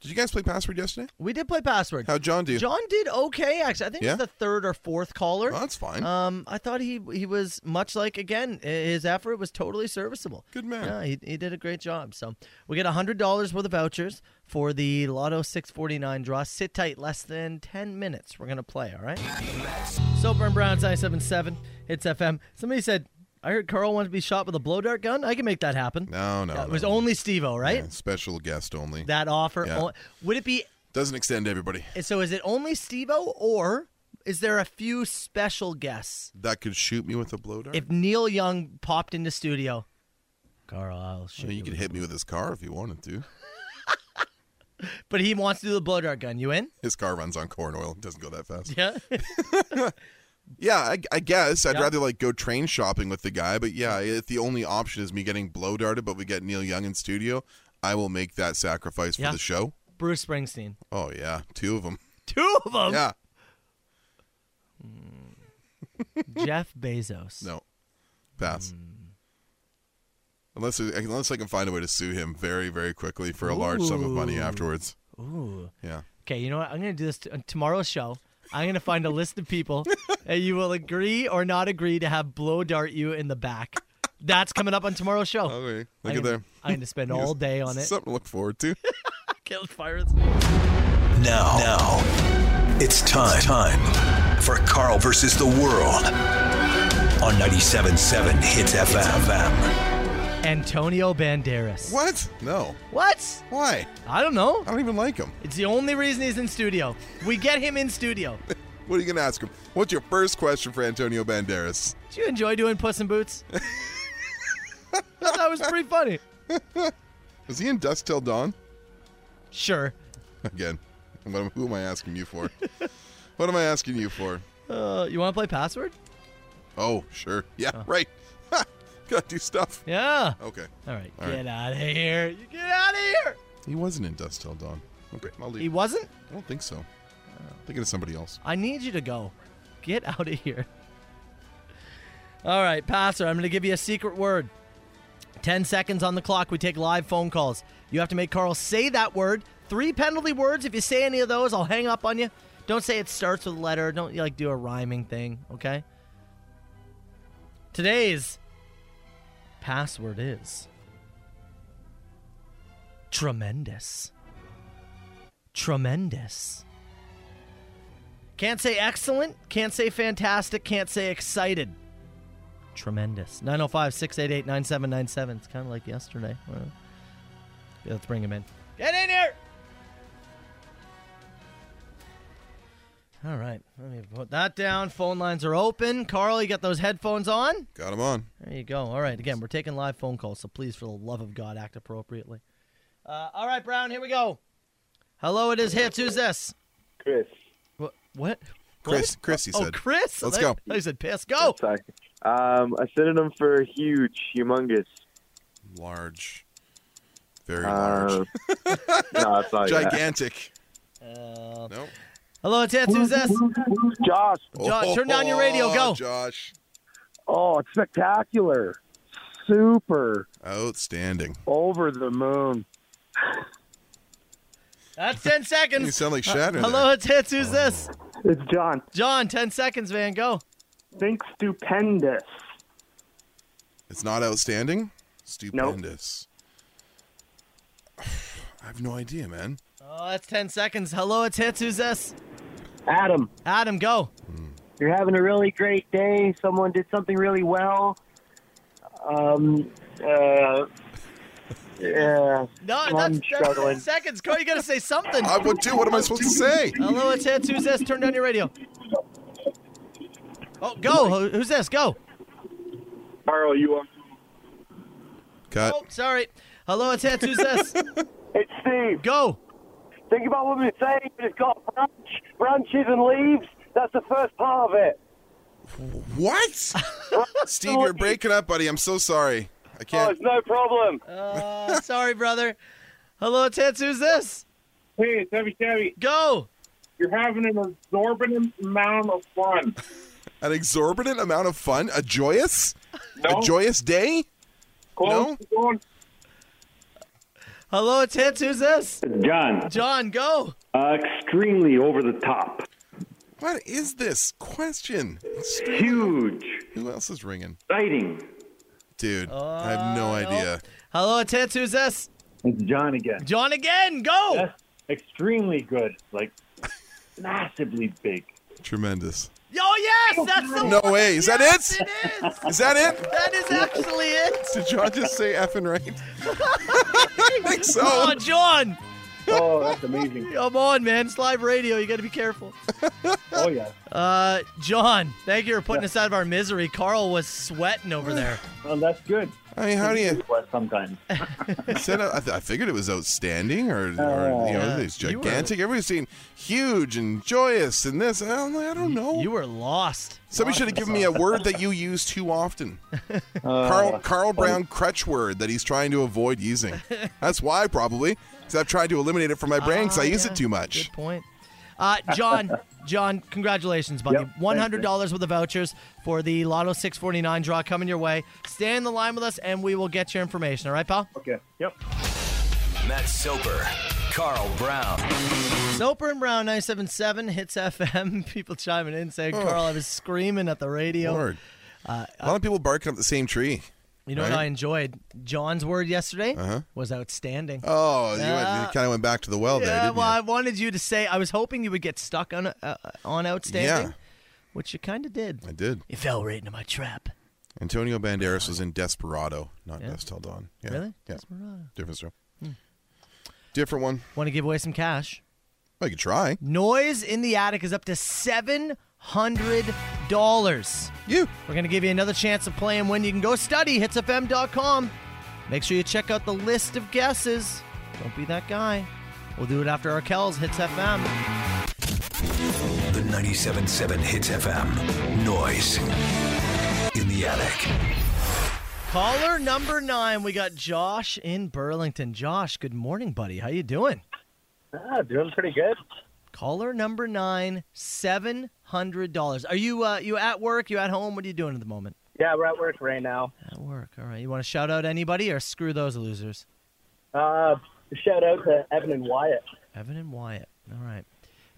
[SPEAKER 5] Did you guys play Password yesterday?
[SPEAKER 4] We did play Password.
[SPEAKER 5] How'd John do?
[SPEAKER 4] John did okay, actually. I think
[SPEAKER 5] Yeah?
[SPEAKER 4] he's the third or fourth caller.
[SPEAKER 5] that's fine.
[SPEAKER 4] Um, I thought he he was much like again i- his effort was totally serviceable.
[SPEAKER 5] Good man.
[SPEAKER 4] Yeah, he, he did a great job. So we get hundred dollars worth of vouchers for the Lotto six forty nine draw. Sit tight, less than ten minutes. We're gonna play. All right. Soper and Brown's nine seven seven. It's FM. Somebody said. I heard Carl wanted to be shot with a blow dart gun. I can make that happen.
[SPEAKER 5] No, no,
[SPEAKER 4] Yeah, it was
[SPEAKER 5] no.
[SPEAKER 4] only Stevo, right?
[SPEAKER 5] Yeah, special guest only.
[SPEAKER 4] That offer.
[SPEAKER 5] Yeah.
[SPEAKER 4] on- would it be
[SPEAKER 5] Doesn't extend to everybody.
[SPEAKER 4] so is it only Stevo or is there a few special guests?
[SPEAKER 5] That could shoot me with a blow dart.
[SPEAKER 4] If Neil Young popped into studio, Carl, I'll shoot.
[SPEAKER 5] you could hit me with his car if you wanted to.
[SPEAKER 4] but he wants to do the blow dart gun, you in?
[SPEAKER 5] His car runs on corn oil. It doesn't go that fast.
[SPEAKER 4] Yeah.
[SPEAKER 5] Yeah, I, I guess I'd
[SPEAKER 4] Yeah.
[SPEAKER 5] rather like go train shopping with the guy, but yeah, if the only option is me getting blow darted, but we get Neil Young in studio, I will make that sacrifice for
[SPEAKER 4] Yeah.
[SPEAKER 5] the show.
[SPEAKER 4] Bruce Springsteen.
[SPEAKER 5] Oh yeah, two of them.
[SPEAKER 4] Two of them.
[SPEAKER 5] Yeah,
[SPEAKER 4] Jeff Bezos.
[SPEAKER 5] no,
[SPEAKER 4] Hmm.
[SPEAKER 5] pass. Unless uh, unless I can find a way to sue him very very quickly for a large sum of money
[SPEAKER 4] Ooh.
[SPEAKER 5] afterwards.
[SPEAKER 4] Ooh.
[SPEAKER 5] Yeah,
[SPEAKER 4] Okay, you know what? I'm gonna do this t- on tomorrow's show. I'm gonna find a list of people, and you will agree or not agree to have blow dart you in the back. That's coming up on tomorrow's show.
[SPEAKER 5] Okay,
[SPEAKER 4] I'm
[SPEAKER 5] Oh, look at
[SPEAKER 4] gonna-
[SPEAKER 5] there.
[SPEAKER 4] I'm gonna spend all day on it.
[SPEAKER 5] Something to look forward to.
[SPEAKER 4] Kill pirates.
[SPEAKER 1] Now, now, it's time, it's time for Carl versus the world on 97.7 Hits FM.
[SPEAKER 4] Antonio Banderas.
[SPEAKER 5] What? No.
[SPEAKER 4] What?
[SPEAKER 5] Why?
[SPEAKER 4] I don't know.
[SPEAKER 5] I don't even like him.
[SPEAKER 4] It's the only reason he's in studio. We get him in studio.
[SPEAKER 5] What are you gonna ask him? What's your first question for Antonio Banderas?
[SPEAKER 4] Did you enjoy doing Puss in Boots? that was pretty funny.
[SPEAKER 5] Is he in Dust Till Dawn?
[SPEAKER 4] Sure.
[SPEAKER 5] Again, what am, who am I asking you for? what am I asking you for?
[SPEAKER 4] Uh, you want to play password?
[SPEAKER 5] Oh, sure. Yeah, right. Ha! Gotta do stuff.
[SPEAKER 4] Yeah.
[SPEAKER 5] Okay.
[SPEAKER 4] All right.
[SPEAKER 5] Oh. All
[SPEAKER 4] get out of here. You get out of here.
[SPEAKER 5] He wasn't in Dust Till Dawn. Okay, I'll leave.
[SPEAKER 4] He Oh. wasn't?
[SPEAKER 5] I don't think so. I'm thinking of somebody else.
[SPEAKER 4] I need you to go. Get out of here. All right, passer, I'm going to give you a secret word. 10 seconds on the clock. We take live phone calls. You have to make Carl say that word. Three penalty words. If you say any of those, I'll hang up on you. Don't say it starts with a letter. Don't like do a rhyming thing, okay? Today's password is tremendous. Tremendous. Can't say excellent, can't say fantastic, can't say excited. Tremendous. 905 688 9797. It's kind of like yesterday. Well, yeah, let's bring him in. Get in here! All right. Let me put that down. Phone lines are open. Carl, you got those headphones on?
[SPEAKER 5] Got him on.
[SPEAKER 4] There you go. All right. Again, we're taking live phone calls, so please, for the love of God, act appropriately. Uh, all right, Brown, here we go. Hello, it is Hits. Who's this?
[SPEAKER 14] Chris.
[SPEAKER 4] What? What?
[SPEAKER 5] Chris. Chris, he
[SPEAKER 4] Oh,
[SPEAKER 5] said.
[SPEAKER 4] Chris.
[SPEAKER 5] Let's
[SPEAKER 4] I
[SPEAKER 5] go.
[SPEAKER 4] thought- I said, piss. Go.
[SPEAKER 14] Um, a synonym for huge, humongous.
[SPEAKER 5] Large. Very
[SPEAKER 2] oh,
[SPEAKER 14] large. no, it's not
[SPEAKER 5] Gigantic.
[SPEAKER 4] Uh,
[SPEAKER 5] no.
[SPEAKER 4] Hello, it's Hans. Who's this?
[SPEAKER 15] Josh.
[SPEAKER 4] Josh, turn down your radio. Go.
[SPEAKER 5] Josh.
[SPEAKER 15] Oh, it's spectacular. Super.
[SPEAKER 5] Outstanding.
[SPEAKER 15] Over the moon.
[SPEAKER 4] That's 10 seconds.
[SPEAKER 5] You sound like Shatner
[SPEAKER 4] uh, Hello, it's Hits. Who's this?
[SPEAKER 16] It's John.
[SPEAKER 4] John, 10 seconds, man. Go.
[SPEAKER 16] Think stupendous.
[SPEAKER 5] It's not outstanding. Stupendous. I have no idea, man.
[SPEAKER 4] Oh, that's 10 seconds. Hello, it's Hits. Who's this?
[SPEAKER 17] Adam.
[SPEAKER 4] Adam, go.
[SPEAKER 17] You're having a really great day. Someone did something really well. Um, uh, yeah.
[SPEAKER 4] No,
[SPEAKER 17] I'm
[SPEAKER 4] that's, that's
[SPEAKER 17] struggling.
[SPEAKER 4] 10 seconds. Cole, you got to say something.
[SPEAKER 5] I would too. Uh, What am I supposed to say?
[SPEAKER 4] Hello, it's Hits. Who's this? Turn down your radio. Oh, go. Who- Who's this? Go.
[SPEAKER 18] Carl, you are.
[SPEAKER 5] Cut.
[SPEAKER 4] Oh, sorry. Hello, it's Hits. Who's this?
[SPEAKER 18] It's Steve.
[SPEAKER 4] Go.
[SPEAKER 18] Think about what we're saying. It's got branch, branches and leaves. That's the first part of it.
[SPEAKER 5] What? Steve, you're breaking up, buddy. I'm so sorry.
[SPEAKER 19] Oh,
[SPEAKER 5] I can't.
[SPEAKER 18] it's no problem.
[SPEAKER 4] Uh, sorry, brother. Hello, it's Hits. Who's this?
[SPEAKER 19] Hey, it's Heavy Chevy.
[SPEAKER 4] Go.
[SPEAKER 19] You're having an exorbitant amount of fun.
[SPEAKER 5] An exorbitant amount of fun? A joyous?
[SPEAKER 19] No.
[SPEAKER 5] A joyous day?
[SPEAKER 19] Close no?
[SPEAKER 4] Hello, it's Hits. Who's this?
[SPEAKER 20] John.
[SPEAKER 4] John, go.
[SPEAKER 20] Uh, extremely over the top.
[SPEAKER 5] What is this question?
[SPEAKER 20] Huge.
[SPEAKER 5] Who else is ringing?
[SPEAKER 20] Exciting.
[SPEAKER 5] Dude, I have no idea.
[SPEAKER 4] Hello, it's Hits. Who's this?
[SPEAKER 20] It's John again.
[SPEAKER 4] John again. Go.
[SPEAKER 20] Extremely good. Like, massively big.
[SPEAKER 5] Tremendous.
[SPEAKER 4] Oh, yes. That's the
[SPEAKER 5] No
[SPEAKER 4] one.
[SPEAKER 5] way. Is that
[SPEAKER 4] Yes,
[SPEAKER 5] it?
[SPEAKER 4] It is.
[SPEAKER 5] Is that it?
[SPEAKER 4] That is actually it.
[SPEAKER 5] Did John just say effing right?
[SPEAKER 4] I
[SPEAKER 5] think so.
[SPEAKER 4] Oh, John.
[SPEAKER 20] Oh, that's amazing.
[SPEAKER 4] Come on, man. It's live radio. You got to be careful.
[SPEAKER 20] Oh, yeah.
[SPEAKER 4] Uh, John, thank you for putting us out of our misery. Carl was sweating over there.
[SPEAKER 20] Well, Oh, that's good.
[SPEAKER 5] I mean, how do you?
[SPEAKER 20] Sometimes.
[SPEAKER 5] You said I, th- I figured it was outstanding, or,
[SPEAKER 20] Oh.
[SPEAKER 5] or you know,
[SPEAKER 20] Yeah.
[SPEAKER 5] it's
[SPEAKER 20] You were-
[SPEAKER 5] gigantic. Everybody's seen huge and joyous, and this. I don't, I don't know. You
[SPEAKER 4] were lost.
[SPEAKER 5] Somebody
[SPEAKER 20] Lost
[SPEAKER 5] should have given me a
[SPEAKER 20] yourself.
[SPEAKER 5] word that you use too often.
[SPEAKER 20] Uh,
[SPEAKER 5] Carl Carl Brown crutch word that he's trying to avoid using. That's why probably because I've tried to eliminate it from my brain because I
[SPEAKER 4] Ah,
[SPEAKER 5] use
[SPEAKER 4] yeah.
[SPEAKER 5] it too much.
[SPEAKER 4] Good point. Uh, John, John, congratulations, buddy. $100 worth of vouchers for the Lotto 649 draw coming your way. Stay in the line with us, and we will get your information. All right, pal?
[SPEAKER 20] Okay. Yep.
[SPEAKER 1] Matt Soper, Carl Brown.
[SPEAKER 4] Soper and Brown 977 hits FM. People chiming in saying,
[SPEAKER 5] Oh.
[SPEAKER 4] Carl, I was screaming at the radio.
[SPEAKER 5] Lord.
[SPEAKER 4] Uh,
[SPEAKER 5] a lot of people barking up the same tree.
[SPEAKER 4] You know what I
[SPEAKER 5] right?
[SPEAKER 4] enjoyed? John's word yesterday
[SPEAKER 5] Uh-huh.
[SPEAKER 4] was outstanding.
[SPEAKER 5] Oh, you,
[SPEAKER 4] Yeah.
[SPEAKER 5] kind of went back to the well there,
[SPEAKER 4] yeah,
[SPEAKER 5] didn't
[SPEAKER 4] well, I wanted you to say, I was hoping you would get stuck on uh, on outstanding,
[SPEAKER 5] Yeah.
[SPEAKER 4] which you kind of did.
[SPEAKER 5] you? I did.
[SPEAKER 4] You fell right into my trap.
[SPEAKER 5] Antonio Banderas was in Desperado, not
[SPEAKER 4] Yeah.
[SPEAKER 5] Dust Till Dawn. Yeah.
[SPEAKER 4] Really?
[SPEAKER 5] Yeah.
[SPEAKER 4] Desperado.
[SPEAKER 5] Different show.
[SPEAKER 4] Hmm.
[SPEAKER 5] Different one.
[SPEAKER 4] Want to give away some cash?
[SPEAKER 5] I could try.
[SPEAKER 4] Noise in the attic is up to seven hundred dollars.
[SPEAKER 5] You.
[SPEAKER 4] We're gonna give you another chance to play and win. You can go study hitsfm.com. Make sure you check out the list of guesses. Don't be that guy. We'll do it after Arkells hits FM.
[SPEAKER 1] The 97.7 Hits FM. Noise. In the attic.
[SPEAKER 4] Caller number nine, we got Josh in Burlington. Josh, good morning, buddy. How you doing?
[SPEAKER 21] Ah, doing pretty good.
[SPEAKER 4] Caller number nine, seven hundred dollars. Are you uh, you at work? You at home? What are you doing at the moment?
[SPEAKER 21] Yeah, we're at work right now.
[SPEAKER 4] At work. All right. You want to shout out anybody or screw those losers?
[SPEAKER 21] Uh, shout out to Evan and Wyatt.
[SPEAKER 4] Evan and Wyatt. All right.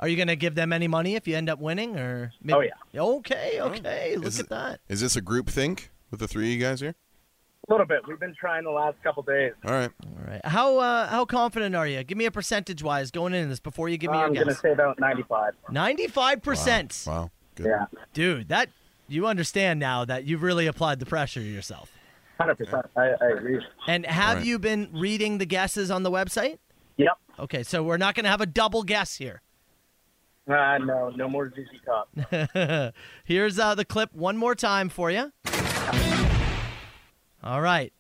[SPEAKER 4] Are you going to give them any money if you end up winning or?
[SPEAKER 21] Oh, yeah.
[SPEAKER 4] Okay. Okay. Look
[SPEAKER 5] Is
[SPEAKER 4] at
[SPEAKER 5] it-
[SPEAKER 4] that.
[SPEAKER 5] Is this a group think with the three of you guys here?
[SPEAKER 21] A little bit. We've been trying the last couple days.
[SPEAKER 5] All right.
[SPEAKER 4] All right. How uh, how confident are you? Give me a percentage wise going into this before you give me
[SPEAKER 21] I'm
[SPEAKER 4] your
[SPEAKER 21] gonna
[SPEAKER 4] guess.
[SPEAKER 21] say about 95.
[SPEAKER 4] Ninety-five percent.
[SPEAKER 5] Wow. Good.
[SPEAKER 21] Yeah,
[SPEAKER 4] Dude, that you understand now that you've really applied the pressure to yourself.
[SPEAKER 21] 100. percent I, I agree.
[SPEAKER 4] And have
[SPEAKER 21] Right.
[SPEAKER 4] you been reading the guesses on the website?
[SPEAKER 21] Yep.
[SPEAKER 4] Okay, so we're not going to have a double guess here.
[SPEAKER 21] Uh, no, no more ZZ Top.
[SPEAKER 4] Here's uh, the clip one more time for you. All right.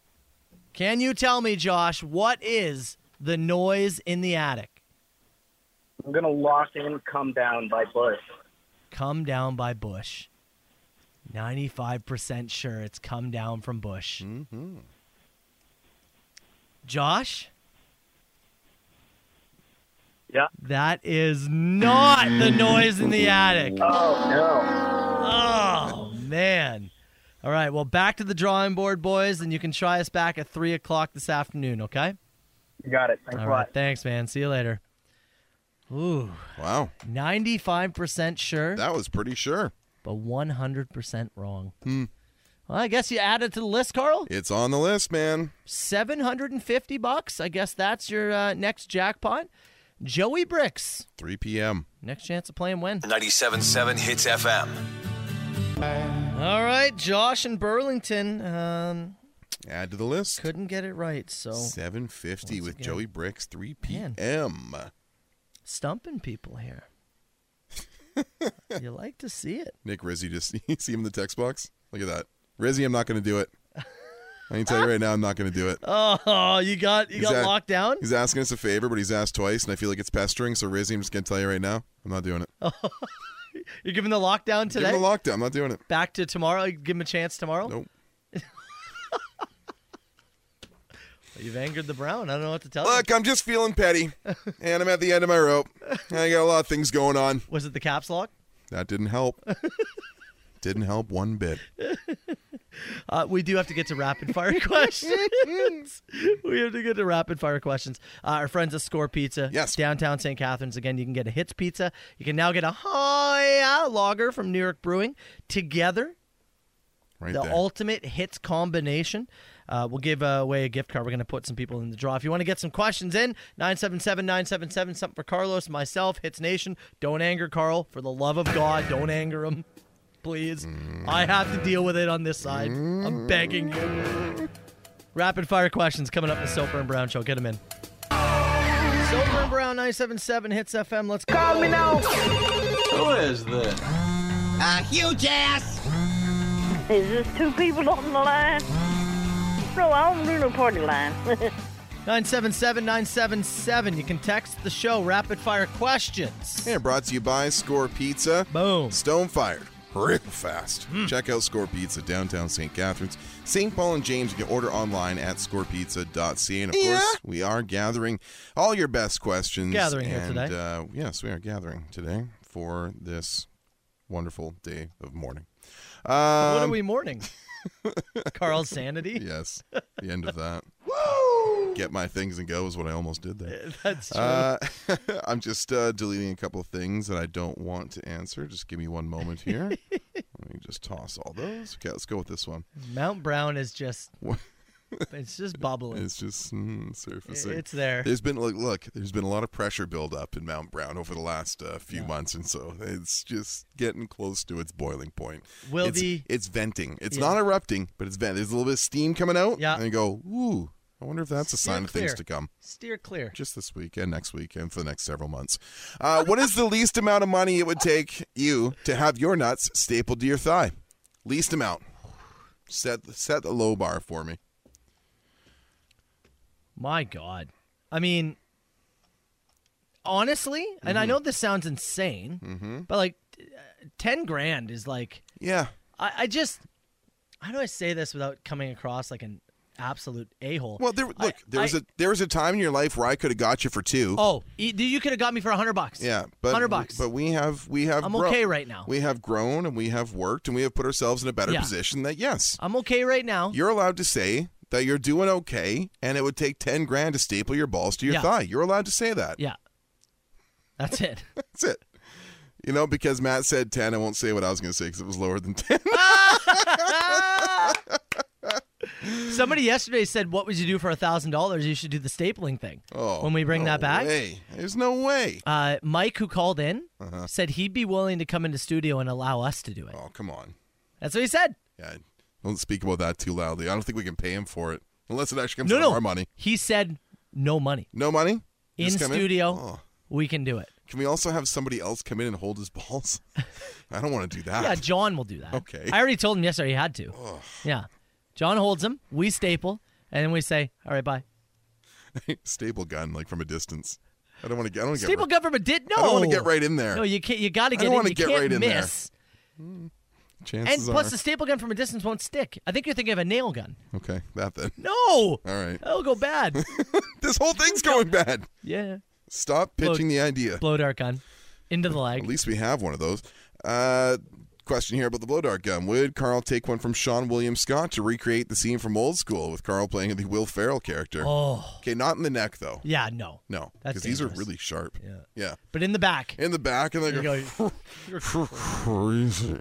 [SPEAKER 4] Can you tell me, Josh, what is the noise in the attic?
[SPEAKER 21] I'm gonna lock in "Come Down" by Bush.
[SPEAKER 4] Come down by Bush. 95% sure it's come down from Bush. Mm-hmm. Josh? Yeah. That is not the noise in the attic.
[SPEAKER 21] Oh,
[SPEAKER 4] no. Oh, man. All right. Well, back to the drawing board, boys, and you can try us back at 3 o'clock this afternoon, okay?
[SPEAKER 21] You got it. Thanks
[SPEAKER 4] All
[SPEAKER 21] a
[SPEAKER 4] right.
[SPEAKER 21] lot.
[SPEAKER 4] Thanks, man. See you later. Ooh.
[SPEAKER 5] Wow.
[SPEAKER 4] 95% sure.
[SPEAKER 5] That was pretty sure.
[SPEAKER 4] But 100% wrong.
[SPEAKER 5] Hmm.
[SPEAKER 4] Well, I guess you add it to the list, Carl.
[SPEAKER 5] It's on the list, man.
[SPEAKER 4] 750 bucks. I guess that's your uh, next jackpot. Joey Bricks.
[SPEAKER 5] 3 p.m.
[SPEAKER 4] Next chance to play him win.
[SPEAKER 1] 97.7 Hits FM.
[SPEAKER 4] All right, Josh in Burlington. Um,
[SPEAKER 5] Add to the list.
[SPEAKER 4] Couldn't get it right, so
[SPEAKER 5] 750 with
[SPEAKER 4] again.
[SPEAKER 5] Joey Bricks, 3 p.m.
[SPEAKER 4] stumping people here. you like to see it.
[SPEAKER 5] Nick Rizzi just you see him in the text box. Look at that, Rizzy. I'm not going to do it. I can tell you right now, I'm not going to do it.
[SPEAKER 4] Oh, you got you
[SPEAKER 5] He's
[SPEAKER 4] got
[SPEAKER 5] a-
[SPEAKER 4] locked down.
[SPEAKER 5] He's asking us a favor, but he's asked twice, and I feel like it's pestering. So Rizzy, I'm just going to tell you right now, I'm not doing it.
[SPEAKER 4] Oh, You're giving the lockdown
[SPEAKER 5] Give
[SPEAKER 4] today.
[SPEAKER 5] him a lockdown. I'm not doing it.
[SPEAKER 4] Back to tomorrow. You Give him a chance tomorrow.
[SPEAKER 5] Nope.
[SPEAKER 4] You've angered the Brown. I don't know what to tell you.
[SPEAKER 5] Look, I'm just feeling petty, and I'm at the end of my rope. I got a lot of things going on.
[SPEAKER 4] Was it the caps lock?
[SPEAKER 5] That didn't help. didn't help one bit.
[SPEAKER 4] Uh, we do have to get to rapid fire questions. we have to get to rapid fire questions. Uh, our friends at Score Pizza, yes, downtown St. Catharines. Again, you can get a Hits Pizza. You can now get a Hoya Lager from New York Brewing. Together,
[SPEAKER 5] Right
[SPEAKER 4] the
[SPEAKER 5] there.
[SPEAKER 4] ultimate hits combination. Uh, we'll give uh, away a gift card. We're going to put some people in the draw. If you want to get some questions in, 977 977, something for Carlos, myself, Hits Nation. Don't anger Carl. For the love of God, don't anger him. Please. I have to deal with it on this side. I'm begging you. Rapid fire questions coming up in the Soper and Brown Show. Get them in. Soper and Brown 977 Hits FM. Let's go. Call me now.
[SPEAKER 2] Who is this?
[SPEAKER 3] A huge ass.
[SPEAKER 6] Is this two people on the line? No, I don't do no party line.
[SPEAKER 4] 977 977. You can text the show rapid fire questions.
[SPEAKER 5] Yeah, brought to you by Score Pizza.
[SPEAKER 4] Boom.
[SPEAKER 5] Stone Fire. Real fast.
[SPEAKER 4] Hmm.
[SPEAKER 5] Check out Score Pizza, downtown St. Catharines. St. Paul and James, you can order online at scorepizza.ca. And of
[SPEAKER 4] Yeah.
[SPEAKER 5] course, we are gathering all your best questions.
[SPEAKER 4] Gathering here
[SPEAKER 5] and,
[SPEAKER 4] today.
[SPEAKER 5] Uh, yes, we are gathering today for this wonderful day of mourning. Um,
[SPEAKER 4] what are we mourning? Carl's sanity?
[SPEAKER 5] Yes. The end of that. Get my things and go is what I almost did there.
[SPEAKER 4] That's true.
[SPEAKER 5] Uh, I'm just uh, deleting a couple of things that I don't want to answer. Just give me one moment here. Let me just toss all those. Okay, let's go with this one.
[SPEAKER 4] Mount Brown is just. it's just bubbling.
[SPEAKER 5] It's just mm, surfacing.
[SPEAKER 4] It's there.
[SPEAKER 5] There's been look, look. There's been a lot of pressure build up in Mount Brown over the last uh, few months, and so it's just getting close to its boiling point.
[SPEAKER 4] Will
[SPEAKER 5] it's,
[SPEAKER 4] the-
[SPEAKER 5] it's venting. It's
[SPEAKER 4] Yeah.
[SPEAKER 5] not erupting, but it's vent. There's a little bit of steam coming out.
[SPEAKER 4] Yeah.
[SPEAKER 5] and you go, ooh. I wonder if that's a sign of things
[SPEAKER 4] clear.
[SPEAKER 5] to come.
[SPEAKER 4] Steer clear.
[SPEAKER 5] Just this week and next week and for the next several months. Uh, what is the least amount of money it would take you to have your nuts stapled to your thigh? Least amount. Set set the low bar for me.
[SPEAKER 4] My God. I mean, honestly, and
[SPEAKER 5] Mm-hmm.
[SPEAKER 4] I know this sounds insane, but like t- uh, 10 grand is like.
[SPEAKER 5] Yeah.
[SPEAKER 4] I, I just. How do I say this without coming across like an absolute a hole?
[SPEAKER 5] Well, there look, there was a there was a time in your life where I could have got you for two.
[SPEAKER 4] Oh, e- you could have got me for 100 bucks.
[SPEAKER 5] yeah, but
[SPEAKER 4] 100 bucks.
[SPEAKER 5] But we have we have.
[SPEAKER 4] I'm
[SPEAKER 5] grown-
[SPEAKER 4] okay right now.
[SPEAKER 5] We have grown and we have worked and we have put ourselves in a better
[SPEAKER 4] Yeah.
[SPEAKER 5] position. That yes,
[SPEAKER 4] I'm okay right now.
[SPEAKER 5] you're allowed to say that you're doing okay, and it would take ten grand to staple your balls to your
[SPEAKER 4] Yeah.
[SPEAKER 5] thigh. You're allowed to say that.
[SPEAKER 4] Yeah. That's it.
[SPEAKER 5] That's it. You know, because Matt said ten, I won't say what I was going to say because it was lower than ten.
[SPEAKER 4] Somebody yesterday said, "What would you do for a thousand dollars? You should do the stapling thing."
[SPEAKER 5] Oh,
[SPEAKER 4] when we bring
[SPEAKER 5] no
[SPEAKER 4] that back,
[SPEAKER 5] way. there's no way.
[SPEAKER 4] Uh, Mike, who called in,
[SPEAKER 5] Uh-huh.
[SPEAKER 4] said he'd be willing to come into studio and allow us to do it.
[SPEAKER 5] Oh, come on.
[SPEAKER 4] That's what he said.
[SPEAKER 5] Yeah, don't speak about that too loudly. I don't think we can pay him for it unless it actually comes
[SPEAKER 4] No,
[SPEAKER 5] from
[SPEAKER 4] no.
[SPEAKER 5] our money.
[SPEAKER 4] He said, "No money
[SPEAKER 5] No money?
[SPEAKER 4] in
[SPEAKER 5] Just come in?
[SPEAKER 4] studio.
[SPEAKER 5] Oh.
[SPEAKER 4] We can do it."
[SPEAKER 5] Can we also have somebody else come in and hold his balls? I don't want to do that.
[SPEAKER 4] Yeah, John will do that.
[SPEAKER 5] Ah. Okay.
[SPEAKER 4] I already told him yesterday he had to. Yeah, John holds him. We staple, and then we say, "All right, bye."
[SPEAKER 5] Staple gun, like from a distance. I don't want to get. I don't wanna
[SPEAKER 4] Staple
[SPEAKER 5] get.
[SPEAKER 4] gun from a did no.
[SPEAKER 5] I don't wanna get right in there.
[SPEAKER 4] No, you can't. You got to
[SPEAKER 5] I
[SPEAKER 4] get
[SPEAKER 5] don't
[SPEAKER 4] in.
[SPEAKER 5] wanna
[SPEAKER 4] You
[SPEAKER 5] get
[SPEAKER 4] can't
[SPEAKER 5] right in there.
[SPEAKER 4] miss.
[SPEAKER 5] right- Chances
[SPEAKER 4] and plus,
[SPEAKER 5] are.
[SPEAKER 4] the staple gun from a distance won't stick. I think you're thinking of a nail gun.
[SPEAKER 5] okay, that then.
[SPEAKER 4] No,
[SPEAKER 5] All right.
[SPEAKER 4] that'll go bad.
[SPEAKER 5] This whole thing's going bad.
[SPEAKER 4] yeah.
[SPEAKER 5] Stop pitching the idea.
[SPEAKER 4] Blow dart gun into the leg.
[SPEAKER 5] At least we have one of those. Uh, question here about the blow dart gun. Would Carl take one from Sean William Scott to recreate the scene from Old School with Carl playing the Will Ferrell character?
[SPEAKER 4] Oh.
[SPEAKER 5] Okay, not in the neck though.
[SPEAKER 4] Yeah, no.
[SPEAKER 5] No,
[SPEAKER 4] That's
[SPEAKER 5] because these are
[SPEAKER 4] dangerous.
[SPEAKER 5] really sharp. Yeah. Yeah.
[SPEAKER 4] But in the back.
[SPEAKER 5] In the back, and they
[SPEAKER 4] You
[SPEAKER 5] go.
[SPEAKER 4] go, "You're
[SPEAKER 5] Crazy.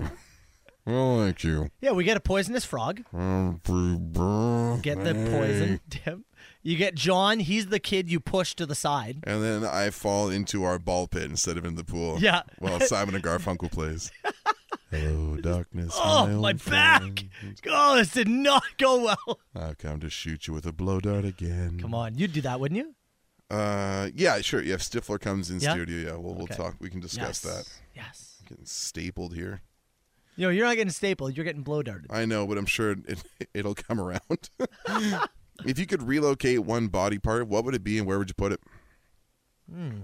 [SPEAKER 5] Well, thank you.
[SPEAKER 4] yeah, we get a poisonous frog. Get
[SPEAKER 5] Get
[SPEAKER 4] the poison. Tim. You get John. He's the kid you push to the side.
[SPEAKER 5] And then I fall into our ball pit instead of in the pool.
[SPEAKER 4] Yeah.
[SPEAKER 5] While Simon and Garfunkel plays. Hello, darkness.
[SPEAKER 4] Oh,
[SPEAKER 5] old
[SPEAKER 4] my
[SPEAKER 5] friend.
[SPEAKER 4] back. Oh, this did not go well.
[SPEAKER 5] I've come to shoot you with a blow dart again.
[SPEAKER 4] Come on, you'd do that, wouldn't you?
[SPEAKER 5] Uh, yeah, sure. Yeah, if Stifler comes in
[SPEAKER 4] Yeah?
[SPEAKER 5] studio, yeah, we'll, we'll
[SPEAKER 4] Okay.
[SPEAKER 5] talk. We can
[SPEAKER 4] Yes.
[SPEAKER 5] discuss that.
[SPEAKER 4] Yes.
[SPEAKER 5] I'm getting stapled here.
[SPEAKER 4] You know, you're not getting stapled. You're getting blow darted.
[SPEAKER 5] I know, but I'm sure it, it'll come around. if you could relocate one body part, what would it be and where would you put it?
[SPEAKER 4] Hmm.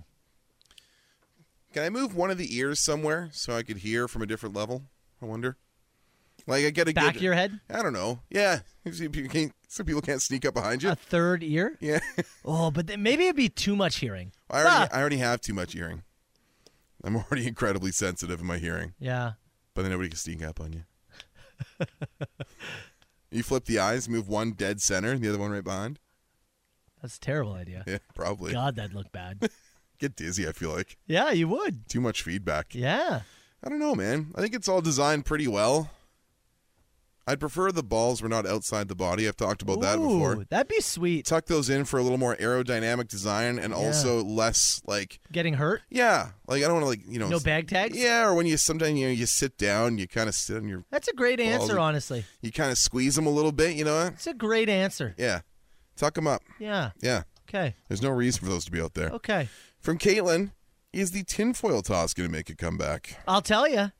[SPEAKER 5] Can I move one of the ears somewhere so I could hear from a different level? I wonder. Like I get a
[SPEAKER 4] Back
[SPEAKER 5] good,
[SPEAKER 4] of your head?
[SPEAKER 5] I don't know. Yeah, some people can't, some people can't sneak up behind you.
[SPEAKER 4] A third ear?
[SPEAKER 5] Yeah.
[SPEAKER 4] Oh, but then maybe it'd be too much hearing.
[SPEAKER 5] I already, I already have too much hearing. I'm already incredibly sensitive in my hearing,
[SPEAKER 4] Yeah.
[SPEAKER 5] but then nobody can sneak up on you. you flip the eyes, move one dead center, and the other one right behind.
[SPEAKER 4] That's a terrible idea.
[SPEAKER 5] Yeah, probably.
[SPEAKER 4] God, that'd look bad.
[SPEAKER 5] Get dizzy. I feel like
[SPEAKER 4] yeah, you would.
[SPEAKER 5] too much feedback.
[SPEAKER 4] Yeah.
[SPEAKER 5] I don't know, man. I think it's all designed pretty well. I'd prefer the balls were not outside the body. I've talked about that before.
[SPEAKER 4] Ooh, that'd be sweet.
[SPEAKER 5] Tuck those in for a little more aerodynamic design and
[SPEAKER 4] Yeah.
[SPEAKER 5] also less like
[SPEAKER 4] Getting hurt?
[SPEAKER 5] yeah, like I don't want to like you know
[SPEAKER 4] No bag tags?
[SPEAKER 5] Yeah, or when you sometimes you know you sit down, you kind of sit on your
[SPEAKER 4] That's a great
[SPEAKER 5] Balls
[SPEAKER 4] answer,
[SPEAKER 5] are-
[SPEAKER 4] honestly.
[SPEAKER 5] you kind of squeeze them a little bit. You know,
[SPEAKER 4] It's a great answer.
[SPEAKER 5] yeah, tuck them up.
[SPEAKER 4] Yeah.
[SPEAKER 5] Yeah,
[SPEAKER 4] Okay.
[SPEAKER 5] there's no reason for those to be out there.
[SPEAKER 4] Okay.
[SPEAKER 5] From Caitlin, is the tinfoil toss going to make a comeback?
[SPEAKER 4] I'll tell you.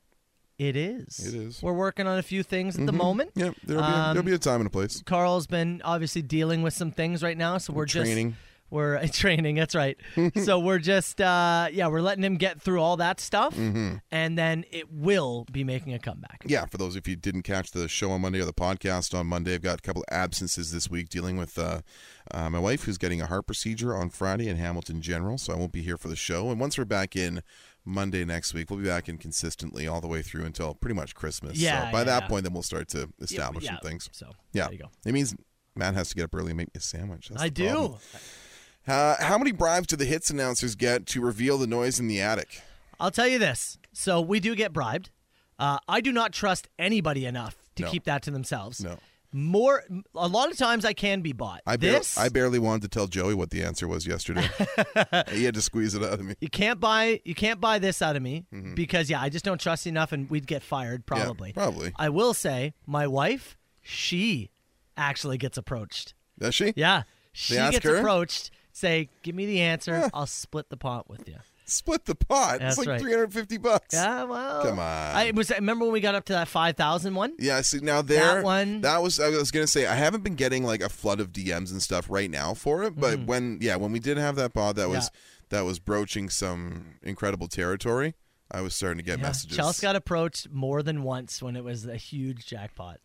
[SPEAKER 4] It is.
[SPEAKER 5] It is.
[SPEAKER 4] We're working on a few things at the
[SPEAKER 5] Mhm.
[SPEAKER 4] moment.
[SPEAKER 5] Yeah, there'll be, a,
[SPEAKER 4] Um,
[SPEAKER 5] there'll be a time and a place.
[SPEAKER 4] Carl's been obviously dealing with some things right now, so we're, just
[SPEAKER 5] training.
[SPEAKER 4] we're training. That's right. so we're just uh, yeah, we're letting him get through all that stuff,
[SPEAKER 5] Mhm.
[SPEAKER 4] and then it will be making a comeback.
[SPEAKER 5] Yeah, for those of you who didn't catch the show on Monday or the podcast on Monday, I've got a couple of absences this week dealing with uh, uh, my wife who's getting a heart procedure on Friday in Hamilton General, so I won't be here for the show. And once we're back in Monday next week, we'll be back in consistently all the way through until pretty much Christmas.
[SPEAKER 4] Yeah,
[SPEAKER 5] so by
[SPEAKER 4] yeah,
[SPEAKER 5] that
[SPEAKER 4] yeah.
[SPEAKER 5] point, then we'll start to establish
[SPEAKER 4] yeah,
[SPEAKER 5] some things.
[SPEAKER 4] So
[SPEAKER 5] yeah,
[SPEAKER 4] there you go.
[SPEAKER 5] it means Matt has to get up early and make me a sandwich. That's
[SPEAKER 4] I
[SPEAKER 5] the
[SPEAKER 4] do.
[SPEAKER 5] problem. Uh, how many bribes do the hits announcers get to reveal the noise in the attic?
[SPEAKER 4] I'll tell you this. So we do get bribed. Uh, I do not trust anybody enough to
[SPEAKER 5] No.
[SPEAKER 4] keep that to themselves.
[SPEAKER 5] No.
[SPEAKER 4] More, a lot of times I can be bought.
[SPEAKER 5] I, bar-
[SPEAKER 4] this
[SPEAKER 5] I barely wanted to tell Joey what the answer was yesterday. he had to squeeze it out of me.
[SPEAKER 4] you can't buy. You can't buy this out of me because yeah, I just don't trust you enough, and we'd get fired
[SPEAKER 5] Mm-hmm. Yeah,
[SPEAKER 4] probably.
[SPEAKER 5] probably.
[SPEAKER 4] I will say, my wife, she actually gets approached.
[SPEAKER 5] Does she?
[SPEAKER 4] Yeah, she
[SPEAKER 5] ask
[SPEAKER 4] gets
[SPEAKER 5] her?
[SPEAKER 4] approached. Say, give me the answer. I'll split the pot with you.
[SPEAKER 5] Split the pot.
[SPEAKER 4] That's
[SPEAKER 5] it's like
[SPEAKER 4] right.
[SPEAKER 5] 350 bucks.
[SPEAKER 4] Yeah, well,
[SPEAKER 5] Come on.
[SPEAKER 4] I it was. Remember when we got up to that five thousand one?
[SPEAKER 5] yeah, see now there
[SPEAKER 4] That one-
[SPEAKER 5] that was I was gonna say I haven't been getting like a flood of DMs and stuff right now for it, but
[SPEAKER 4] Mm-hmm.
[SPEAKER 5] when yeah, when we did have that pod that was that was broaching some incredible territory, I was starting to get messages.
[SPEAKER 4] Chelsea got approached more than once when it was a huge jackpot.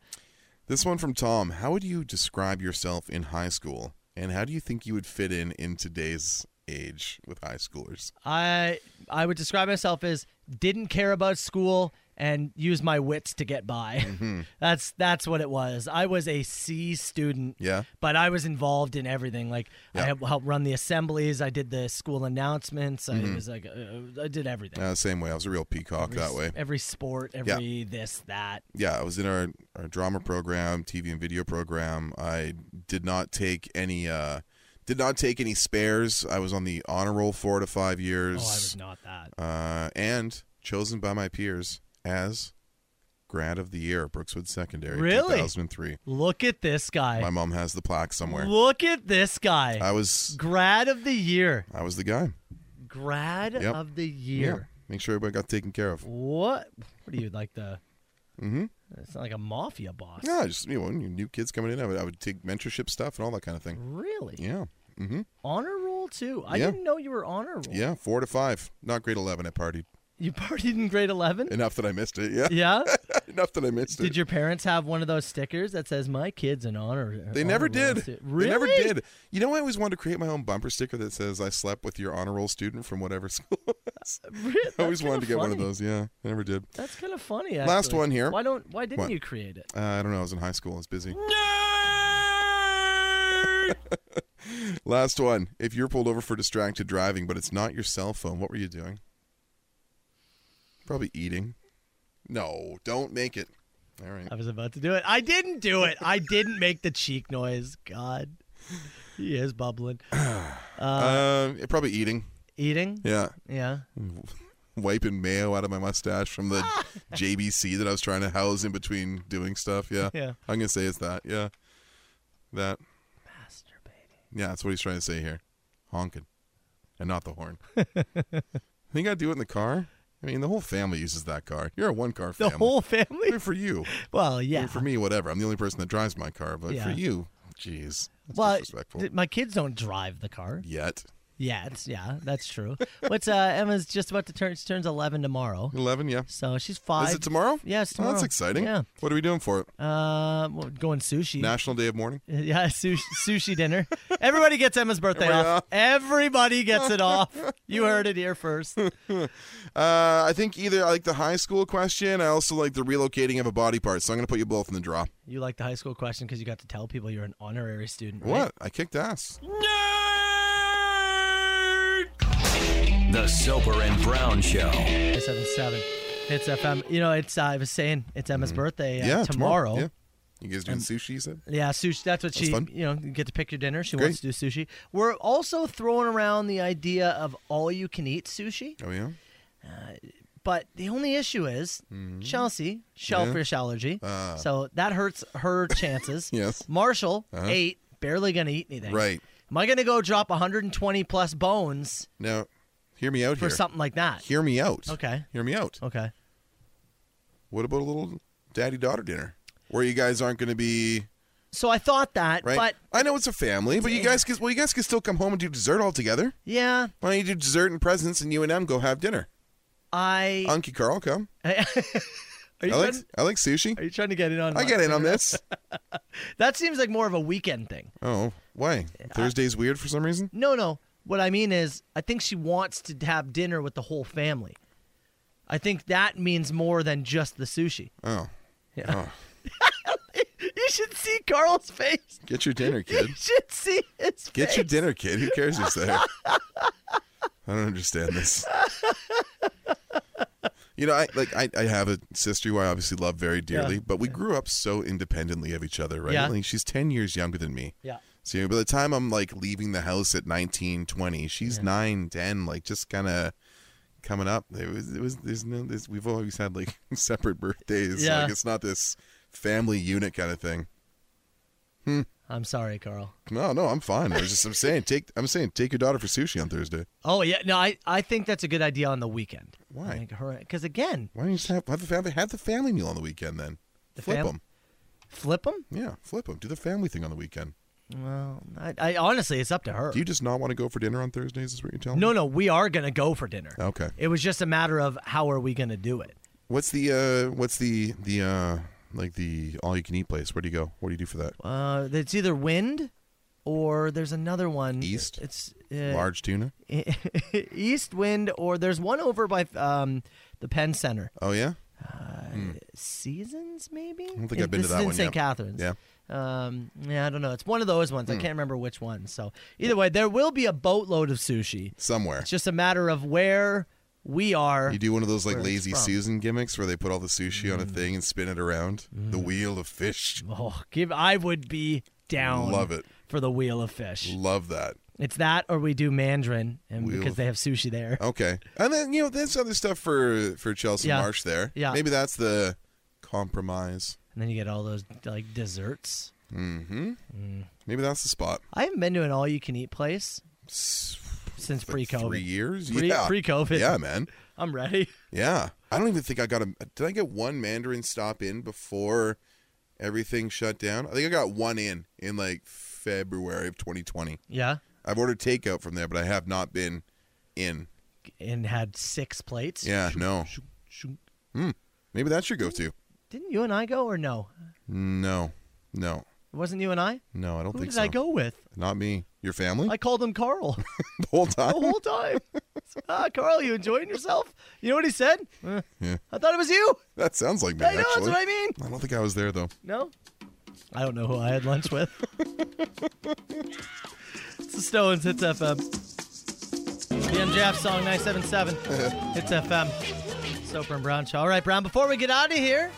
[SPEAKER 5] This one from Tom. How would you describe yourself in high school, and how do you think you would fit in in today's age with high schoolers?
[SPEAKER 4] I I would describe myself as didn't care about school and use my wits to get by.
[SPEAKER 5] Mm-hmm.
[SPEAKER 4] that's that's what it was. I was a C student.
[SPEAKER 5] Yeah.
[SPEAKER 4] But I was involved in everything. Like I
[SPEAKER 5] Yeah.
[SPEAKER 4] helped- helped run the assemblies. I did the school announcements. I
[SPEAKER 5] Mhm.
[SPEAKER 4] was like uh, I did everything.
[SPEAKER 5] Uh, same way. I was a real peacock
[SPEAKER 4] Every
[SPEAKER 5] that
[SPEAKER 4] s-
[SPEAKER 5] way.
[SPEAKER 4] Every sport,
[SPEAKER 5] Yeah.
[SPEAKER 4] every this, that.
[SPEAKER 5] yeah, I was in our, our drama program, TV and video program. I did not take any uh did not take any spares. I was on the honor roll four to five
[SPEAKER 4] Oh, I
[SPEAKER 5] years.
[SPEAKER 4] was not that.
[SPEAKER 5] Uh, and chosen by my peers as grad of the year, Brookswood Secondary,
[SPEAKER 4] Really?
[SPEAKER 5] 2003.
[SPEAKER 4] Look at this guy.
[SPEAKER 5] My mom has the plaque somewhere.
[SPEAKER 4] Look at this guy.
[SPEAKER 5] I was
[SPEAKER 4] Grad of the year.
[SPEAKER 5] I was the guy.
[SPEAKER 4] Grad
[SPEAKER 5] Yep.
[SPEAKER 4] of the year.
[SPEAKER 5] Yeah. Make sure everybody got taken care of.
[SPEAKER 4] What? What are you like the?
[SPEAKER 5] Mm-hmm.
[SPEAKER 4] It's not like a mafia boss.
[SPEAKER 5] Yeah, just you know, when you- new kids coming in, I would I would take mentorship stuff and all that kind of thing.
[SPEAKER 4] Really?
[SPEAKER 5] Yeah. Mm-hmm.
[SPEAKER 4] Honor roll too. I
[SPEAKER 5] Yeah.
[SPEAKER 4] didn't know you were honor roll.
[SPEAKER 5] Yeah, four to five. Not grade eleven at party.
[SPEAKER 4] You partied in grade 11?
[SPEAKER 5] Enough that I missed it. Yeah.
[SPEAKER 4] Yeah?
[SPEAKER 5] Enough that I missed it.
[SPEAKER 4] Did your parents have one of those stickers that says "My kids an honor"?
[SPEAKER 5] They never
[SPEAKER 4] honor roll
[SPEAKER 5] did.
[SPEAKER 4] stu-"
[SPEAKER 5] They
[SPEAKER 4] Oh, Really?
[SPEAKER 5] never did. You know, I always wanted to create my own bumper sticker that says "I slept with your honor roll student from whatever school." I always wanted to get one of
[SPEAKER 4] funny.
[SPEAKER 5] those. Yeah, I never did.
[SPEAKER 4] That's kind of funny. Actually.
[SPEAKER 5] Last one here.
[SPEAKER 4] Why don't? Why didn't
[SPEAKER 5] What?
[SPEAKER 4] you create it?
[SPEAKER 5] Uh, I don't know. I was in high school. I was busy. Last one. If you're pulled over for distracted driving, but it's not your cell phone, what were you doing? Probably eating. No, don't make it. All right.
[SPEAKER 4] I was about to do it. I didn't do it. I didn't make the cheek noise. God, he is bubbling. Uh,
[SPEAKER 5] Um, yeah, probably eating.
[SPEAKER 4] eating.
[SPEAKER 5] Yeah.
[SPEAKER 4] Yeah.
[SPEAKER 5] Wiping mayo out of my mustache from the JBC that I was trying to house in between doing stuff. Yeah.
[SPEAKER 4] Yeah.
[SPEAKER 5] I'm gonna say it's that. Yeah. That. Masturbating. Yeah, that's what he's trying to say here. Honking, and not the horn. think I do it in the car. I mean, the whole family uses that car. You're a one car
[SPEAKER 4] The
[SPEAKER 5] family.
[SPEAKER 4] whole family.
[SPEAKER 5] Good for you.
[SPEAKER 4] Well, yeah.
[SPEAKER 5] For me, whatever. I'm the only person that drives my car, but for
[SPEAKER 4] Yeah.
[SPEAKER 5] you, jeez. That's
[SPEAKER 4] well,
[SPEAKER 5] disrespectful.
[SPEAKER 4] th- my kids don't drive the car.
[SPEAKER 5] Yet.
[SPEAKER 4] Yeah, it's, yeah, that's true. What's uh, Emma's just about to turn? She turns eleven tomorrow.
[SPEAKER 5] Eleven, yeah.
[SPEAKER 4] So she's five.
[SPEAKER 5] Is it tomorrow?
[SPEAKER 4] Yeah, it's
[SPEAKER 5] Oh,
[SPEAKER 4] tomorrow.
[SPEAKER 5] that's exciting.
[SPEAKER 4] Yeah.
[SPEAKER 5] What are we doing for it?
[SPEAKER 4] Uh, well, going sushi.
[SPEAKER 5] National Day of Mourning.
[SPEAKER 4] Yeah, sushi, sushi dinner. Everybody gets Emma's birthday
[SPEAKER 5] Everybody
[SPEAKER 4] off.
[SPEAKER 5] off.
[SPEAKER 4] Everybody gets it off. You heard it here first.
[SPEAKER 5] Uh, I think either I like the high school question. I also like the relocating of a body part. So I'm going to put you both in the draw.
[SPEAKER 4] You like the high school question because you got to tell people you're an honorary student. Right?
[SPEAKER 5] What? I kicked ass.
[SPEAKER 1] The Soper and Brown Show.
[SPEAKER 4] Seven seven. It's FM. You know, it's uh, I was saying it's Emma's birthday uh,
[SPEAKER 5] Mm-hmm. yeah,
[SPEAKER 4] tomorrow. Um,
[SPEAKER 5] Yeah. You guys doing sushi? You said.
[SPEAKER 4] Yeah, sushi. That's what
[SPEAKER 5] That's
[SPEAKER 4] she.
[SPEAKER 5] fun.
[SPEAKER 4] You know, you get to pick your dinner. She
[SPEAKER 5] Great.
[SPEAKER 4] wants to do sushi. We're also throwing around the idea of all you can eat sushi,
[SPEAKER 5] Oh yeah.
[SPEAKER 4] but the only issue is
[SPEAKER 5] Mm-hmm.
[SPEAKER 4] Chelsea shellfish allergy,
[SPEAKER 5] Ah.
[SPEAKER 4] so that hurts her chances.
[SPEAKER 5] Yes.
[SPEAKER 4] Marshall
[SPEAKER 5] Uh-huh.
[SPEAKER 4] ate barely gonna eat anything.
[SPEAKER 5] Right.
[SPEAKER 4] Am I gonna go drop 120 plus bones
[SPEAKER 5] Now, hear me out
[SPEAKER 4] for
[SPEAKER 5] here.
[SPEAKER 4] something like that?
[SPEAKER 5] Hear me out.
[SPEAKER 4] Okay.
[SPEAKER 5] Hear me out.
[SPEAKER 4] Okay.
[SPEAKER 5] What about a little daddy daughter dinner where you guys aren't going to be
[SPEAKER 4] So I thought that,
[SPEAKER 5] right?
[SPEAKER 4] but
[SPEAKER 5] I know it's a family, but you guys can well, you guys can still come home and do dessert all together.
[SPEAKER 4] yeah,
[SPEAKER 5] Why don't you do dessert and presents, and you and Em go have dinner?
[SPEAKER 4] I.
[SPEAKER 5] Unky Carl, come.
[SPEAKER 4] Are you
[SPEAKER 5] I like
[SPEAKER 4] trying-
[SPEAKER 5] I like sushi.
[SPEAKER 4] Are you trying to get in on?
[SPEAKER 5] I
[SPEAKER 4] my-
[SPEAKER 5] get in on this.
[SPEAKER 4] That seems like more of a weekend thing.
[SPEAKER 5] Oh, why? Thursday's weird for some reason.
[SPEAKER 4] No, no. What I mean is, I think she wants to have dinner with the whole family. I think that means more than just the sushi.
[SPEAKER 5] Oh,
[SPEAKER 4] Yeah.
[SPEAKER 5] Oh.
[SPEAKER 4] you should see Carl's face.
[SPEAKER 5] get your dinner, kid.
[SPEAKER 4] You should see his
[SPEAKER 5] Get
[SPEAKER 4] face.
[SPEAKER 5] your dinner, kid. Who cares who's there? I don't understand this. You know, I like I, I have a sister who I obviously love very dearly,
[SPEAKER 4] Yeah.
[SPEAKER 5] but we grew up so independently of each other, right?
[SPEAKER 4] Yeah.
[SPEAKER 5] Like she's ten years younger than me.
[SPEAKER 4] Yeah.
[SPEAKER 5] So by the time I'm like leaving the house at 19, 20, she's nine, ten, 9, 10, like just kind of coming up. It was, it was, there's no, this, we've always had like separate birthdays.
[SPEAKER 4] Yeah.
[SPEAKER 5] Like it's not this family unit kind of thing. Hmm.
[SPEAKER 4] I'm sorry, Carl.
[SPEAKER 5] No, no, I'm fine. I was just, I'm saying, take, I'm saying, take your daughter for sushi on Thursday.
[SPEAKER 4] Oh yeah, no, I, I think that's a good idea on the weekend.
[SPEAKER 5] Why?
[SPEAKER 4] Because again,
[SPEAKER 5] Why don't you just have, have the family, have the family meal on the weekend then?
[SPEAKER 4] The
[SPEAKER 5] flip
[SPEAKER 4] fam-
[SPEAKER 5] them.
[SPEAKER 4] flip them.
[SPEAKER 5] Yeah, flip them. Do the family thing on the weekend.
[SPEAKER 4] Well, I, I honestly, it's up to her.
[SPEAKER 5] Do you just not want to go for dinner on Thursdays? Is what you're telling
[SPEAKER 4] no,
[SPEAKER 5] me?
[SPEAKER 4] no, we are gonna go for dinner.
[SPEAKER 5] Okay.
[SPEAKER 4] It was just a matter of how are we gonna do it.
[SPEAKER 5] What's the uh what's the the uh like the all you can eat place? Where do you go? What do you do for that?
[SPEAKER 4] Uh, it's either wind, or there's another one. East. It's uh,
[SPEAKER 5] Large tuna?
[SPEAKER 4] East wind, or there's one over by um, the Penn Center.
[SPEAKER 5] Oh yeah?
[SPEAKER 4] Uh, Seasons, maybe. I
[SPEAKER 5] don't think I've been to
[SPEAKER 4] this
[SPEAKER 5] that
[SPEAKER 4] is in
[SPEAKER 5] one
[SPEAKER 4] St.
[SPEAKER 5] yet.
[SPEAKER 4] Catharines.
[SPEAKER 5] Yeah.
[SPEAKER 4] Um, yeah, I don't know. It's one of those ones. I
[SPEAKER 5] Hmm.
[SPEAKER 4] can't remember which one. So either way, there will be a boatload of sushi.
[SPEAKER 5] Somewhere.
[SPEAKER 4] It's just a matter of where we are.
[SPEAKER 5] You do one of those like
[SPEAKER 4] where it's
[SPEAKER 5] lazy
[SPEAKER 4] from. Mm.
[SPEAKER 5] Susan gimmicks where they put all the sushi on a thing and spin it around. The wheel of fish.
[SPEAKER 4] Oh, give! I would be down.
[SPEAKER 5] Love it.
[SPEAKER 4] for the wheel of fish.
[SPEAKER 5] Love that.
[SPEAKER 4] It's that, or we do Mandarin, and
[SPEAKER 5] Wheel
[SPEAKER 4] because
[SPEAKER 5] of- Oh.
[SPEAKER 4] they have sushi there.
[SPEAKER 5] Okay. And then you know, that's other stuff for for Chelsea
[SPEAKER 4] Yeah.
[SPEAKER 5] Marsh there.
[SPEAKER 4] Yeah.
[SPEAKER 5] Maybe that's the compromise.
[SPEAKER 4] And then you get all those like desserts.
[SPEAKER 5] Mm-hmm. Maybe that's the spot.
[SPEAKER 4] I haven't been to an all-you-can-eat place since pre-COVID.
[SPEAKER 5] Three years?
[SPEAKER 4] Pre-
[SPEAKER 5] yeah.
[SPEAKER 4] Pre-COVID.
[SPEAKER 5] Yeah, man.
[SPEAKER 4] I'm ready.
[SPEAKER 5] Yeah. I don't even think I got a. Did I get one Mandarin stop in before everything shut down? I think I got one in in like February of 2020.
[SPEAKER 4] Yeah.
[SPEAKER 5] I've ordered takeout from there, but I have not been in.
[SPEAKER 4] and had six plates.
[SPEAKER 5] Yeah, no. Hmm. Maybe that's your go-to.
[SPEAKER 4] Didn't you and I go or no?
[SPEAKER 5] No, no,
[SPEAKER 4] It wasn't you and I?
[SPEAKER 5] no. I don't
[SPEAKER 4] Who
[SPEAKER 5] think
[SPEAKER 4] did
[SPEAKER 5] so.
[SPEAKER 4] I go with?
[SPEAKER 5] Not me. Your family?
[SPEAKER 4] I called him Carl
[SPEAKER 5] the whole time.
[SPEAKER 4] the whole time. ah, Carl, you enjoying yourself? You know what he said? "Eh,
[SPEAKER 5] Yeah.
[SPEAKER 4] I thought it was you.
[SPEAKER 5] That sounds like me.
[SPEAKER 4] I know, that's
[SPEAKER 5] actually.
[SPEAKER 4] what I mean.
[SPEAKER 5] I don't think I was there though.
[SPEAKER 4] No? I don't know who I had lunch with. it's the Stones, Hits FM. The MJF song, 977. Hits FM. Soper and Brown Show. All right, Brown, before we get out of here,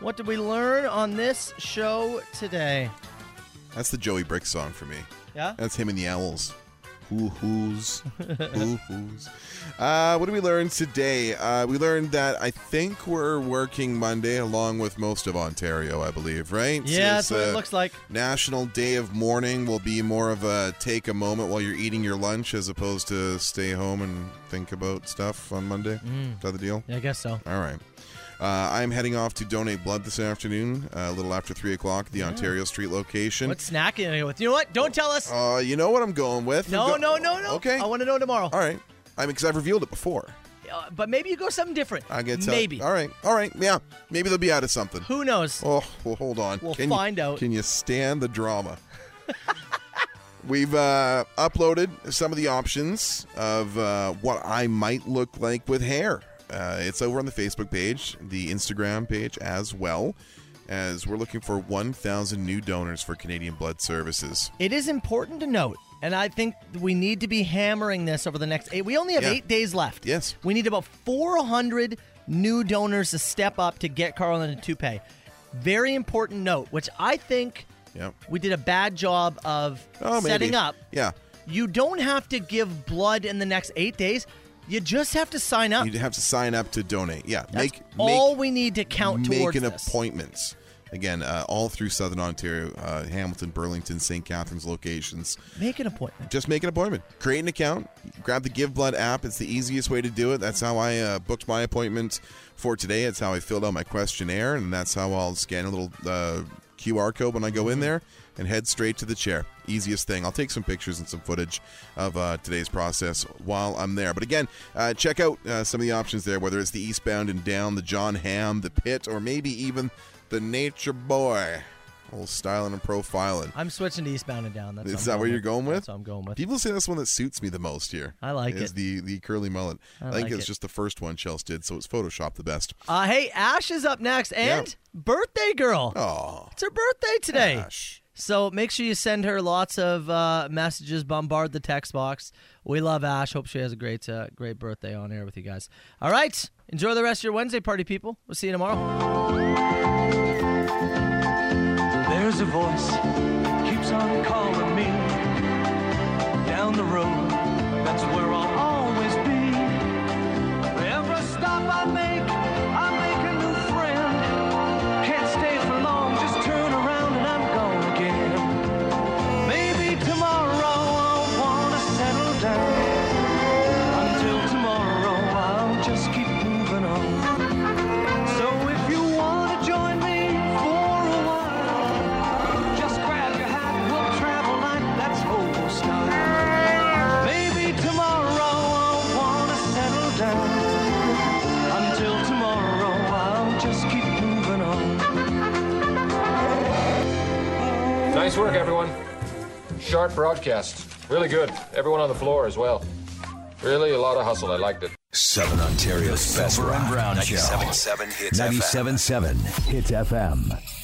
[SPEAKER 4] what did we learn on this show today?
[SPEAKER 5] That's the Joey Brick song for me.
[SPEAKER 4] Yeah?
[SPEAKER 5] That's him and the Owls. Hoo hoos. Hoo hoos. Uh, what did we learn today? Uh, we learned that I think we're working Monday along with most of Ontario, I believe, right?
[SPEAKER 4] Yeah,
[SPEAKER 5] It's,
[SPEAKER 4] that's what it
[SPEAKER 5] uh,
[SPEAKER 4] looks like.
[SPEAKER 5] National Day of Mourning will be more of a take a moment while you're eating your lunch as opposed to stay home and think about stuff on Monday.
[SPEAKER 4] Mm.
[SPEAKER 5] Is that the deal?
[SPEAKER 4] Yeah, I guess so.
[SPEAKER 5] All right. Uh, I'm heading off to donate blood this afternoon, uh, a little after 3 o'clock, the Ontario Street location.
[SPEAKER 4] What snack are you going to go with? You know what? Don't tell us.
[SPEAKER 5] Uh, you know what I'm going with.
[SPEAKER 4] No,
[SPEAKER 5] I'm
[SPEAKER 4] no, no, no.
[SPEAKER 5] Okay. I
[SPEAKER 4] want to know tomorrow.
[SPEAKER 5] All right. I mean, because I've revealed it before.
[SPEAKER 4] Uh, but maybe you go something different.
[SPEAKER 5] I get to
[SPEAKER 4] Maybe.
[SPEAKER 5] All right. All right. Yeah. Maybe they'll be out of something.
[SPEAKER 4] Who knows?
[SPEAKER 5] Oh, well, hold on.
[SPEAKER 4] We'll
[SPEAKER 5] you-
[SPEAKER 4] find out.
[SPEAKER 5] Can you stand the drama? We've uh, uploaded some of the options of uh, what I might look like with hair. Uh, it's over on the Facebook page, the Instagram page as well, as we're looking for 1,000 new donors for Canadian Blood Services.
[SPEAKER 4] It is important to note, and I think we need to be hammering this over the next eight. We only have
[SPEAKER 5] Yeah.
[SPEAKER 4] eight days left.
[SPEAKER 5] Yes.
[SPEAKER 4] We need about 400 new donors to step up to get Carlin and Toupe. Very important note, which I think
[SPEAKER 5] Yep.
[SPEAKER 4] we did a bad job of
[SPEAKER 5] Oh, maybe.
[SPEAKER 4] setting up.
[SPEAKER 5] Yeah.
[SPEAKER 4] You don't have to give blood in the next eight days. You just have to sign up.
[SPEAKER 5] You'd have to sign up to donate. Yeah.
[SPEAKER 4] That's
[SPEAKER 5] make make
[SPEAKER 4] all we need to count towards
[SPEAKER 5] making
[SPEAKER 4] this.
[SPEAKER 5] appointments. Again, uh, all through Southern Ontario, uh, Hamilton, Burlington, St. Catharines locations.
[SPEAKER 4] Make an appointment.
[SPEAKER 5] Just make an appointment. Create an account. Grab the Give Blood app. It's the easiest way to do it. That's how I uh, booked my appointment for today. It's how I filled out my questionnaire, and that's how I'll scan a little uh, QR code when I go in there and head straight to the chair. Easiest thing. I'll take some pictures and some footage of uh, today's process while I'm there. But again, uh, check out uh, some of the options there, whether it's the eastbound and down, the John Ham, the pit, or maybe even the Nature Boy. Old styling and profiling.
[SPEAKER 4] I'm switching to eastbound and down. That's
[SPEAKER 5] Is
[SPEAKER 4] what I'm
[SPEAKER 5] that where you're going with?
[SPEAKER 4] That's what I'm going with.
[SPEAKER 5] People say that's one that suits me the most here.
[SPEAKER 4] I like
[SPEAKER 5] is
[SPEAKER 4] it.
[SPEAKER 5] the the curly mullet.
[SPEAKER 4] I
[SPEAKER 5] I, think
[SPEAKER 4] like
[SPEAKER 5] it's
[SPEAKER 4] it.
[SPEAKER 5] just the first one Chelsea did, so it's Photoshop the best.
[SPEAKER 4] Uh, hey, Ash is up next, and birthday girl.
[SPEAKER 5] Oh,
[SPEAKER 4] it's her birthday today. So make sure you send her lots of uh, messages. Bombard the text box. We love Ash. Hope she has a great, uh, great birthday on air with you guys. All right, enjoy the rest of your Wednesday party, people. We'll see you tomorrow.
[SPEAKER 2] There's a voice keeps on calling me down the road. That's where I'll always be. Every stop I make, I make a new friend. Can't stay for long, just turn around and I'm gone again. Maybe tomorrow I'll wanna settle down. Until tomorrow I'll just keep moving on. So if you wanna join me for a while. Just grab your hat, we'll travel like that's old style. Maybe tomorrow I'll wanna settle down. Until tomorrow I'll just keep moving on.
[SPEAKER 7] Nice work, everyone. Sharp broadcast. Really good. Everyone on the floor as well. Really a lot of hustle. I liked it.
[SPEAKER 1] Southern Ontario's best
[SPEAKER 7] Soper and
[SPEAKER 1] rock.
[SPEAKER 7] Brown Show.
[SPEAKER 1] 97.7 hits
[SPEAKER 7] 97.7
[SPEAKER 1] FM.
[SPEAKER 22] Hits FM.